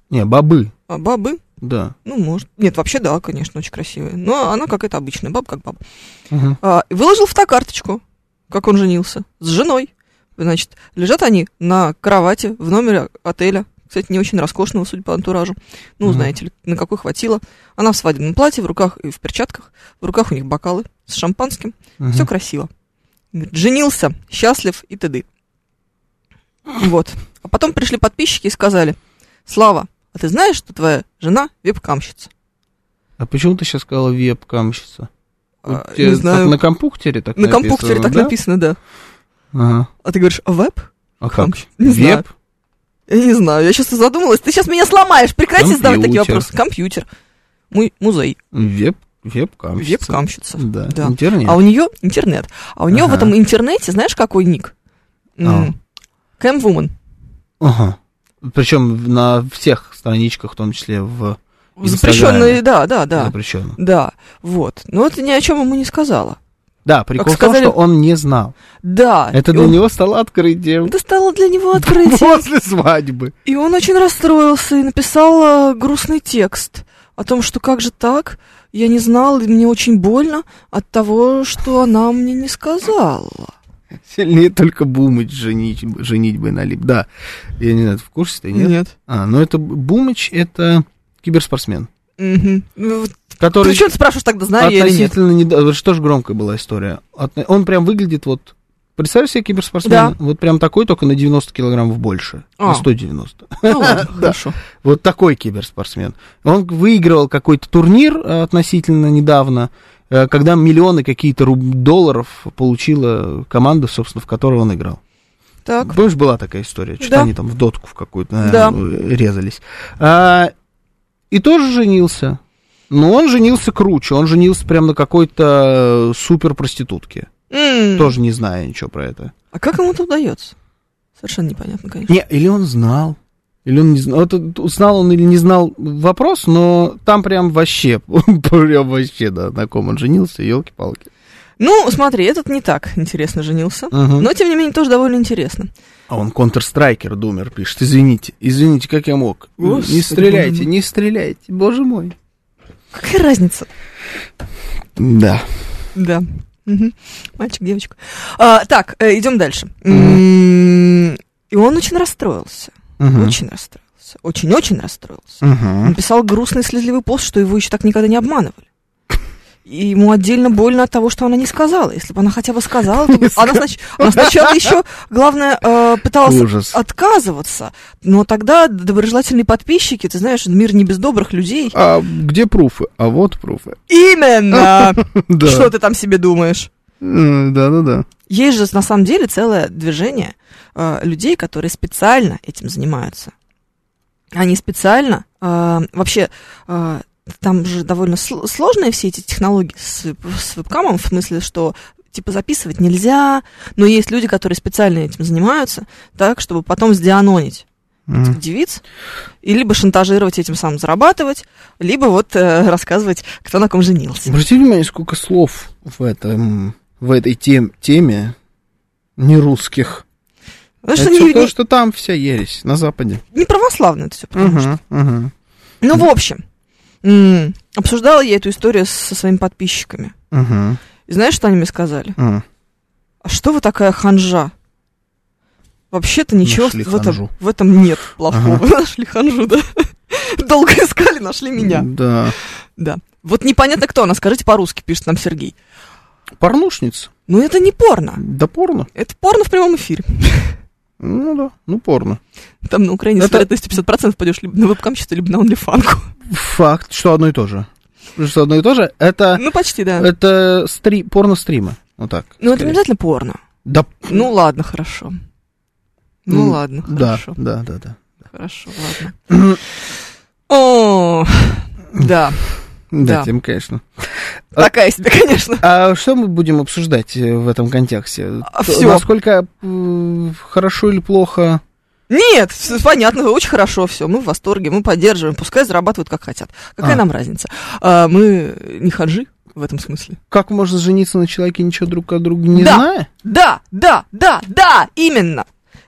[SPEAKER 1] Не, бабы,
[SPEAKER 2] А бабы?
[SPEAKER 1] да.
[SPEAKER 2] Ну, может. Нет, вообще, да, конечно, очень красивая. Но она как это обычная, баба как баба.
[SPEAKER 1] Мгм.
[SPEAKER 2] А, и выложил фотокарточку, как он женился, с женой. Значит, лежат они на кровати в номере отеля. Кстати, не очень роскошного, судя по антуражу. Ну,
[SPEAKER 1] Мгм.
[SPEAKER 2] знаете ли, на какой хватило. Она в свадебном платье, в руках и в перчатках. В руках у них бокалы с шампанским.
[SPEAKER 1] Мгм.
[SPEAKER 2] Все красиво. Говорит, женился, счастлив и т.д. Вот. А потом пришли подписчики и сказали, Слава, а ты знаешь, что твоя жена вебкамщица?
[SPEAKER 1] А почему ты сейчас сказала веб-камщица?
[SPEAKER 2] А,
[SPEAKER 1] У тебя
[SPEAKER 2] не
[SPEAKER 1] так
[SPEAKER 2] знаю.
[SPEAKER 1] На компуктере так
[SPEAKER 2] На
[SPEAKER 1] написано,
[SPEAKER 2] компьютере так
[SPEAKER 1] да?
[SPEAKER 2] написано, да.
[SPEAKER 1] Ага.
[SPEAKER 2] А ты говоришь, веб?
[SPEAKER 1] А как?
[SPEAKER 2] Камщ- Не знаю.
[SPEAKER 1] Веб?
[SPEAKER 2] Я не знаю, я сейчас задумалась. Ты сейчас меня сломаешь. Прекрати задавать такие
[SPEAKER 1] Компьютер.
[SPEAKER 2] вопросы. Компьютер. Мой музей.
[SPEAKER 1] Веб? Веб-камщица.
[SPEAKER 2] Вебкамщица.
[SPEAKER 1] Да,
[SPEAKER 2] Да.
[SPEAKER 1] интернет.
[SPEAKER 2] А у нее интернет. А у нее в
[SPEAKER 1] Ага.
[SPEAKER 2] этом интернете, знаешь, какой ник?
[SPEAKER 1] А.
[SPEAKER 2] Кэмвумен.
[SPEAKER 1] Ага. Причем на всех страничках, в том числе в Инстаграме.
[SPEAKER 2] Запрещенный, да, да, да.
[SPEAKER 1] запрещенном.
[SPEAKER 2] Да, вот. Но это ни о чем ему не сказала.
[SPEAKER 1] Да, прикол
[SPEAKER 2] Как
[SPEAKER 1] в том,
[SPEAKER 2] сказали-
[SPEAKER 1] что он не знал.
[SPEAKER 2] Да.
[SPEAKER 1] Это
[SPEAKER 2] и
[SPEAKER 1] для
[SPEAKER 2] он-
[SPEAKER 1] него стало открытием.
[SPEAKER 2] Это стало для него открытием.
[SPEAKER 1] После свадьбы.
[SPEAKER 2] И он очень расстроился и написал э, грустный текст о том, что как же так, я не знал, и мне очень больно от того, что она мне не сказала.
[SPEAKER 1] Сильнее только Бумыч женить, женить бы налип. Да, я не знаю, ты в курсе ты, нет? А, ну это Бумыч, это киберспортсмен,
[SPEAKER 2] Мгм. Ну, вот
[SPEAKER 1] который
[SPEAKER 2] Ты что ты спрашиваешь тогда, знаю я или нет?
[SPEAKER 1] относительно... недавно- Что ж громкая была история. Отно- Он прям выглядит вот... Представь себе киберспортсмена,
[SPEAKER 2] Да.
[SPEAKER 1] вот прям такой, только на 90 килограммов больше,
[SPEAKER 2] А.
[SPEAKER 1] на 190.
[SPEAKER 2] Ну ладно, хорошо.
[SPEAKER 1] Вот такой киберспортсмен. Он выигрывал какой-то турнир э, относительно недавно, э, когда миллионы какие-то руб- долларов получила команда, собственно, в которой он играл.
[SPEAKER 2] Так,
[SPEAKER 1] Помнишь, была такая история, что
[SPEAKER 2] Да.
[SPEAKER 1] они там в дотку в какую-то наверное,
[SPEAKER 2] Да.
[SPEAKER 1] э, резались. А, и тоже женился. Но он женился круче, он женился прям на какой-то э, супер проститутке,
[SPEAKER 2] М.
[SPEAKER 1] тоже не зная ничего про это.
[SPEAKER 2] А как ему это удается? Совершенно непонятно, конечно.
[SPEAKER 1] Не, или он знал. Или он не знал. Вот, э, знал он или не знал вопрос, но там прям вообще, прям вообще, да, на ком он женился, елки-палки.
[SPEAKER 2] Ну, смотри, этот не так интересно женился. Но, тем не менее, тоже довольно интересно.
[SPEAKER 1] А он Counter-Striker, Думер, пишет. Извините, извините, как я мог?
[SPEAKER 2] Господи,
[SPEAKER 1] не стреляйте,
[SPEAKER 2] боже мой.
[SPEAKER 1] не стреляйте, боже мой.
[SPEAKER 2] Какая разница?
[SPEAKER 1] Да.
[SPEAKER 2] Да. Мгм. Мальчик, девочка. А, так, идем дальше. М, И он очень расстроился. Очень расстроился. Очень-очень расстроился.
[SPEAKER 1] Мгм.
[SPEAKER 2] Написал грустный слезливый пост, что его еще так никогда не обманывали. И ему отдельно больно от того, что она не сказала. Если бы она хотя бы сказала, то бы- она, снач- она сначала еще, главное, э, пыталась
[SPEAKER 1] Ужас.
[SPEAKER 2] отказываться. Но тогда доброжелательные подписчики, ты знаешь, мир не без добрых людей.
[SPEAKER 1] А где пруфы? А вот пруфы.
[SPEAKER 2] Именно!
[SPEAKER 1] Да.
[SPEAKER 2] Что ты там себе думаешь?
[SPEAKER 1] Э, Да-да-да.
[SPEAKER 2] Есть же на самом деле целое движение э, людей, которые специально этим занимаются. Они специально э, вообще э, там же довольно сл- сложные все эти технологии с, с вебкамом, в смысле, что типа записывать нельзя, но есть люди, которые специально этим занимаются, так, чтобы потом сдианонить.
[SPEAKER 1] Мгм.
[SPEAKER 2] девиц, и либо шантажировать этим самым зарабатывать, либо вот э, рассказывать, кто на ком женился.
[SPEAKER 1] Обратите внимание, сколько слов в этом, в этой тем- теме не русских.
[SPEAKER 2] Потому
[SPEAKER 1] Это
[SPEAKER 2] что
[SPEAKER 1] всё
[SPEAKER 2] не,
[SPEAKER 1] то,
[SPEAKER 2] не-
[SPEAKER 1] что там вся ересь на Западе.
[SPEAKER 2] не православно это все, потому
[SPEAKER 1] Мгм,
[SPEAKER 2] что.
[SPEAKER 1] мгм,
[SPEAKER 2] Ну, в общем, м, обсуждала я эту историю со своими подписчиками.
[SPEAKER 1] мгм,
[SPEAKER 2] И знаешь, что они мне сказали?
[SPEAKER 1] мгм.
[SPEAKER 2] А что вы такая ханжа? Вообще-то ничего
[SPEAKER 1] Нашли
[SPEAKER 2] в этом,
[SPEAKER 1] ханжу.
[SPEAKER 2] в этом нет плохого. Нашли ханжу, да? Долго искали, нашли меня.
[SPEAKER 1] Да.
[SPEAKER 2] Да. Вот непонятно кто она, скажите по-русски, пишет нам Сергей.
[SPEAKER 1] Порнушница.
[SPEAKER 2] Ну это не порно.
[SPEAKER 1] Да порно.
[SPEAKER 2] Это порно в прямом эфире.
[SPEAKER 1] Ну да, ну порно.
[SPEAKER 2] Там на Украине с
[SPEAKER 1] Это-
[SPEAKER 2] вероятностью 50% пойдешь либо на вебкамчество, либо на онлифанку.
[SPEAKER 1] Факт, что одно и то же. Что одно и то же, это,
[SPEAKER 2] Ну почти, да.
[SPEAKER 1] это стри, порно-стримы. Вот так.
[SPEAKER 2] Ну это не
[SPEAKER 1] скорее.
[SPEAKER 2] обязательно порно.
[SPEAKER 1] Да,
[SPEAKER 2] Ну ладно, хорошо. Ну
[SPEAKER 1] М,
[SPEAKER 2] ладно,
[SPEAKER 1] да,
[SPEAKER 2] хорошо.
[SPEAKER 1] да, да, да.
[SPEAKER 2] Хорошо, ладно. О, да. Да.
[SPEAKER 1] Да, тем, конечно. А-
[SPEAKER 2] Такая себе, конечно.
[SPEAKER 1] А что мы будем обсуждать э, в этом контексте?
[SPEAKER 2] А,
[SPEAKER 1] То-
[SPEAKER 2] всё.
[SPEAKER 1] Насколько э, хорошо или плохо?
[SPEAKER 2] Нет, всё понятно, вы очень хорошо все, мы в восторге, мы поддерживаем, пускай зарабатывают как хотят. Какая
[SPEAKER 1] А.
[SPEAKER 2] нам разница? А, мы не ханжи в этом смысле.
[SPEAKER 1] Как можно жениться на человеке, ничего друг о друге не
[SPEAKER 2] Да.
[SPEAKER 1] зная?
[SPEAKER 2] Да, да, да, да, именно.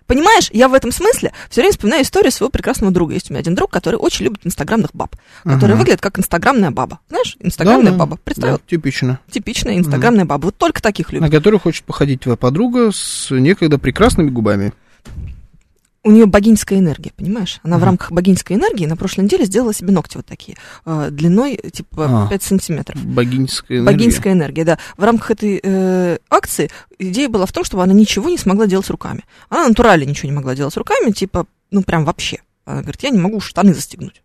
[SPEAKER 2] Понимаешь, я в этом смысле все время вспоминаю историю своего прекрасного друга. Есть у меня один друг, который очень любит инстаграмных баб, который
[SPEAKER 1] Ага.
[SPEAKER 2] выглядит как инстаграмная баба. Знаешь,
[SPEAKER 1] Да,
[SPEAKER 2] инстаграмная
[SPEAKER 1] да.
[SPEAKER 2] баба. Представил?
[SPEAKER 1] Да, типично.
[SPEAKER 2] Типичная инстаграмная баба. Вот только таких любят.
[SPEAKER 1] На которую хочет походить твоя подруга с некогда прекрасными губами.
[SPEAKER 2] У нее богинская энергия, понимаешь? Она в
[SPEAKER 1] Мгм.
[SPEAKER 2] рамках богинской энергии на прошлой неделе сделала себе ногти вот такие, э, длиной э, типа
[SPEAKER 1] А.
[SPEAKER 2] 5 сантиметров.
[SPEAKER 1] Богинская энергия.
[SPEAKER 2] Богинская энергия, да. В рамках этой э, акции идея была в том, чтобы она ничего не смогла делать руками. Она натурально ничего не могла делать руками, типа, ну прям вообще. Она говорит, я не могу штаны застегнуть.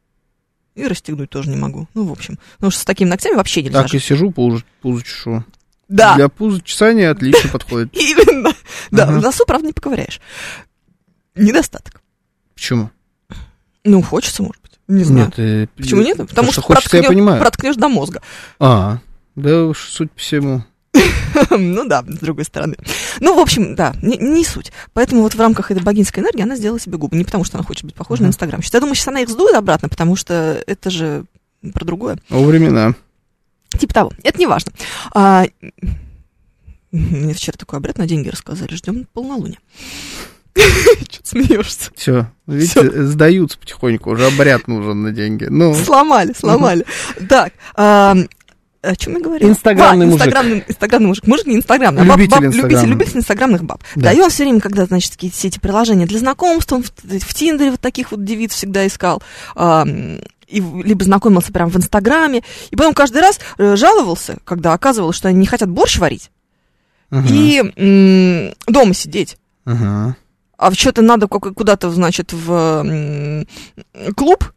[SPEAKER 2] И расстегнуть тоже не могу. Ну, в общем. Потому что с такими ногтями вообще нельзя.
[SPEAKER 1] Так
[SPEAKER 2] жить.
[SPEAKER 1] и сижу, пузо, пузо чешу.
[SPEAKER 2] Да,
[SPEAKER 1] Для пуза чесания отлично подходит.
[SPEAKER 2] именно. Да,
[SPEAKER 1] Мгм.
[SPEAKER 2] в носу, правда, не поковыряешь. Недостаток.
[SPEAKER 1] Почему?
[SPEAKER 2] Ну, хочется, может быть. Не знаю.
[SPEAKER 1] Нет, э,
[SPEAKER 2] Почему нет? Потому,
[SPEAKER 1] Потому
[SPEAKER 2] что,
[SPEAKER 1] что хочется, я
[SPEAKER 2] проткнё-
[SPEAKER 1] понимаю.
[SPEAKER 2] проткнешь до мозга.
[SPEAKER 1] А, да уж, суть по всему.
[SPEAKER 2] ну да, с другой стороны. Ну, в общем, да, не, не суть. Поэтому вот в рамках этой богинской энергии она сделала себе губы. Не потому, что она хочет быть похожа на
[SPEAKER 1] Мгм.
[SPEAKER 2] Инстаграм. Я думаю, сейчас она их сдует обратно, потому что это же про другое.
[SPEAKER 1] О, времена.
[SPEAKER 2] Типа того. Это не важно. А, Мне вчера такой обряд на деньги рассказали. Ждем полнолуния. Че ты смеешься?
[SPEAKER 1] Все, видите, сдаются потихоньку, уже обряд нужен на деньги. Ну,
[SPEAKER 2] Сломали, сломали. Так, а, о чем я говорила?
[SPEAKER 1] Инстаграмный
[SPEAKER 2] А,
[SPEAKER 1] мужик.
[SPEAKER 2] Инстаграмный, инстаграмный мужик. Мужик не инстаграмный, а баб-
[SPEAKER 1] Любитель
[SPEAKER 2] баб-
[SPEAKER 1] инстаграма.
[SPEAKER 2] любитель, любитель инстаграмных баб. Да.
[SPEAKER 1] Да.
[SPEAKER 2] и он все время, когда, значит, какие-то все эти приложения для знакомств, он в, в Тиндере вот таких вот девиц всегда искал. а, и, в- либо знакомился прям в Инстаграме. И потом каждый раз э, жаловался, когда оказывалось, что они не хотят борщ варить
[SPEAKER 1] ага,
[SPEAKER 2] и м, дома сидеть.
[SPEAKER 1] ага.
[SPEAKER 2] А что-то надо ку- куда-то, значит, в м, клуб,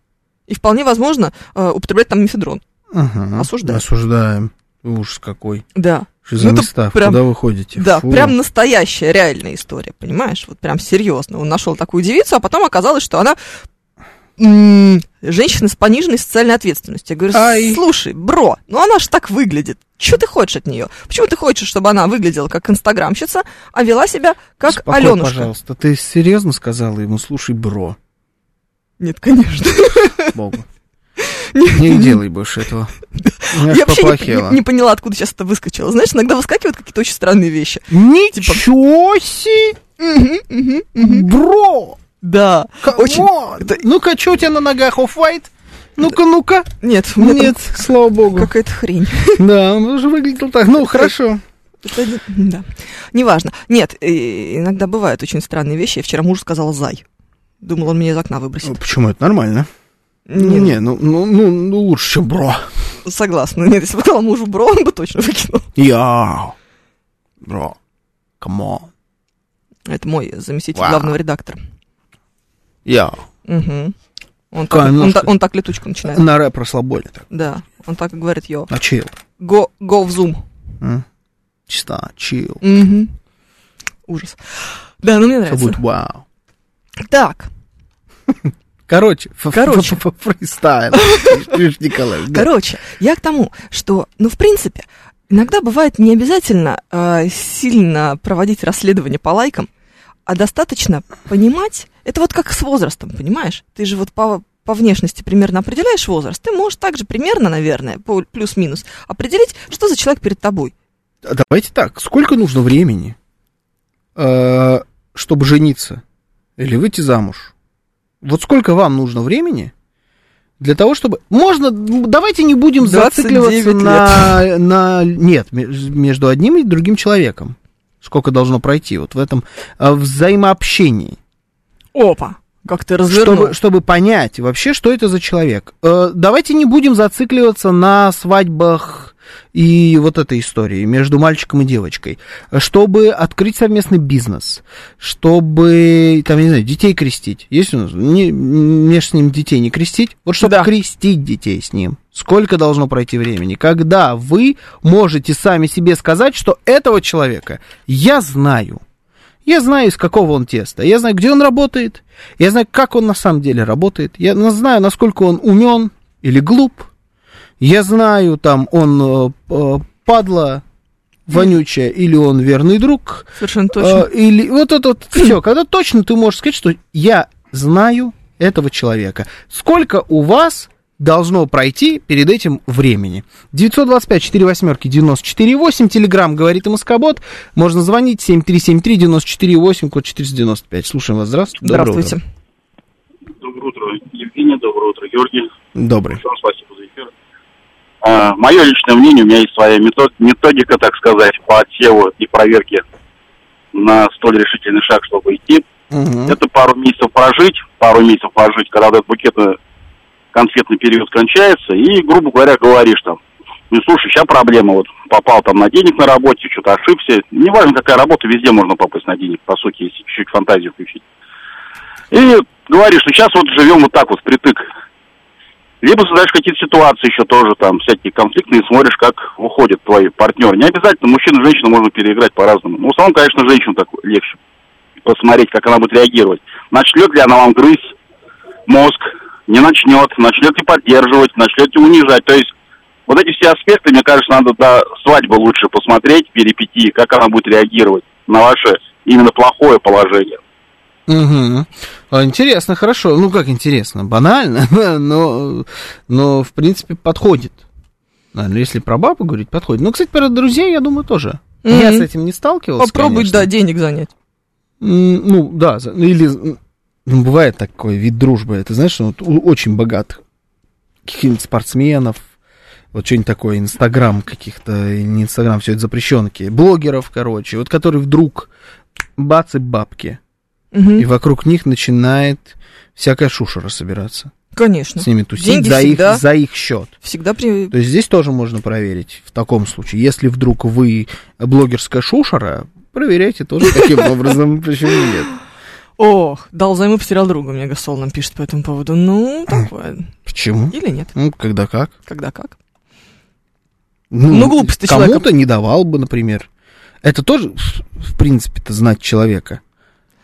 [SPEAKER 2] и вполне возможно э, употреблять там мифедрон.
[SPEAKER 1] ага.
[SPEAKER 2] Осуждаем.
[SPEAKER 1] Осуждаем. Ужас какой.
[SPEAKER 2] Да.
[SPEAKER 1] Что за
[SPEAKER 2] Ну, это
[SPEAKER 1] места?
[SPEAKER 2] прям-
[SPEAKER 1] Куда вы ходите?
[SPEAKER 2] Да,
[SPEAKER 1] Фу.
[SPEAKER 2] прям настоящая, реальная история, понимаешь? Вот прям серьезно. Он нашел такую девицу, а потом оказалось, что она м, женщина с пониженной социальной ответственностью. Я говорю,
[SPEAKER 1] Ай.
[SPEAKER 2] слушай, бро, ну она же так выглядит. Чего ты хочешь от нее? Почему ты хочешь, чтобы она выглядела как инстаграмщица, а вела себя как
[SPEAKER 1] Успокой,
[SPEAKER 2] Аленушка?
[SPEAKER 1] пожалуйста, ты серьезно сказала ему, слушай, бро,
[SPEAKER 2] Нет, конечно.
[SPEAKER 1] богу. Не делай больше этого. Мне аж
[SPEAKER 2] Я вообще не-
[SPEAKER 1] поплохело.
[SPEAKER 2] не, не поняла, откуда сейчас это выскочило. Знаешь, иногда выскакивают какие-то очень странные вещи.
[SPEAKER 1] Ничего себе,
[SPEAKER 2] Мгм, мгм, мгм.
[SPEAKER 1] бро!
[SPEAKER 2] Да. Очень-
[SPEAKER 1] Камон!
[SPEAKER 2] это-
[SPEAKER 1] Ну-ка, что у тебя на ногах, офф white Ну-ка, ну-ка.
[SPEAKER 2] Нет, у меня там
[SPEAKER 1] Нет, слава богу.
[SPEAKER 2] какая-то хрень.
[SPEAKER 1] Да, он уже выглядел так. Ну, хорошо.
[SPEAKER 2] Это не- Да. Неважно. Нет, э, иногда бывают очень странные вещи. Я вчера мужу сказала «зай». Думал, он меня из окна
[SPEAKER 1] Ну,
[SPEAKER 2] выбросит.
[SPEAKER 1] Почему это нормально?
[SPEAKER 2] Нет,
[SPEAKER 1] Не, ну, ну, ну, ну, лучше, чем бро.
[SPEAKER 2] согласна. Нет, если бы сказала мужу бро, он бы точно выкинул.
[SPEAKER 1] Я. Бро. Камон.
[SPEAKER 2] Это мой заместитель
[SPEAKER 1] Вау.
[SPEAKER 2] главного редактора.
[SPEAKER 1] Я.
[SPEAKER 2] Мгм. Он, так,
[SPEAKER 1] Конечно.
[SPEAKER 2] он так- он так летучку начинает.
[SPEAKER 1] На рэп расслабоне так.
[SPEAKER 2] Да, он так и говорит, йо,
[SPEAKER 1] А чил.
[SPEAKER 2] go, go в Zoom.
[SPEAKER 1] М? Чисто, чил.
[SPEAKER 2] Мгм. Ужас. Да, ну мне
[SPEAKER 1] Все
[SPEAKER 2] нравится.
[SPEAKER 1] будет вау.
[SPEAKER 2] Так,
[SPEAKER 1] Короче, ф- ф-
[SPEAKER 2] Короче.
[SPEAKER 1] ф- ф- фристайл. Видишь, Николай, да.
[SPEAKER 2] короче, я к тому, что, ну, в принципе, а, иногда бывает не обязательно э, сильно проводить расследование по лайкам, а достаточно понимать, это вот как с возрастом, понимаешь? Ты же вот по, по внешности примерно определяешь возраст, ты можешь также примерно, наверное, по- плюс-минус, определить, что за человек перед тобой.
[SPEAKER 1] А Давайте так, сколько нужно времени, э, чтобы жениться или выйти замуж? Вот сколько вам нужно времени для того, чтобы... Можно, ну, давайте не будем
[SPEAKER 2] 29
[SPEAKER 1] зацикливаться на, на... Нет, ме- между одним и другим человеком. Сколько должно пройти вот в этом э, взаимообщении.
[SPEAKER 2] Опа, как ты развернул.
[SPEAKER 1] чтобы, э, чтобы понять вообще, что это за человек. Э, давайте не будем зацикливаться на свадьбах и вот этой истории между мальчиком и девочкой. Чтобы открыть совместный бизнес, чтобы, там, я не знаю, детей крестить. Есть у нас? Не, мне ж с ним детей не крестить. Вот чтобы
[SPEAKER 2] Да.
[SPEAKER 1] крестить детей с ним. Сколько должно пройти времени? Когда вы можете сами себе сказать, что этого человека я знаю. Я знаю, из какого он теста. Я знаю, где он работает. Я знаю, как он на самом деле работает. Я на- знаю, насколько он умен или глуп. Я знаю, там, он э, э, падла вонючая, или он верный друг.
[SPEAKER 2] Совершенно точно.
[SPEAKER 1] Э, или вот это вот все. Когда точно ты можешь сказать, что я знаю этого человека. Сколько у вас должно пройти перед этим времени? 925 4 восьмерки 94 8. Телеграмм говорит МСК-бот. Можно звонить 7373 94 8, код 495. Слушаем вас. Здравствуйте. Доброе утро.
[SPEAKER 2] Здравствуйте.
[SPEAKER 6] Доброе утро, Евгений. Доброе утро, Георгий.
[SPEAKER 1] Добрый.
[SPEAKER 6] Вам спасибо за эфир. мое личное мнение, у меня есть своя метод- методика, так сказать, по отсеву и проверке на столь решительный шаг, чтобы идти.
[SPEAKER 1] Мгм.
[SPEAKER 6] Это пару месяцев прожить, пару месяцев прожить, когда этот букетный конфетный период кончается, и, грубо говоря, говоришь там, ну, слушай, сейчас проблема, вот попал там на денег на работе, что-то ошибся. Неважно, какая работа, везде можно попасть на денег, по сути, если чуть-чуть фантазию включить. И говоришь, ну, сейчас вот живем вот так вот, впритык. Либо создаешь какие-то ситуации еще тоже, там, всякие конфликтные, смотришь, как уходят твои партнеры. Не обязательно мужчину и женщину можно переиграть по-разному. Но в основном, конечно, женщину так легче посмотреть, как она будет реагировать. Начнет ли она вам грызть мозг, не начнет, начнет ли поддерживать, начнет ли унижать. То есть вот эти все аспекты, мне кажется, надо до свадьбы лучше посмотреть, перипетии, как она будет реагировать на ваше именно плохое положение.
[SPEAKER 1] Мгм. А, Интересно, хорошо. Ну, как интересно, банально, но, но в принципе, подходит. Наверное, если про бабу говорить, подходит. Ну, кстати, про друзей, я думаю, тоже. Я
[SPEAKER 2] Мгм.
[SPEAKER 1] с этим не сталкивался,
[SPEAKER 2] Попробуй,
[SPEAKER 1] конечно.
[SPEAKER 2] да, денег занять.
[SPEAKER 1] М, Ну, да, за- ну, или... м, ну, бывает такой вид дружбы, это, знаешь, ну, вот у очень богатых каких-нибудь спортсменов, вот что-нибудь такое, Инстаграм каких-то, и не Инстаграм, все это запрещенки, блогеров, короче, вот которые вдруг бац и бабки,
[SPEAKER 2] Мгм.
[SPEAKER 1] и вокруг них начинает всякая шушера собираться,
[SPEAKER 2] Конечно.
[SPEAKER 1] с ними тусить
[SPEAKER 2] деньги
[SPEAKER 1] за их,
[SPEAKER 2] всегда.
[SPEAKER 1] за их счет.
[SPEAKER 2] Всегда при...
[SPEAKER 1] То есть здесь тоже можно проверить в таком случае. Если вдруг вы блогерская шушера, проверяйте тоже таким образом, почему нет.
[SPEAKER 2] Ох, дал займу, потерял друга, мне Гасол нам пишет по этому поводу. Ну, такое.
[SPEAKER 1] Почему?
[SPEAKER 2] Или нет,
[SPEAKER 1] Ну, когда как.
[SPEAKER 2] когда как. Ну, глупости
[SPEAKER 1] Кому-то
[SPEAKER 2] человека.
[SPEAKER 1] не давал бы, например. Это тоже, в в принципе-то, знать человека.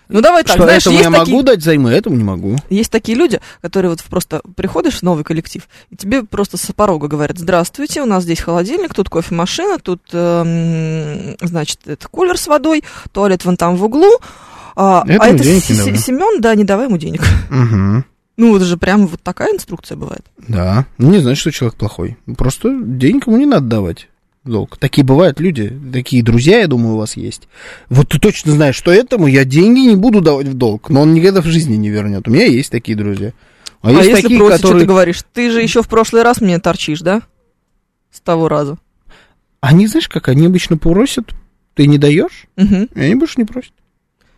[SPEAKER 2] Ну, давай так,
[SPEAKER 1] что
[SPEAKER 2] знаешь,
[SPEAKER 1] этому
[SPEAKER 2] есть
[SPEAKER 1] я
[SPEAKER 2] такие...
[SPEAKER 1] могу дать займы, этому не могу.
[SPEAKER 2] Есть такие люди, которые вот просто приходишь в новый коллектив, и тебе просто с порога говорят, здравствуйте, у нас здесь холодильник, тут кофемашина, тут, эм, значит, это кулер с водой, туалет вон там в углу, а,
[SPEAKER 1] Этому
[SPEAKER 2] а это
[SPEAKER 1] денег не
[SPEAKER 2] Се-
[SPEAKER 1] давай.
[SPEAKER 2] Семен, да, не давай ему денег.
[SPEAKER 1] Угу.
[SPEAKER 2] Ну, это же прям вот такая инструкция бывает.
[SPEAKER 1] Да. Ну, не значит, что человек плохой. Просто денег ему не надо давать. в Долг. Такие бывают люди, такие друзья, я думаю, у вас есть. Вот ты точно знаешь, что этому я деньги не буду давать в долг, но он никогда в жизни не вернет. У меня есть такие друзья. А,
[SPEAKER 2] А,
[SPEAKER 1] есть
[SPEAKER 2] если
[SPEAKER 1] такие,
[SPEAKER 2] просит, что
[SPEAKER 1] которые...
[SPEAKER 2] ты говоришь? Ты же еще в прошлый раз мне торчишь, да? С того раза.
[SPEAKER 1] Они, знаешь, как они обычно просят, ты не даешь,
[SPEAKER 2] Мгм.
[SPEAKER 1] и они больше не просят.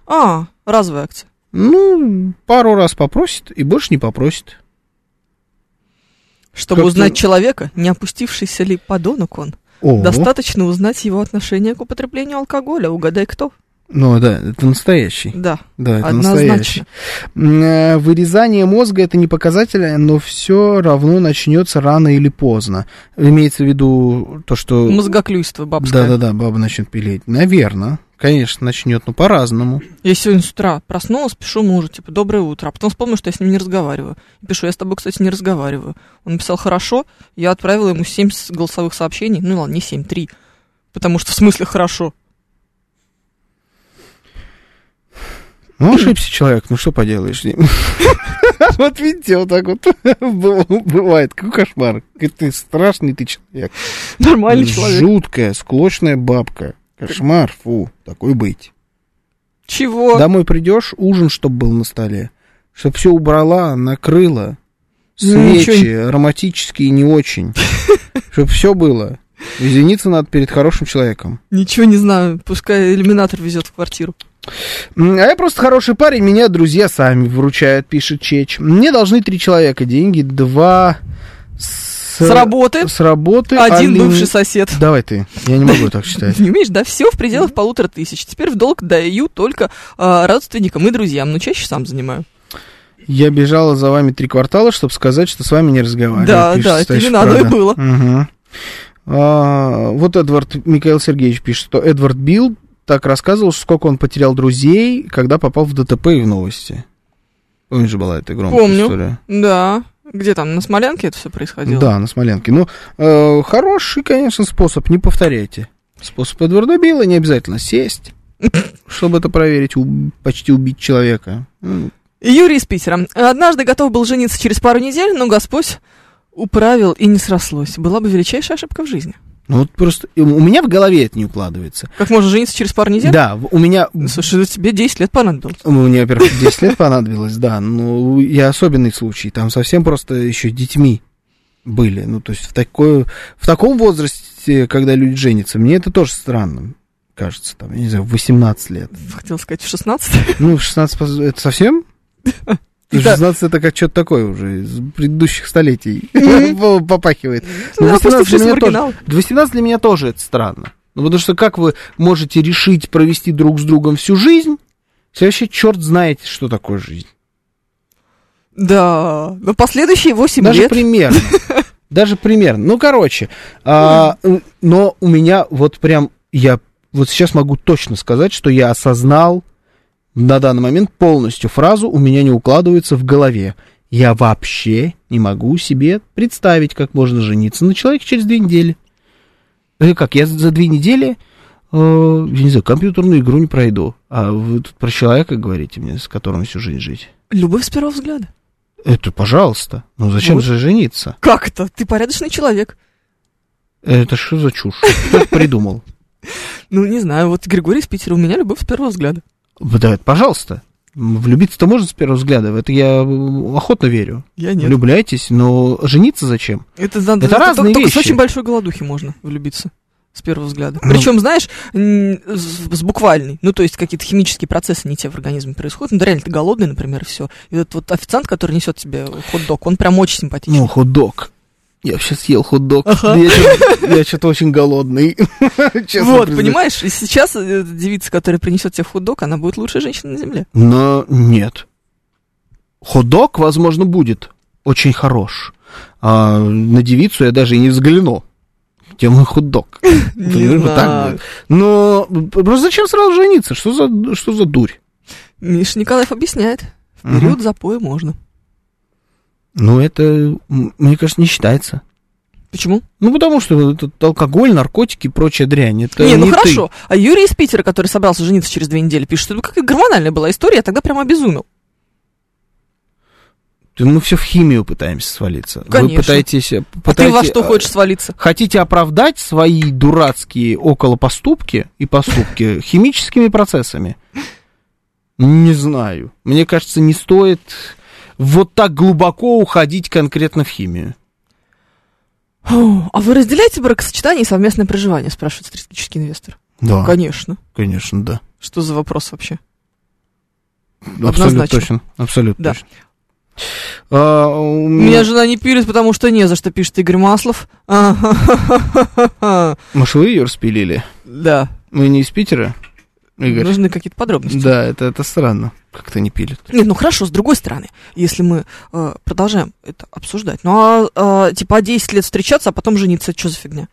[SPEAKER 2] А, разовая акция.
[SPEAKER 1] Ну, пару раз попросит и больше не попросит.
[SPEAKER 2] Чтобы
[SPEAKER 1] Как-то-
[SPEAKER 2] узнать человека, не опустившийся ли подонок он.
[SPEAKER 1] О,
[SPEAKER 2] Достаточно узнать его отношение к употреблению алкоголя. Угадай, кто?
[SPEAKER 1] ну да, это настоящий.
[SPEAKER 2] Да,
[SPEAKER 1] Да, это настоящий.
[SPEAKER 2] однозначно.
[SPEAKER 1] М, э, Вырезание мозга это не показатель, но все равно начнется рано или поздно. Имеется в виду то, что...
[SPEAKER 2] Мозгоклюйство бабское.
[SPEAKER 1] Да-да-да, баба начнет пилить. Наверное. Конечно, начнет, но по-разному.
[SPEAKER 2] Я сегодня с утра проснулась, пишу мужу, типа, доброе утро. А потом вспомнила, что я с ним не разговариваю. И Пишу, я с тобой, кстати, не разговариваю. Он написал, хорошо. Я отправила ему 7 с- голосовых сообщений. Ну ладно, не 7, 3. Потому что в смысле хорошо.
[SPEAKER 1] Ну, ошибся человек, ну что поделаешь. Вот видите, вот так вот бывает. Какой кошмар. Какой ты страшный ты человек.
[SPEAKER 2] Нормальный человек.
[SPEAKER 1] Жуткая, склочная бабка. Кошмар, фу, такой быть.
[SPEAKER 2] Чего?
[SPEAKER 1] Домой придешь, ужин, чтоб был на столе. Чтоб все убрала, накрыла.
[SPEAKER 2] Ну, ничего
[SPEAKER 1] Свечи, ароматические не очень. Чтоб все было. Извиниться надо перед хорошим человеком.
[SPEAKER 2] Ничего не знаю, пускай иллюминатор везет в квартиру.
[SPEAKER 1] М, А я просто хороший парень, меня друзья сами вручают, пишет Чеч. Мне должны три человека деньги, два с,
[SPEAKER 2] С работы
[SPEAKER 1] с работы,
[SPEAKER 2] один
[SPEAKER 1] а ли-
[SPEAKER 2] бывший сосед.
[SPEAKER 1] Давай ты, я не могу так считать.
[SPEAKER 2] Не умеешь, да, все в пределах полутора тысяч. Теперь в долг даю только а, родственникам и друзьям, но чаще сам занимаю.
[SPEAKER 1] Я бежала за вами три квартала, чтобы сказать, что с вами не разговариваю.
[SPEAKER 2] Да,
[SPEAKER 1] пишет
[SPEAKER 2] да, это
[SPEAKER 1] «Настоящая
[SPEAKER 2] именно оно и
[SPEAKER 1] правда».
[SPEAKER 2] было.
[SPEAKER 1] Мгм. А, вот Эдвард Михаил Сергеевич пишет, что Эдвард Билл так рассказывал, что сколько он потерял друзей, когда попал в ДТП и в новости. Помнишь же была эта громкая
[SPEAKER 2] Помню.
[SPEAKER 1] история?
[SPEAKER 2] Да. Где там, на Смолянке это все происходило?
[SPEAKER 1] Да, на Смоленке. Ну, э, хороший, конечно, способ, не повторяйте. Способ Эдварда Билла не обязательно сесть, чтобы это проверить, уб- почти убить человека. М,
[SPEAKER 2] Юрий из Питера. Однажды готов был жениться через пару недель, но Господь управил и не срослось. Была бы величайшая ошибка в жизни.
[SPEAKER 1] Ну вот просто и у меня в голове это не укладывается.
[SPEAKER 2] Как можно жениться через пару недель?
[SPEAKER 1] Да, в- у меня
[SPEAKER 2] Слушай, ну тебе 10 лет понадобилось.
[SPEAKER 1] Мне, во-первых, 10 лет понадобилось, да. Ну, я особенный случай. Там совсем просто еще детьми были. Ну, то есть в, такое, в таком возрасте, когда люди женятся, мне это тоже странным кажется. Там, я не знаю, в 18 лет.
[SPEAKER 2] Хотел сказать, в 16.
[SPEAKER 1] Ну, в 16 поз- это совсем?
[SPEAKER 2] Да.
[SPEAKER 1] 16 это как что-то такое уже из предыдущих столетий попахивает. Ну,
[SPEAKER 2] Да,
[SPEAKER 1] 18
[SPEAKER 2] опустившись
[SPEAKER 1] для
[SPEAKER 2] в
[SPEAKER 1] меня
[SPEAKER 2] оригинал.
[SPEAKER 1] тоже. 18 для меня тоже это странно. Ну, потому что как вы можете решить провести друг с другом всю жизнь, если вообще черт знаете, что такое жизнь.
[SPEAKER 2] Да. Но последующие 8
[SPEAKER 1] Даже
[SPEAKER 2] лет.
[SPEAKER 1] примерно. Даже примерно. Ну, короче. а, но у меня вот прям, я вот сейчас могу точно сказать, что я осознал на данный момент полностью фразу «у меня не укладывается в голове». Я вообще не могу себе представить, как можно жениться на человеке через две недели. Или как, я за две недели, э, я не знаю, компьютерную игру не пройду. А вы тут про человека говорите мне, с которым всю жизнь жить.
[SPEAKER 2] Любовь с первого взгляда.
[SPEAKER 1] Это пожалуйста. Ну зачем
[SPEAKER 2] Вот.
[SPEAKER 1] же жениться?
[SPEAKER 2] Как это? Ты порядочный человек.
[SPEAKER 1] Это что за чушь? Кто это придумал?
[SPEAKER 2] Ну, не знаю, вот Григорий из Питера, у меня любовь с первого взгляда.
[SPEAKER 1] Да, это пожалуйста. М, Влюбиться-то можно с первого взгляда, в это я м, охотно верю.
[SPEAKER 2] Я нет.
[SPEAKER 1] Влюбляйтесь, но жениться зачем?
[SPEAKER 2] Это, надо-
[SPEAKER 1] Это
[SPEAKER 2] только-
[SPEAKER 1] разные
[SPEAKER 2] только
[SPEAKER 1] вещи.
[SPEAKER 2] с очень большой голодухи можно влюбиться с первого взгляда.
[SPEAKER 1] Ну.
[SPEAKER 2] Причем, знаешь, м, с, с буквальной. Ну, то есть какие-то химические процессы не те в организме происходят. Ну, да реально, ты голодный, например, и все. И вот, вот официант, который несет тебе хот-дог, он прям очень симпатичный.
[SPEAKER 1] Ну, хот-дог. Я сейчас съел хот-дог.
[SPEAKER 2] Ага.
[SPEAKER 1] Я чё- Я что-то очень голодный. Честно
[SPEAKER 2] вот,
[SPEAKER 1] признаюсь.
[SPEAKER 2] понимаешь, и сейчас э, девица, которая принесет тебе хот-дог, она будет лучшей женщиной на земле.
[SPEAKER 1] Но нет. Хот-дог, возможно, будет очень хорош. А на девицу я даже и не взгляну. Где мой хот-дог? Понимаешь, Ну, вот так
[SPEAKER 2] знаю.
[SPEAKER 1] будет. Но просто зачем сразу жениться? Что за, что за дурь?
[SPEAKER 2] Миша Николаев объясняет. В
[SPEAKER 1] Мгм.
[SPEAKER 2] период запоя можно.
[SPEAKER 1] Ну, это, м, мне кажется, не считается.
[SPEAKER 2] Почему?
[SPEAKER 1] Ну, потому что этот алкоголь, наркотики и прочая дрянь. Это
[SPEAKER 2] не, ну
[SPEAKER 1] ты.
[SPEAKER 2] хорошо. А Юрий из Питера, который собрался жениться через две недели, пишет, что какая гормональная была история, я тогда прямо обезумел.
[SPEAKER 1] Ты- Мы все в химию пытаемся свалиться. Вы
[SPEAKER 2] Конечно.
[SPEAKER 1] пытаетесь... э,
[SPEAKER 2] А ты во
[SPEAKER 1] пытаете-
[SPEAKER 2] что хочешь свалиться?
[SPEAKER 1] Хотите оправдать свои дурацкие околопоступки и поступки химическими процессами? Не знаю. Мне кажется, не стоит вот так глубоко уходить конкретно в химию.
[SPEAKER 2] Фу, А вы разделяете бракосочетание и совместное проживание, спрашивает стратегический инвестор.
[SPEAKER 1] Да,
[SPEAKER 2] Конечно.
[SPEAKER 1] конечно, да.
[SPEAKER 2] Что за вопрос вообще?
[SPEAKER 1] Абсолютно
[SPEAKER 2] Однозначно.
[SPEAKER 1] точно. Абсолютно
[SPEAKER 2] Да.
[SPEAKER 1] точно. А, у
[SPEAKER 2] У Меня жена не пилит, потому что не за что, пишет Игорь Маслов. А,
[SPEAKER 1] Может, вы ее распилили?
[SPEAKER 2] Да.
[SPEAKER 1] Вы не из Питера, Игорь?
[SPEAKER 2] Нужны какие-то подробности.
[SPEAKER 1] Да, это, это странно. Как-то не пилят.
[SPEAKER 2] Нет, ну хорошо, с другой стороны, если мы э, продолжаем это обсуждать. Ну а э, типа 10 лет встречаться, а потом жениться, что за фигня?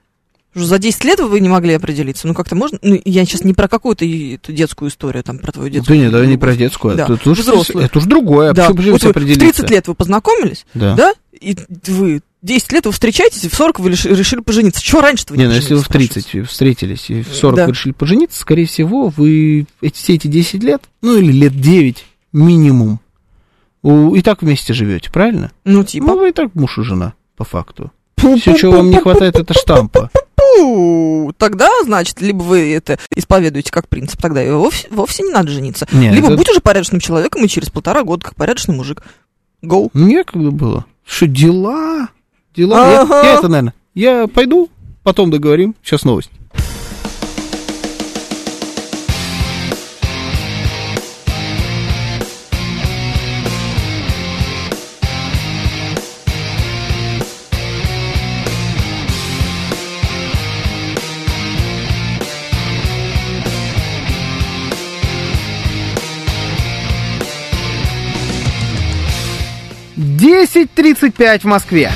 [SPEAKER 2] Что За 10 лет вы не могли определиться. Ну как-то можно. Ну, я сейчас не про какую-то и- эту детскую историю, там, про твою детскую.
[SPEAKER 1] да нет, давай не про
[SPEAKER 2] любовь.
[SPEAKER 1] детскую.
[SPEAKER 2] Да,
[SPEAKER 1] Это, это уж,
[SPEAKER 2] взрослую.
[SPEAKER 1] это уж другое.
[SPEAKER 2] Да.
[SPEAKER 1] Почему, почему
[SPEAKER 2] Вот
[SPEAKER 1] все
[SPEAKER 2] вы в
[SPEAKER 1] определиться?
[SPEAKER 2] 30 лет вы познакомились,
[SPEAKER 1] Да.
[SPEAKER 2] да? И вы 10 лет вы встречаетесь, и в 40 вы лиш- решили пожениться. Чего раньше-то вы
[SPEAKER 1] Не, ну если вы в
[SPEAKER 2] поженились,
[SPEAKER 1] 30 встретились и в 40
[SPEAKER 2] Да.
[SPEAKER 1] вы решили пожениться, скорее всего, вы эти, все эти 10 лет, ну или лет 9 минимум, у- и так вместе живете, правильно?
[SPEAKER 2] спрашиваю? Ну, типа.
[SPEAKER 1] Ну, вы и так муж и жена, по факту.
[SPEAKER 2] Ну,
[SPEAKER 1] Все, Ну, чего вам не хватает, это штампа.
[SPEAKER 2] Пу, Тогда, значит, либо вы это исповедуете как принцип, тогда и вовсе, вовсе не надо жениться.
[SPEAKER 1] Нет,
[SPEAKER 2] либо
[SPEAKER 1] это-
[SPEAKER 2] будь уже порядочным человеком, и через полтора года, как порядочный мужик, гоу.
[SPEAKER 1] Некогда было. Что, дела? Дела? Я-
[SPEAKER 2] Ага.
[SPEAKER 1] я это, наверное, я пойду, потом договорим. Сейчас новость. Десять тридцать пять в Москве.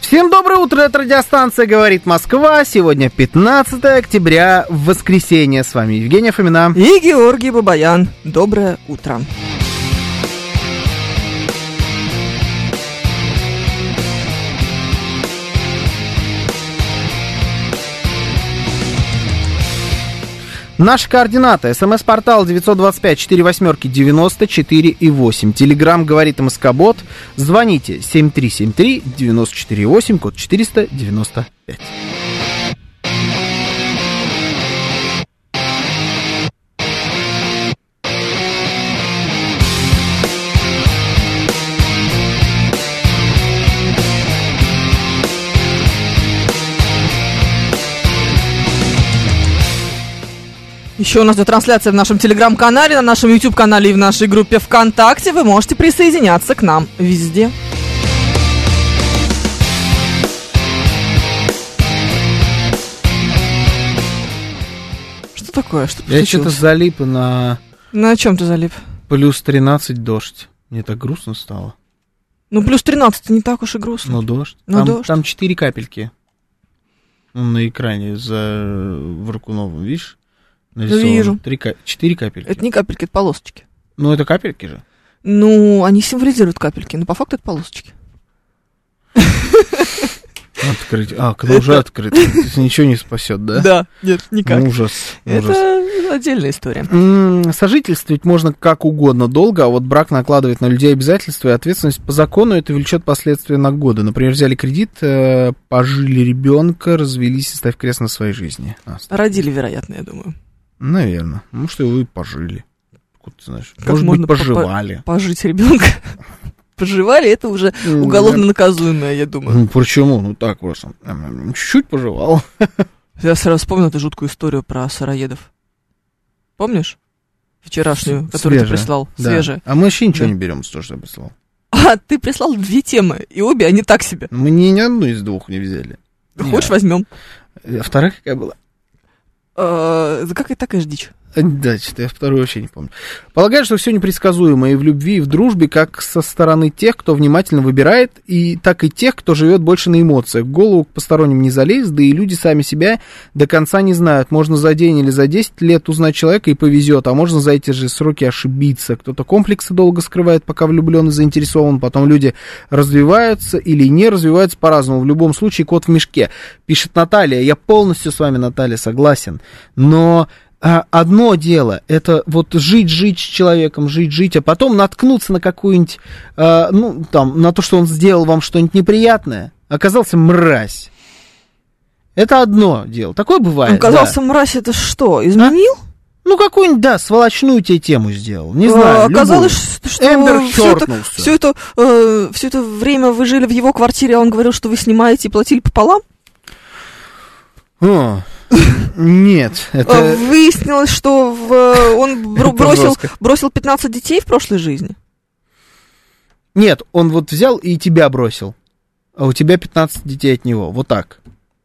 [SPEAKER 1] Всем доброе утро, это радиостанция «Говорит Москва». Сегодня 15 октября, в воскресенье. С вами Евгения Фомина.
[SPEAKER 2] И Георгий Бабаян. Доброе утро.
[SPEAKER 1] Наши координаты. СМС-портал 925-48-94 и 8. Телеграмм «Говорит Москобот». Звоните 7373-94-8, код 495.
[SPEAKER 2] Еще у нас идет трансляция в нашем телеграм-канале, на нашем YouTube-канале и в нашей группе ВКонтакте. Вы можете присоединяться к нам везде. Что такое? Что
[SPEAKER 1] Я что-то
[SPEAKER 2] случилось?
[SPEAKER 1] залип на
[SPEAKER 2] На чем ты залип?
[SPEAKER 1] плюс 13 дождь. Мне так грустно стало.
[SPEAKER 2] Ну, плюс 13, не так уж и грустно.
[SPEAKER 1] Ну, дождь.
[SPEAKER 2] Ну,
[SPEAKER 1] там,
[SPEAKER 2] дождь.
[SPEAKER 1] там 4 капельки Ну, на экране за Варкуновым, видишь?
[SPEAKER 2] Вижу.
[SPEAKER 1] 4 капельки.
[SPEAKER 2] это не капельки, это полосочки.
[SPEAKER 1] Ну, это капельки же.
[SPEAKER 2] Ну, они символизируют капельки, но по факту это полосочки.
[SPEAKER 1] Открыть. А, окно уже открыто. Здесь Ничего не спасет, да?
[SPEAKER 2] нет,
[SPEAKER 1] Ну, Ужас. ужас.
[SPEAKER 2] Это отдельная история.
[SPEAKER 1] М, Сожительствовать можно как угодно долго, а вот брак накладывает на людей обязательства и ответственность по закону, это влечет последствия на годы. Например, взяли кредит, э, пожили ребенка, развелись и ставь крест на своей жизни. А, ставь.
[SPEAKER 2] Родили, вероятно, я думаю.
[SPEAKER 1] Наверное. Ну, что вы пожили. Откуда ты знаешь?
[SPEAKER 2] Как
[SPEAKER 1] Может
[SPEAKER 2] можно
[SPEAKER 1] быть, поживали.
[SPEAKER 2] Пожить ребенка. Поживали, это уже уголовно наказуемое, я думаю.
[SPEAKER 1] Ну, почему? Ну, так просто. Ам, Чуть-чуть пожевал.
[SPEAKER 2] Я сразу вспомнил эту жуткую историю про сыроедов. Помнишь? Вчерашнюю, которую ты
[SPEAKER 1] Свежая,
[SPEAKER 2] прислал.
[SPEAKER 1] Да.
[SPEAKER 2] Свежая.
[SPEAKER 1] А мы вообще ничего
[SPEAKER 2] Да.
[SPEAKER 1] не берем с того, что я прислал.
[SPEAKER 2] А, ты прислал две темы, и обе они так себе.
[SPEAKER 1] Мы ни, ни одну из двух не взяли. Нет.
[SPEAKER 2] Хочешь, возьмем.
[SPEAKER 1] А Вторая какая была?
[SPEAKER 2] Э, Да как и такая ж дичь.
[SPEAKER 1] А, Да, что-то я вторую вообще не помню. Полагаю, что все непредсказуемо и в любви, и в дружбе, как со стороны тех, кто внимательно выбирает, и так и тех, кто живет больше на эмоциях. В голову к посторонним не залезь, да и люди сами себя до конца не знают. Можно за день или за 10 лет узнать человека и повезет, а можно за эти же сроки ошибиться. Кто-то комплексы долго скрывает, пока влюблен и заинтересован, потом люди развиваются или не развиваются по-разному. В любом случае, кот в мешке. Пишет Наталья, я полностью с вами, Наталья, согласен. Но а, одно дело это вот жить, жить с человеком, жить, жить, а потом наткнуться на какую-нибудь, а, ну, там, на то, что он сделал вам что-нибудь неприятное, оказался мразь. Это одно дело. Такое бывает.
[SPEAKER 2] Ну, Оказался,
[SPEAKER 1] да. А?
[SPEAKER 2] мразь, это что, изменил?
[SPEAKER 1] Ну, какую-нибудь, да, сволочную тебе тему сделал. Не
[SPEAKER 2] Э,
[SPEAKER 1] знаю.
[SPEAKER 2] Оказалось, что
[SPEAKER 1] Эмбер
[SPEAKER 2] всё это-
[SPEAKER 1] хёртнулся.
[SPEAKER 2] всё это, э, всё это время вы жили в его квартире, а он говорил, что вы снимаете и платили пополам.
[SPEAKER 1] любую. О, Нет,
[SPEAKER 2] Э,
[SPEAKER 1] это.
[SPEAKER 2] Выяснилось, что в, э, он бро-
[SPEAKER 1] Это
[SPEAKER 2] бросил,
[SPEAKER 1] жестко.
[SPEAKER 2] бросил 15 детей в прошлой жизни.
[SPEAKER 1] Нет, он вот взял и тебя бросил. А у тебя 15 детей от него. Вот так.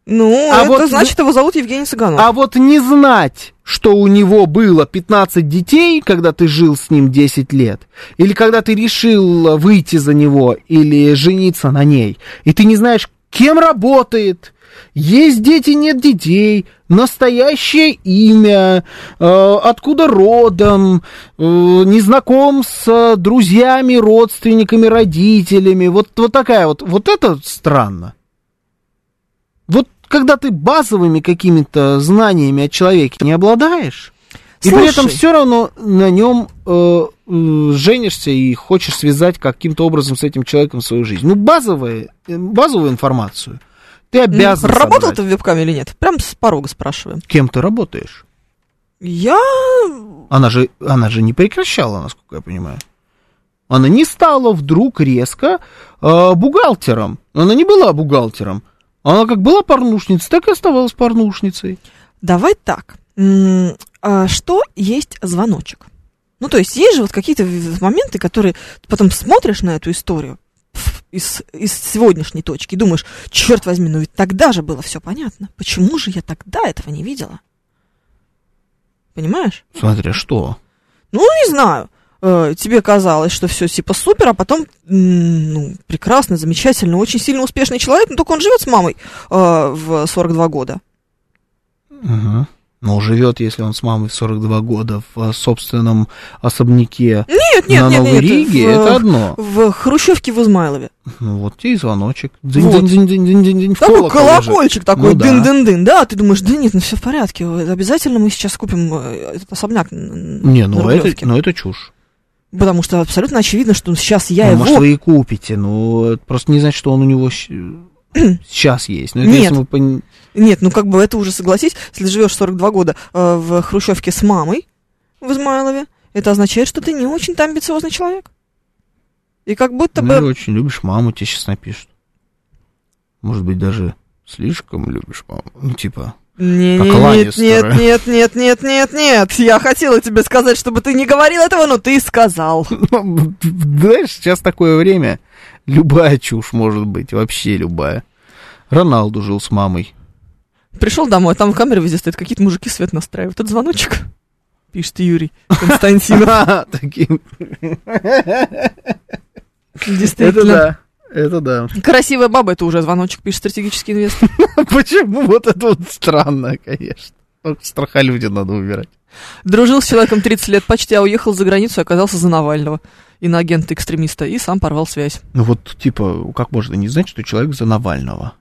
[SPEAKER 2] Ну,
[SPEAKER 1] А
[SPEAKER 2] это
[SPEAKER 1] вот
[SPEAKER 2] значит, его зовут Евгений Цыганов.
[SPEAKER 1] А вот не знать, что у него было 15 детей, когда ты жил с ним 10 лет, или когда ты решил выйти за него, или жениться на ней, и ты не знаешь, кем работает, есть дети, нет детей, настоящее имя, э, откуда родом, э, не знаком с э, друзьями, родственниками, родителями. Вот, вот такая вот. Вот это странно. Вот когда ты базовыми какими-то знаниями о человеке не обладаешь, и при этом
[SPEAKER 2] Слушай.
[SPEAKER 1] все равно на нем э, э, женишься и хочешь связать каким-то образом с этим человеком свою жизнь. Ну, базовые, э, базовую информацию ты обязан
[SPEAKER 2] Работал
[SPEAKER 1] собрать.
[SPEAKER 2] ты в вебкаме или нет? Прям с порога спрашиваем.
[SPEAKER 1] Кем ты работаешь?
[SPEAKER 2] Я...
[SPEAKER 1] Она же, она же не прекращала, насколько я понимаю. Она не стала вдруг резко э, бухгалтером. Она не была бухгалтером. Она как была порнушницей, так и оставалась порнушницей.
[SPEAKER 2] Давай так. М, а Что есть звоночек? Ну, то есть, есть же вот какие-то в- моменты, которые ты потом смотришь на эту историю пф, из, из сегодняшней точки и думаешь, черт возьми, ну ведь тогда же было все понятно. Почему же я тогда этого не видела? Понимаешь?
[SPEAKER 1] Смотря что.
[SPEAKER 2] Ну, не знаю. Э, Тебе казалось, что все типа супер, а потом, м, ну, прекрасно, замечательно, очень сильно успешный человек, но только он живет с мамой э, в 42 года.
[SPEAKER 1] Угу. Но живет, если он с мамой в 42 года в э, собственном особняке
[SPEAKER 2] Нет, Э, нет,
[SPEAKER 1] на
[SPEAKER 2] нет,
[SPEAKER 1] Новой
[SPEAKER 2] нет,
[SPEAKER 1] Риге,
[SPEAKER 2] в, э,
[SPEAKER 1] это одно.
[SPEAKER 2] в Хрущевке в Измайлове.
[SPEAKER 1] Ну, вот тебе и звоночек.
[SPEAKER 2] Вот.
[SPEAKER 1] Дзинь-дзинь-дзинь-дзинь-дзинь. в
[SPEAKER 2] Такой
[SPEAKER 1] колокол уже.
[SPEAKER 2] колокольчик такой,
[SPEAKER 1] Ну да.
[SPEAKER 2] дын-дын-дын, да, а ты думаешь, да нет, ну все в порядке, э, обязательно мы сейчас купим э, этот особняк н-
[SPEAKER 1] Не,
[SPEAKER 2] на
[SPEAKER 1] ну это,
[SPEAKER 2] Рублевке».
[SPEAKER 1] ну это чушь.
[SPEAKER 2] Потому что абсолютно очевидно, что сейчас я
[SPEAKER 1] Ну,
[SPEAKER 2] его...
[SPEAKER 1] может, вы и купите, но это просто не значит, что он у него щ- сейчас есть. Ну, это
[SPEAKER 2] Нет.
[SPEAKER 1] если вы пон-
[SPEAKER 2] Нет, ну как бы это уже согласись, если живешь 42 года э, в Хрущевке с мамой в Измайлове, это означает, что ты не очень-то амбициозный человек. И как будто
[SPEAKER 1] ну,
[SPEAKER 2] бы...
[SPEAKER 1] и очень любишь маму, тебе сейчас напишут. Может быть, даже слишком любишь маму. Ну, типа,
[SPEAKER 2] Не,
[SPEAKER 1] Как
[SPEAKER 2] не, нет,
[SPEAKER 1] Ланнистеры.
[SPEAKER 2] нет, нет, нет, нет, нет, нет. Я хотела тебе сказать, чтобы ты не говорил этого, но ты сказал.
[SPEAKER 1] Ну, Знаешь, сейчас такое время. Любая чушь может быть, вообще любая. Роналду жил с мамой.
[SPEAKER 2] Пришел домой, а там камера везде стоит, какие-то мужики свет настраивают. Это звоночек, пишет Юрий Константинов.
[SPEAKER 1] Таким. Это
[SPEAKER 2] Действительно.
[SPEAKER 1] да. Это да.
[SPEAKER 2] Красивая баба, это уже звоночек, пишет стратегический инвестор.
[SPEAKER 1] Почему? Вот это вот странно, конечно. Только страхолюдя надо убирать.
[SPEAKER 2] Дружил с человеком 30 лет почти, а уехал за границу и оказался за Навального. Иноагента-экстремиста. И сам порвал связь.
[SPEAKER 1] Ну вот, типа, как можно не знать, что человек за Навального?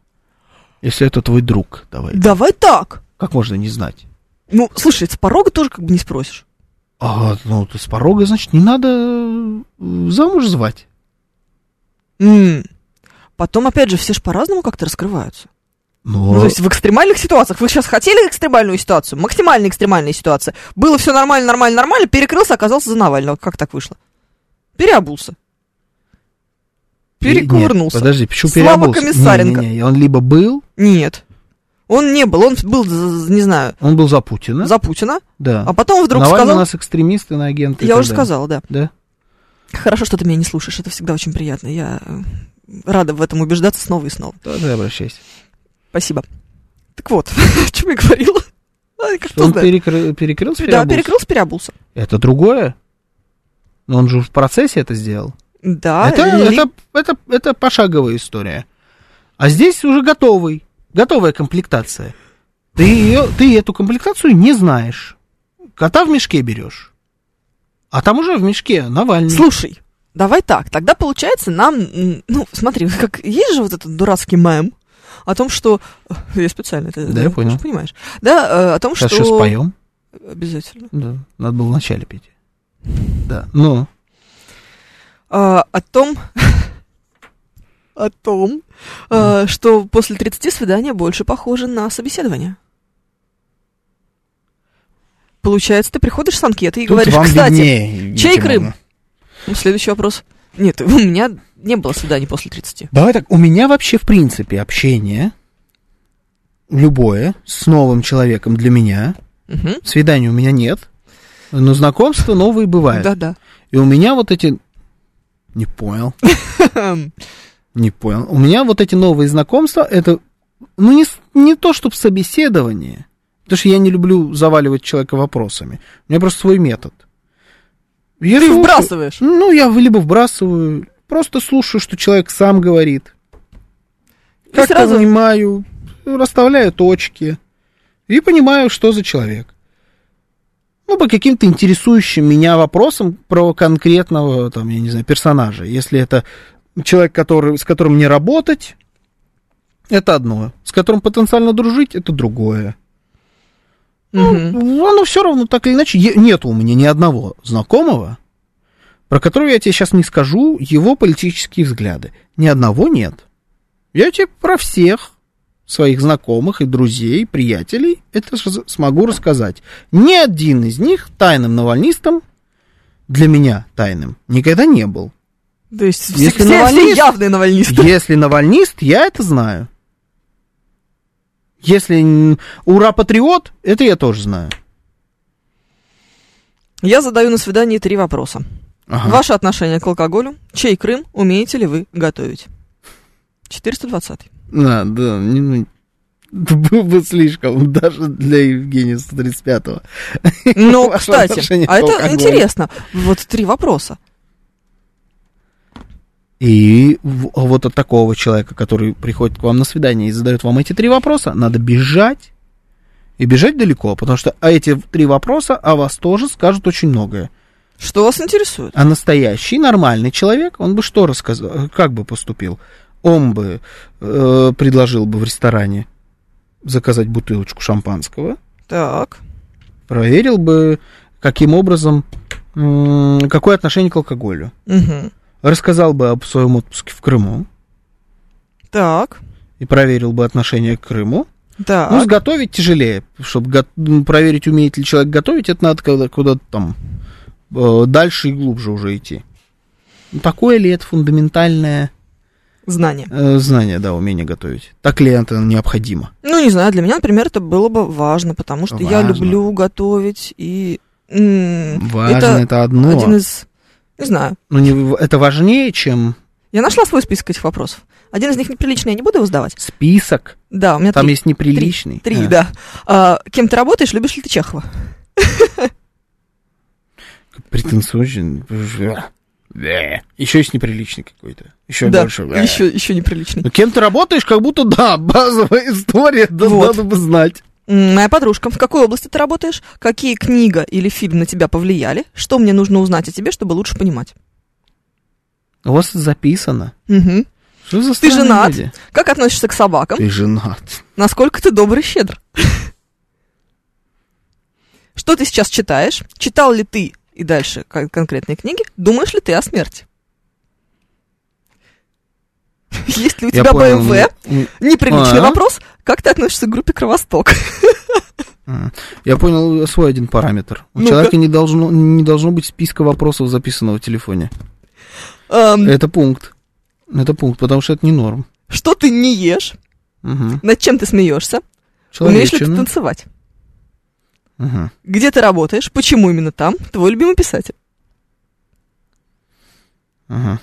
[SPEAKER 1] Если это твой друг, давай.
[SPEAKER 2] Давай так.
[SPEAKER 1] Как можно не знать?
[SPEAKER 2] Ну, слушай, с порога тоже как бы не спросишь.
[SPEAKER 1] А, ну, ты с порога, значит, не надо э, замуж звать.
[SPEAKER 2] М. Потом, опять же, все же по-разному как-то раскрываются.
[SPEAKER 1] Ну,
[SPEAKER 2] Ну, то есть в экстремальных ситуациях. Вы сейчас хотели экстремальную ситуацию? Максимально экстремальная ситуация. Было все нормально, нормально, нормально, перекрылся, оказался за Навального. Как так вышло? Переобулся.
[SPEAKER 1] э, Нет,
[SPEAKER 2] Перекувырнулся.
[SPEAKER 1] подожди, почему
[SPEAKER 2] Слава
[SPEAKER 1] переобулся?
[SPEAKER 2] Комиссаренко.
[SPEAKER 1] Не-не-не, он либо был,
[SPEAKER 2] Нет. Он не был, он был, за- за- не знаю,
[SPEAKER 1] он был за Путина,
[SPEAKER 2] за Путина,
[SPEAKER 1] да.
[SPEAKER 2] а потом вдруг
[SPEAKER 1] Навальный
[SPEAKER 2] сказал...
[SPEAKER 1] у нас экстремисты, на агенты.
[SPEAKER 2] Я уже сказала, да.
[SPEAKER 1] Да?
[SPEAKER 2] Хорошо, что ты меня не слушаешь, это всегда очень приятно. Я э, рада в этом убеждаться снова и снова.
[SPEAKER 1] Тогда обращайся.
[SPEAKER 2] Спасибо. Так вот, о чем я говорила? Ай, Как
[SPEAKER 1] Что он
[SPEAKER 2] знает.
[SPEAKER 1] перекры- перекрылся,
[SPEAKER 2] Да,
[SPEAKER 1] переобулся?
[SPEAKER 2] перекрылся, переобулся.
[SPEAKER 1] Это другое? Но он же в процессе это сделал.
[SPEAKER 2] Да,
[SPEAKER 1] это,
[SPEAKER 2] ли-
[SPEAKER 1] это, это, это пошаговая история. А здесь уже готовый, готовая комплектация. Ты, ее, ты эту комплектацию не знаешь. Кота в мешке берешь. А там уже в мешке Навальный.
[SPEAKER 2] Слушай, давай так. Тогда получается нам, м, ну, смотри, как есть же вот этот дурацкий мем о том, что э, я специально это,
[SPEAKER 1] Да, я
[SPEAKER 2] ну, ты
[SPEAKER 1] понял.
[SPEAKER 2] же понимаешь, да, э, о том,
[SPEAKER 1] Сейчас
[SPEAKER 2] что
[SPEAKER 1] еще споем.
[SPEAKER 2] обязательно,
[SPEAKER 1] Да, надо было вначале петь. Да, ну,
[SPEAKER 2] А, о том, о том, э, что после 30 свидания больше похоже на собеседование. Получается, ты приходишь с анкетой и
[SPEAKER 1] тут
[SPEAKER 2] говоришь,
[SPEAKER 1] вам
[SPEAKER 2] кстати,
[SPEAKER 1] виднее, Евгения
[SPEAKER 2] чей
[SPEAKER 1] Тимофеевна.
[SPEAKER 2] Крым? Ну, следующий вопрос. Нет, у меня не было свиданий после 30.
[SPEAKER 1] Давай так, у меня вообще, в принципе, общение, любое, с новым человеком для меня,
[SPEAKER 2] Мгм.
[SPEAKER 1] свиданий у меня нет, но знакомства новые бывают.
[SPEAKER 2] Да-да.
[SPEAKER 1] И у меня вот эти... Не понял, не понял. У меня вот эти новые знакомства, это, ну, не, с- не то, чтобы собеседование, потому что я не люблю заваливать человека вопросами. У меня просто свой метод. Я
[SPEAKER 2] Ты
[SPEAKER 1] слушаю-
[SPEAKER 2] вбрасываешь.
[SPEAKER 1] Ну, я в- либо вбрасываю, просто слушаю, что человек сам говорит. Как-то
[SPEAKER 2] сразу-
[SPEAKER 1] понимаю, расставляю точки и понимаю, что за человек. Ну, по каким-то интересующим меня вопросам про конкретного, там, я не знаю, персонажа. Если это человек, который, с которым не работать, это одно. С которым потенциально дружить, это другое.
[SPEAKER 2] Мгм.
[SPEAKER 1] Ну, оно все равно так или иначе. Е- Нет у меня ни одного знакомого, про которого я тебе сейчас не скажу его политические взгляды. Ни одного нет. Я тебе про всех своих знакомых и друзей, приятелей это с- смогу рассказать. Ни один из них тайным навальнистом, для меня тайным, никогда не был.
[SPEAKER 2] То есть все-
[SPEAKER 1] Если
[SPEAKER 2] все- все
[SPEAKER 1] навальнист-
[SPEAKER 2] явные навальнисты.
[SPEAKER 1] Если навальнист, я это знаю. Если м, ура-патриот, это я тоже знаю.
[SPEAKER 2] Я задаю на свидании три вопроса.
[SPEAKER 1] Ага.
[SPEAKER 2] Ваше отношение к алкоголю, чей Крым, умеете ли вы готовить? 420.
[SPEAKER 1] Да, да, не, ну, это было бы слишком, даже для Евгения 135-го.
[SPEAKER 2] Ну,
[SPEAKER 1] Ваше
[SPEAKER 2] кстати,
[SPEAKER 1] отношение к
[SPEAKER 2] а это
[SPEAKER 1] алкоголю.
[SPEAKER 2] интересно. Вот три вопроса.
[SPEAKER 1] И в- а вот от такого человека, который приходит к вам на свидание и задает вам эти три вопроса, надо бежать. И бежать далеко, потому что а эти три вопроса о вас тоже скажут очень многое.
[SPEAKER 2] Что вас интересует?
[SPEAKER 1] А настоящий нормальный человек, он бы что рассказал, как бы поступил? Он бы э, предложил бы в ресторане заказать бутылочку шампанского,
[SPEAKER 2] Так.
[SPEAKER 1] проверил бы, каким образом, м, какое отношение к алкоголю.
[SPEAKER 2] Мгм.
[SPEAKER 1] Рассказал бы об своем отпуске в Крыму
[SPEAKER 2] Так.
[SPEAKER 1] и проверил бы отношение к Крыму. Ну,
[SPEAKER 2] Так.
[SPEAKER 1] сготовить тяжелее, чтобы проверить, умеет ли человек готовить, это надо когда- куда-то там э, дальше и глубже уже идти. Ну, Такое ли это фундаментальное
[SPEAKER 2] Знание.
[SPEAKER 1] э, знание, да, умение готовить? Так ли это необходимо?
[SPEAKER 2] Ну, не знаю, для меня, например, это было бы важно, потому что я
[SPEAKER 1] Важно.
[SPEAKER 2] люблю готовить и... м,
[SPEAKER 1] Важно Ну, это,
[SPEAKER 2] это
[SPEAKER 1] одно,
[SPEAKER 2] один из... Не знаю.
[SPEAKER 1] но не в- это важнее, чем
[SPEAKER 2] Я нашла свой список этих вопросов. Один из них неприличный, я не буду его сдавать.
[SPEAKER 1] список.
[SPEAKER 2] Да, у меня
[SPEAKER 1] Там
[SPEAKER 2] три.
[SPEAKER 1] есть неприличный.
[SPEAKER 2] Три,
[SPEAKER 1] А.
[SPEAKER 2] да. А, кем ты работаешь, любишь ли ты Чехова?
[SPEAKER 1] Претенциозен. Еще есть неприличный какой-то. Еще
[SPEAKER 2] да,
[SPEAKER 1] больше. Бля.
[SPEAKER 2] еще, еще неприличный.
[SPEAKER 1] Ну, кем ты работаешь, как будто да, базовая история, да,
[SPEAKER 2] Вот.
[SPEAKER 1] надо бы знать.
[SPEAKER 2] М, Моя подружка, в какой области ты работаешь? Какие книга или фильм на тебя повлияли? Что мне нужно узнать о тебе, чтобы лучше понимать?
[SPEAKER 1] У вас это записано.
[SPEAKER 2] Мгм.
[SPEAKER 1] Что за
[SPEAKER 2] Ты
[SPEAKER 1] странные
[SPEAKER 2] женат?
[SPEAKER 1] люди?
[SPEAKER 2] Как относишься к собакам?
[SPEAKER 1] Ты женат.
[SPEAKER 2] Насколько ты добр и щедр? Что ты сейчас читаешь? Читал ли ты и дальше кон- конкретные книги? Думаешь ли ты о смерти? Есть ли у
[SPEAKER 1] Я
[SPEAKER 2] тебя
[SPEAKER 1] понял,
[SPEAKER 2] БМВ?
[SPEAKER 1] ну, м,
[SPEAKER 2] Неприличный
[SPEAKER 1] А.
[SPEAKER 2] вопрос. Как ты относишься к группе Кровосток?
[SPEAKER 1] а. Я понял свой один параметр. У
[SPEAKER 2] Ну-ка.
[SPEAKER 1] человека не должно, не должно быть списка вопросов, записанного в телефоне.
[SPEAKER 2] Эм,
[SPEAKER 1] Это пункт. Это пункт, потому что это не норм.
[SPEAKER 2] Что ты не ешь?
[SPEAKER 1] Угу.
[SPEAKER 2] Над чем ты смеешься? Умеешь ли ты
[SPEAKER 1] Человечина.
[SPEAKER 2] танцевать?
[SPEAKER 1] Мгм.
[SPEAKER 2] Где ты работаешь? Почему именно там? Твой любимый писатель.
[SPEAKER 1] Ага.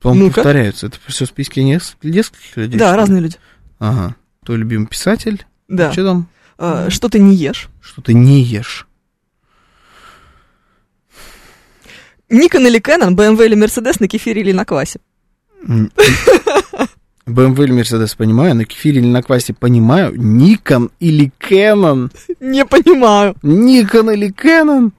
[SPEAKER 1] По-моему,
[SPEAKER 2] Ну-ка.
[SPEAKER 1] повторяются. Это все списки неск- нескольких людей.
[SPEAKER 2] да,
[SPEAKER 1] что ли?
[SPEAKER 2] разные люди.
[SPEAKER 1] Ага. Твой любимый писатель.
[SPEAKER 2] Да.
[SPEAKER 1] Что там?
[SPEAKER 2] А, что ты не ешь?
[SPEAKER 1] Что ты не ешь?
[SPEAKER 2] Никон или Кэнон, BMW или Мерседес на кефире или на квасе?
[SPEAKER 1] М. BMW или Mercedes понимаю, на кефире или на квасе понимаю. Никон или Canon?
[SPEAKER 2] Не понимаю.
[SPEAKER 1] Никон или Canon?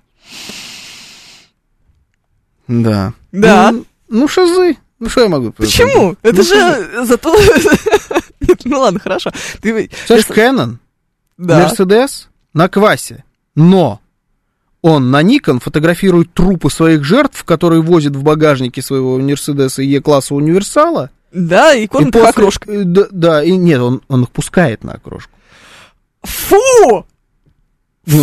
[SPEAKER 1] Да.
[SPEAKER 2] Да.
[SPEAKER 1] Ну, ну шазы. Ну что я могу?
[SPEAKER 2] Почему? Это
[SPEAKER 1] Ну,
[SPEAKER 2] же зато... Нет, Ну ладно, хорошо. Ты-
[SPEAKER 1] Слышь, Canon,
[SPEAKER 2] Да.
[SPEAKER 1] Mercedes на квасе. Но он на Никон фотографирует трупы своих жертв, которые возит в багажнике своего Мерседеса Е-класса универсала.
[SPEAKER 2] Да, и
[SPEAKER 1] И
[SPEAKER 2] кормит их
[SPEAKER 1] после-
[SPEAKER 2] окрошкой.
[SPEAKER 1] э, Да, да, и нет, он, он их пускает на окрошку.
[SPEAKER 2] Фу!
[SPEAKER 1] Ну,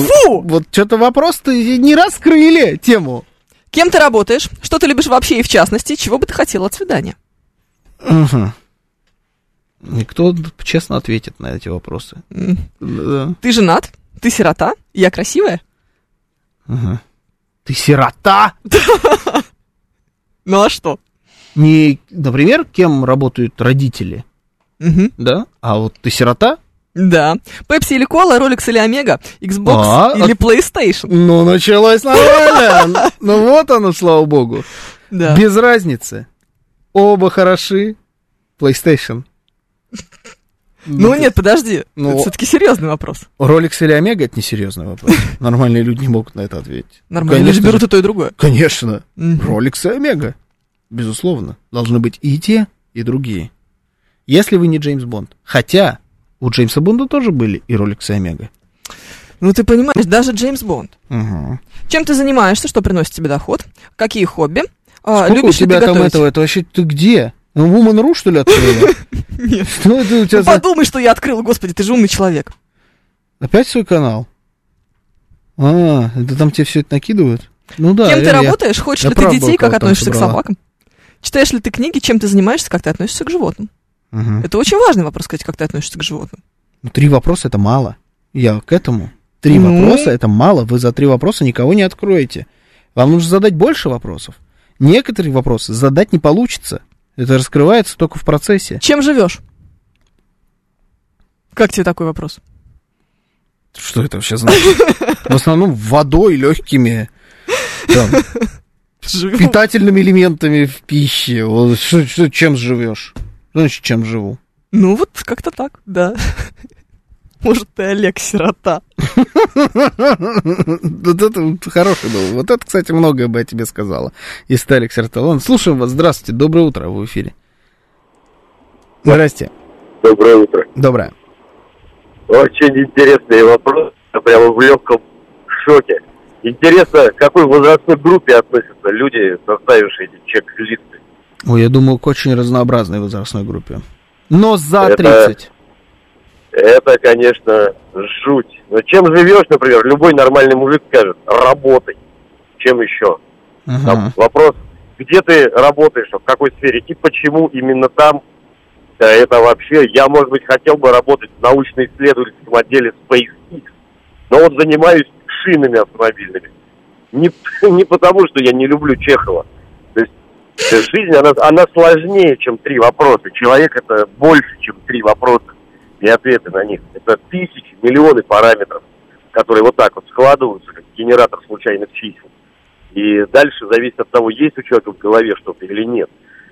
[SPEAKER 2] Фу!
[SPEAKER 1] Вот что-то вопрос-то и не раскрыли тему.
[SPEAKER 2] Кем ты работаешь? Что ты любишь вообще и в частности? Чего бы ты хотел от свидания?
[SPEAKER 1] Никто честно ответит на эти вопросы.
[SPEAKER 2] М.
[SPEAKER 1] Да.
[SPEAKER 2] Ты женат? Ты сирота? Я красивая?
[SPEAKER 1] Ага. Ты сирота?
[SPEAKER 2] Ну а что?
[SPEAKER 1] Не, например, кем работают родители,
[SPEAKER 2] Мгм.
[SPEAKER 1] да? А вот ты сирота?
[SPEAKER 2] Да. Пепси или кола, Rolex или Омега, Xbox
[SPEAKER 1] А,
[SPEAKER 2] или PlayStation.
[SPEAKER 1] Ну, началось нормально. Ну, вот оно, слава богу.
[SPEAKER 2] Да.
[SPEAKER 1] Без разницы. Оба хороши. PlayStation.
[SPEAKER 2] Ну нет, подожди.
[SPEAKER 1] Ну,
[SPEAKER 2] это все-таки серьезный вопрос.
[SPEAKER 1] Роликс или Омега это несерьезный вопрос. Нормальные люди не могут на это ответить.
[SPEAKER 2] Нормально, люди
[SPEAKER 1] Конечно
[SPEAKER 2] берут
[SPEAKER 1] же.
[SPEAKER 2] и то, и другое.
[SPEAKER 1] Конечно.
[SPEAKER 2] Мгм.
[SPEAKER 1] Роликс и Омега. Безусловно. Должны быть и те, и другие. Если вы не Джеймс Бонд. Хотя у Джеймса Бонда тоже были и Роликс и Омега.
[SPEAKER 2] Ну ты понимаешь, даже Джеймс Бонд. Чем ты занимаешься, что приносит тебе доход? Какие хобби? А,
[SPEAKER 1] Сколько
[SPEAKER 2] любишь
[SPEAKER 1] у тебя
[SPEAKER 2] ли ты
[SPEAKER 1] там
[SPEAKER 2] готовить? Ну,
[SPEAKER 1] этого? Это вообще ты где? Ну, Woman.ru, что ли, открыла?
[SPEAKER 2] Нет.
[SPEAKER 1] Что это у тебя за...
[SPEAKER 2] Ну, подумай, что я открыл, господи, ты же умный человек.
[SPEAKER 1] Опять свой канал? А, это там тебе все это накидывают? Ну да.
[SPEAKER 2] Кем ты
[SPEAKER 1] реально, я-
[SPEAKER 2] работаешь? Хочешь
[SPEAKER 1] я
[SPEAKER 2] ли ты
[SPEAKER 1] прав был,
[SPEAKER 2] детей? Как
[SPEAKER 1] кого там
[SPEAKER 2] относишься к
[SPEAKER 1] собрала.
[SPEAKER 2] собакам? Читаешь ли ты книги? Чем ты занимаешься? Как ты относишься к животным?
[SPEAKER 1] Мгм.
[SPEAKER 2] Это очень важный вопрос, кстати, как ты относишься к животным.
[SPEAKER 1] Ну, три вопроса это мало. Я к этому. Три
[SPEAKER 2] Ну?
[SPEAKER 1] вопроса это мало. Вы за три вопроса никого не откроете. Вам нужно задать больше вопросов. Некоторые вопросы задать не получится. Это раскрывается только в процессе.
[SPEAKER 2] Чем живешь? Как тебе такой вопрос?
[SPEAKER 1] Что это вообще значит? В основном водой, легкими, там,
[SPEAKER 2] Живу.
[SPEAKER 1] питательными элементами в пище. Вот что- что- чем живешь? Что Значит, чем живу?
[SPEAKER 2] Ну вот как-то так, да. Может, ты Олег сирота.
[SPEAKER 1] Вот это вот хороший был. Вот это, кстати, многое бы я тебе сказала. И Сталик Серталон. Слушаем вас. Здравствуйте. Доброе утро. Вы в эфире. Здрасте.
[SPEAKER 5] Доброе утро.
[SPEAKER 1] Доброе.
[SPEAKER 5] Очень интересный вопрос. Я прямо в легком шоке. Интересно, к какой возрастной группе относятся люди, составившие эти чек-листы?
[SPEAKER 1] Ой, я думаю, к очень разнообразной возрастной группе. Но за
[SPEAKER 5] Это-
[SPEAKER 1] 30.
[SPEAKER 5] Это, конечно, жуть. Но чем живешь, например, любой нормальный мужик скажет, работай. Чем еще? Там
[SPEAKER 1] Мгм.
[SPEAKER 5] вопрос, где ты работаешь, в какой сфере и почему именно там э, это вообще. Я, может быть, хотел бы работать в научно-исследовательском отделе SpaceX, но вот занимаюсь шинами автомобильными. Не, не потому, что я не люблю Чехова. То есть э, жизнь, она, она сложнее, чем три вопроса. Человек это больше, чем три вопроса и ответы на них. Это тысячи, миллионы параметров, которые вот так вот складываются, как генератор случайных чисел. И дальше зависит от того, есть у человека в голове что-то или нет.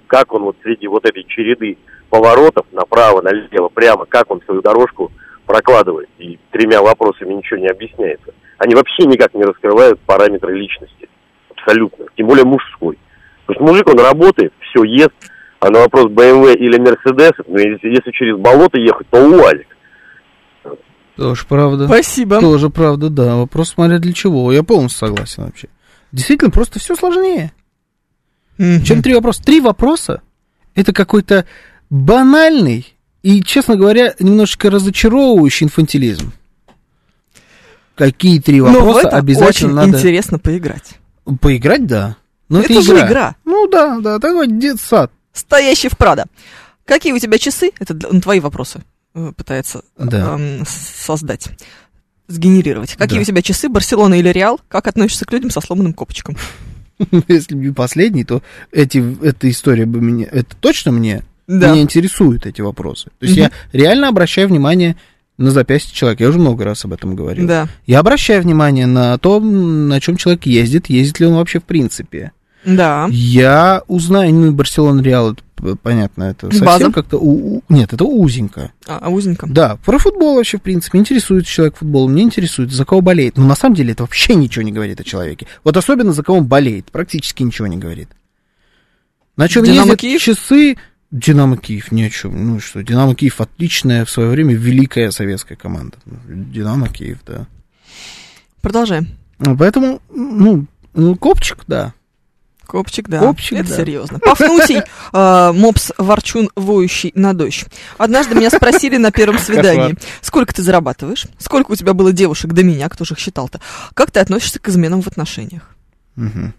[SPEAKER 5] Как он вот среди вот этой череды поворотов направо, налево, прямо, как он свою дорожку прокладывает. И тремя вопросами ничего не объясняется. Они вообще никак не раскрывают параметры личности. Абсолютно. Тем более мужской. Потому что мужик, он работает, все ест, а на вопрос BMW или Mercedes, ну, если, если через болото ехать, то УАЗик.
[SPEAKER 1] Тоже правда.
[SPEAKER 2] Спасибо.
[SPEAKER 1] Тоже правда, да. Вопрос смотря для чего. Я полностью согласен вообще. Действительно, просто все сложнее.
[SPEAKER 2] Мгм.
[SPEAKER 1] чем три вопроса. Три вопроса – это какой-то банальный и, честно говоря, немножечко разочаровывающий инфантилизм. Какие три
[SPEAKER 2] Но в
[SPEAKER 1] вопроса
[SPEAKER 2] это очень
[SPEAKER 1] обязательно надо
[SPEAKER 2] интересно поиграть.
[SPEAKER 1] поиграть, да. Но это,
[SPEAKER 2] это же
[SPEAKER 1] игра.
[SPEAKER 2] игра.
[SPEAKER 1] Ну да, да, такой детсад.
[SPEAKER 2] Стоящий в Прадо. Какие у тебя часы? Это для- ну, твои вопросы э, пытается
[SPEAKER 1] Да.
[SPEAKER 2] эм, с- создать, сгенерировать. Какие
[SPEAKER 1] Да.
[SPEAKER 2] у тебя часы, Барселона или Реал? Как относишься к людям со сломанным копчиком?
[SPEAKER 1] Если бы не последний, то эти, эта история бы меня... Это точно мне меня интересуют эти вопросы. То есть
[SPEAKER 2] Мгм.
[SPEAKER 1] я реально обращаю внимание на запястье человека. Я уже много раз об этом говорил.
[SPEAKER 2] Да.
[SPEAKER 1] Я обращаю внимание на то, м, на чем человек ездит, ездит ли он вообще в принципе.
[SPEAKER 2] Да.
[SPEAKER 1] Я узнаю, ну, Барселон Реал, это, п- понятно, это совсем
[SPEAKER 2] База.
[SPEAKER 1] как-то... у- у- нет, это узенько.
[SPEAKER 2] А, а узенько.
[SPEAKER 1] Да, про футбол вообще, в принципе, интересуется человек футболом, не интересуется, за кого болеет. Но на самом деле это вообще ничего не говорит о человеке. Вот особенно за кого он болеет, практически ничего не говорит. На чем
[SPEAKER 2] «Динамо
[SPEAKER 1] ездят
[SPEAKER 2] Киев»?
[SPEAKER 1] часы... Динамо Киев, ни о чем. Ну и что, Динамо Киев отличная в свое время великая советская команда. Динамо Киев, да.
[SPEAKER 2] Продолжаем.
[SPEAKER 1] Ну, Поэтому, ну, ну, копчик, да.
[SPEAKER 2] Копчик, да.
[SPEAKER 1] Копчик,
[SPEAKER 2] Это
[SPEAKER 1] да.
[SPEAKER 2] серьезно. Пафнутий, э, мопс ворчун, воющий на дождь. Однажды меня спросили на первом свидании, сколько ты зарабатываешь, сколько у тебя было девушек до меня, кто же их считал-то, как ты относишься к изменам в отношениях?
[SPEAKER 1] Мгм.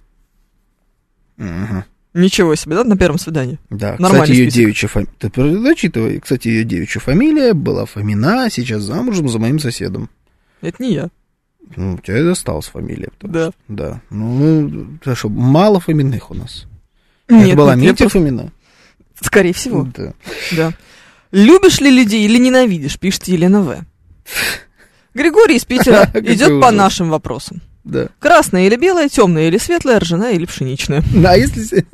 [SPEAKER 1] Мгм.
[SPEAKER 2] Ничего себе, да, на первом свидании?
[SPEAKER 1] Да,
[SPEAKER 2] Нормальный
[SPEAKER 1] кстати, ее
[SPEAKER 2] список.
[SPEAKER 1] девичья фамилия. Ты про- зачитывай. Кстати, ее девичья фамилия была Фомина, а сейчас замужем за моим соседом.
[SPEAKER 2] Это не я,
[SPEAKER 1] Ну, у тебя и досталась фамилия. потому-
[SPEAKER 2] да.
[SPEAKER 1] Да. Ну, ты что, мало Фоминых у нас.
[SPEAKER 2] Нет,
[SPEAKER 1] Это была
[SPEAKER 2] нет, я
[SPEAKER 1] Митя
[SPEAKER 2] просто-
[SPEAKER 1] Фомина.
[SPEAKER 2] Скорее всего,
[SPEAKER 1] Да.
[SPEAKER 2] да. Любишь ли людей или ненавидишь, пишет Елена В. Григорий из Питера
[SPEAKER 1] Какой
[SPEAKER 2] идет по
[SPEAKER 1] ужас.
[SPEAKER 2] нашим вопросам.
[SPEAKER 1] да.
[SPEAKER 2] Красное или белое, темное или светлое, ржаная или пшеничная.
[SPEAKER 1] А если...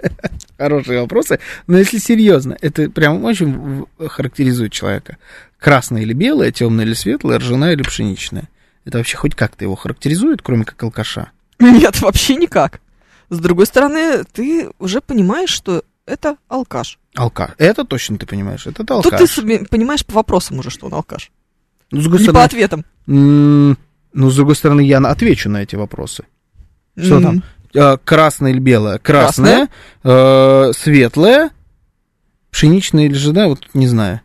[SPEAKER 1] хорошие вопросы. Но если серьезно, это прям очень в- характеризует человека. Красное или белое, темное или светлое, ржаная или пшеничная. Это вообще хоть как-то его характеризует, кроме как алкаша?
[SPEAKER 2] Нет, вообще никак. С другой стороны, ты уже понимаешь, что это алкаш.
[SPEAKER 1] Алкаш. Это точно ты понимаешь, это
[SPEAKER 2] Тут ты
[SPEAKER 1] алкаш.
[SPEAKER 2] себе понимаешь по вопросам уже, что он алкаш.
[SPEAKER 1] Ну, с другой
[SPEAKER 2] И по
[SPEAKER 1] стороны,
[SPEAKER 2] ответам.
[SPEAKER 1] м, ну, с другой стороны, я на- отвечу на эти вопросы. Что
[SPEAKER 2] М,
[SPEAKER 1] там? Э, Красное или белое? Красное, э, светлое, пшеничное или жена, вот не знаю.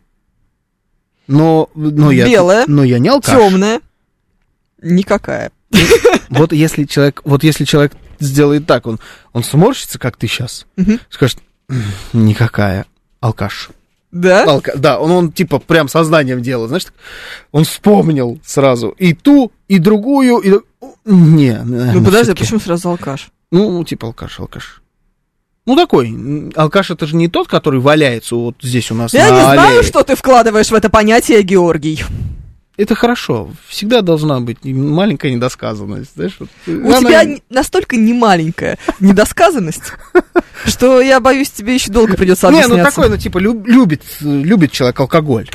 [SPEAKER 1] Но, но я,
[SPEAKER 2] Белое,
[SPEAKER 1] но я не алкаш.
[SPEAKER 2] Темная. Никакая.
[SPEAKER 1] Вот если человек, вот если человек сделает так, он, он сморщится, как ты сейчас,
[SPEAKER 2] Мгм.
[SPEAKER 1] скажет, «М, никакая, алкаш.
[SPEAKER 2] Да?
[SPEAKER 1] Алка- да, он, он типа прям сознанием делал, знаешь, так. он вспомнил сразу и ту, и другую, и... Не, наверное,
[SPEAKER 2] Ну подожди, а
[SPEAKER 1] всё-таки.
[SPEAKER 2] почему сразу алкаш?
[SPEAKER 1] Ну, типа алкаш, алкаш. Ну, такой. м, Алкаш это же не тот, который валяется вот здесь у нас
[SPEAKER 2] Я
[SPEAKER 1] на
[SPEAKER 2] не знаю,
[SPEAKER 1] аллее.
[SPEAKER 2] что ты вкладываешь в это понятие, Георгий.
[SPEAKER 1] Это хорошо. Всегда должна быть маленькая недосказанность. Знаешь, вот,
[SPEAKER 2] У тебя н- настолько немаленькая недосказанность, что я боюсь, тебе еще долго придется
[SPEAKER 1] Не, ну
[SPEAKER 2] объясняться.
[SPEAKER 1] такой, ну, типа, люб- любит, э, любит человек алкоголь.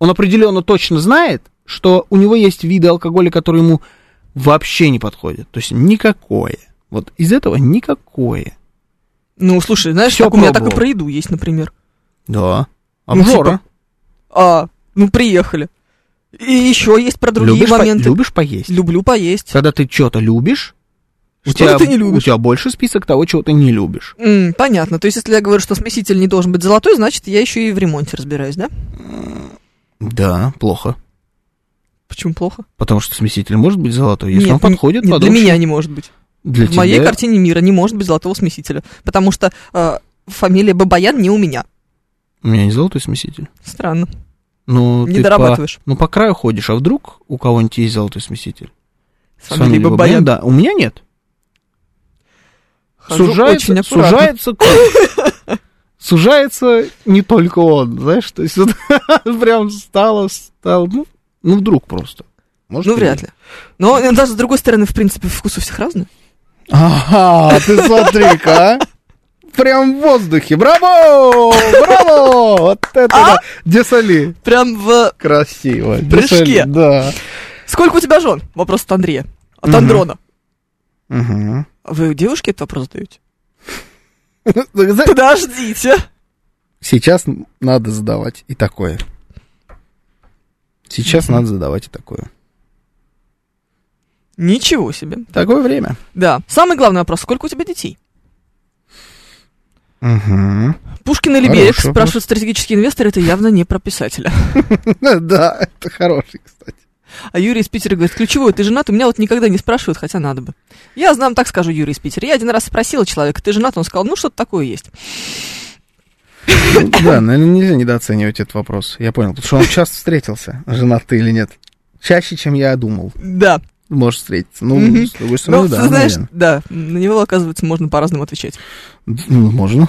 [SPEAKER 1] Он определенно точно знает, что у него есть виды алкоголя, которые ему вообще не подходят. То есть никакое. Вот из этого никакое.
[SPEAKER 2] Ну, слушай, знаешь,
[SPEAKER 1] Всё
[SPEAKER 2] так у меня так и
[SPEAKER 1] пробовал.
[SPEAKER 2] про еду есть, например.
[SPEAKER 1] Да.
[SPEAKER 2] Ну, типа,
[SPEAKER 1] Обжора.
[SPEAKER 2] А, ну приехали. И еще есть про другие
[SPEAKER 1] любишь, по-
[SPEAKER 2] моменты.
[SPEAKER 1] любишь поесть.
[SPEAKER 2] Люблю поесть.
[SPEAKER 1] Когда ты что-то любишь, у
[SPEAKER 2] Что-то
[SPEAKER 1] тебя,
[SPEAKER 2] ты не любишь.
[SPEAKER 1] у тебя больше список того, чего ты не любишь.
[SPEAKER 2] М, понятно. То есть, если я говорю, что смеситель не должен быть золотой, значит, я еще и в ремонте разбираюсь, да?
[SPEAKER 1] Да, плохо.
[SPEAKER 2] Почему плохо?
[SPEAKER 1] Потому что смеситель может быть золотой, если
[SPEAKER 2] Нет,
[SPEAKER 1] он подходит
[SPEAKER 2] н- нет,
[SPEAKER 1] под
[SPEAKER 2] для
[SPEAKER 1] общий-
[SPEAKER 2] меня не может быть.
[SPEAKER 1] Для
[SPEAKER 2] в моей
[SPEAKER 1] тебя-
[SPEAKER 2] картине мира не может быть золотого смесителя, потому что э, фамилия Бабаян не у меня.
[SPEAKER 1] У меня не золотой смеситель.
[SPEAKER 2] Странно.
[SPEAKER 1] Но
[SPEAKER 2] Не
[SPEAKER 1] ты по-
[SPEAKER 2] дорабатываешь.
[SPEAKER 1] ну, по краю ходишь, а вдруг у кого-нибудь есть золотой смеситель?
[SPEAKER 2] С
[SPEAKER 1] С фамилией
[SPEAKER 2] фамилией Бабаян.
[SPEAKER 1] Да, у меня нет.
[SPEAKER 2] Хожу
[SPEAKER 1] сужается,
[SPEAKER 2] А очень аккуратно.
[SPEAKER 1] сужается круг. Сужается не только он, знаешь, то есть вот прям стало, стало, ну, ну вдруг просто. Может,
[SPEAKER 2] Ну, вряд ли. Но э, даже с другой стороны, в принципе, вкус у всех разный.
[SPEAKER 1] Ага, ты смотри-ка, а. Прям в воздухе. Браво! Браво! Вот это да. Десоли.
[SPEAKER 2] Прям А? в...
[SPEAKER 1] Красиво.
[SPEAKER 2] Прыжке.
[SPEAKER 1] Десоли, Да.
[SPEAKER 2] Сколько у тебя жен? Вопрос от Андрея. От
[SPEAKER 1] Мгм.
[SPEAKER 2] Андрона.
[SPEAKER 1] Мгм.
[SPEAKER 2] А Вы девушке этот вопрос задаете?
[SPEAKER 1] За-
[SPEAKER 2] Подождите.
[SPEAKER 1] Сейчас надо задавать и такое. Сейчас надо задавать и такое.
[SPEAKER 2] Ничего себе.
[SPEAKER 1] Такое время.
[SPEAKER 2] Да. Самый главный вопрос. Сколько у тебя детей?
[SPEAKER 1] Мгм.
[SPEAKER 2] Пушкин или
[SPEAKER 1] Хороший
[SPEAKER 2] Берег,
[SPEAKER 1] вопрос.
[SPEAKER 2] спрашивает стратегический инвестор, это явно не про писателя.
[SPEAKER 1] Да, это хороший, кстати.
[SPEAKER 2] А Юрий из Питера говорит, ключевой, ты женат? У меня вот никогда не спрашивают, хотя надо бы. Я знам, так скажу, Юрий из Питера. Я один раз спросила человека, ты женат? Он сказал, ну что-то такое есть.
[SPEAKER 1] Да, наверное, нельзя недооценивать этот вопрос. Я понял, потому что он часто встретился, женат ты или нет. Чаще, чем я думал.
[SPEAKER 2] Да.
[SPEAKER 1] Может встретиться. Ну,
[SPEAKER 2] Мгм.
[SPEAKER 1] с другой
[SPEAKER 2] Ну,
[SPEAKER 1] стороны, да,
[SPEAKER 2] ты знаешь,
[SPEAKER 1] наверное.
[SPEAKER 2] да, на него, оказывается, можно по-разному отвечать.
[SPEAKER 1] Ну, можно.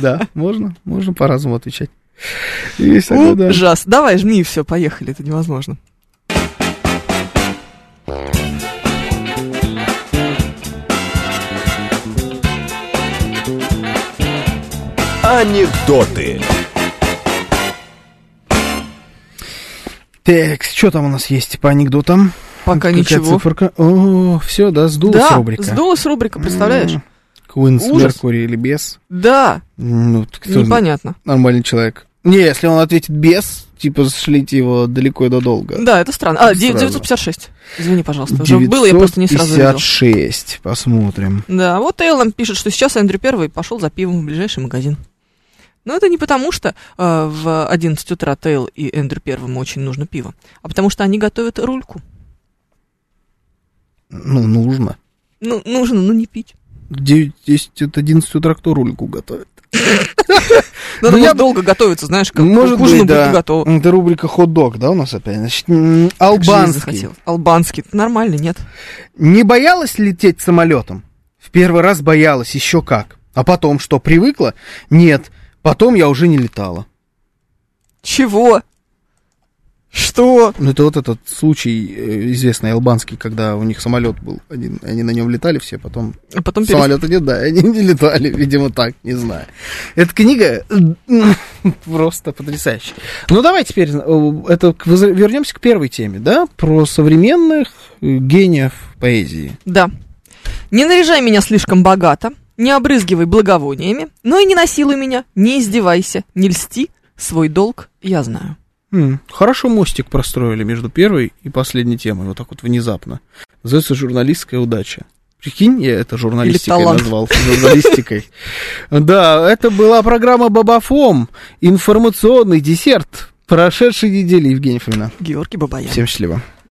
[SPEAKER 1] Да, можно. Можно по-разному отвечать. Есть
[SPEAKER 2] Ну,
[SPEAKER 1] такое, да.
[SPEAKER 2] Ужас. Давай, жми, все, поехали, это невозможно.
[SPEAKER 7] Анекдоты.
[SPEAKER 1] Так, что там у нас есть по анекдотам?
[SPEAKER 2] Пока
[SPEAKER 1] Какая
[SPEAKER 2] ничего.
[SPEAKER 1] циферка? О, все, да, сдулась
[SPEAKER 2] да,
[SPEAKER 1] рубрика.
[SPEAKER 2] сдулась рубрика, представляешь?
[SPEAKER 1] М, Куинс
[SPEAKER 2] Ужас.
[SPEAKER 1] Меркурий или без?
[SPEAKER 2] Да,
[SPEAKER 1] Ну, т- кто знает,
[SPEAKER 2] непонятно.
[SPEAKER 1] нормальный человек. Не, если он ответит без, типа, шлите его далеко и додолго.
[SPEAKER 2] Да, это странно. А,
[SPEAKER 1] Это
[SPEAKER 2] де-
[SPEAKER 1] странно.
[SPEAKER 2] 956. Извини, пожалуйста, уже было, я просто не сразу видел.
[SPEAKER 1] 956, посмотрим.
[SPEAKER 2] Да, вот Эйл нам пишет, что сейчас Эндрю Первый пошел за пивом в ближайший магазин. Но это не потому, что э, в 11 утра Тейл и Эндрю Первому очень нужно пиво, а потому что они готовят рульку.
[SPEAKER 1] Ну, нужно.
[SPEAKER 2] Ну, нужно, ну не пить.
[SPEAKER 1] 9, 10, это 11 утра кто рульку готовит? Ну,
[SPEAKER 2] Надо
[SPEAKER 1] я
[SPEAKER 2] может,
[SPEAKER 1] б-
[SPEAKER 2] долго готовиться, знаешь, как
[SPEAKER 1] Может
[SPEAKER 2] к ужину
[SPEAKER 1] быть, да.
[SPEAKER 2] будет готово.
[SPEAKER 1] Это рубрика «Хот-дог», да, у нас опять? Значит, м,
[SPEAKER 2] Как же я
[SPEAKER 1] албанский.
[SPEAKER 2] захотела. Албанский. Нормально, нет?
[SPEAKER 1] Не боялась лететь самолетом? В первый раз боялась, еще как. А потом что, привыкла? Нет, потом я уже не летала.
[SPEAKER 2] Чего? Что? что?
[SPEAKER 1] Ну, это вот этот случай э, известный албанский, когда у них самолет был один, и они на нем летали все, потом
[SPEAKER 2] А потом перес-
[SPEAKER 1] самолета нет, да, и они не летали, видимо, так, не знаю. Эта книга э, просто потрясающая. Ну, давай теперь э, это, к- воз- вернемся к первой теме, да, про современных э, гениев поэзии.
[SPEAKER 2] Да. Не наряжай меня слишком богато, не обрызгивай благовониями, но и не насилуй меня, не издевайся, не льсти, свой долг я знаю.
[SPEAKER 1] М, Хорошо мостик простроили между первой и последней темой, вот так вот внезапно. Называется «Журналистская удача». Прикинь, я это журналистикой
[SPEAKER 2] талант.
[SPEAKER 1] назвал. Журналистикой. Да, это была программа «Бабафом». Информационный десерт прошедшей недели, Евгений Фомина.
[SPEAKER 2] Георгий Бабаян.
[SPEAKER 1] Всем счастливо.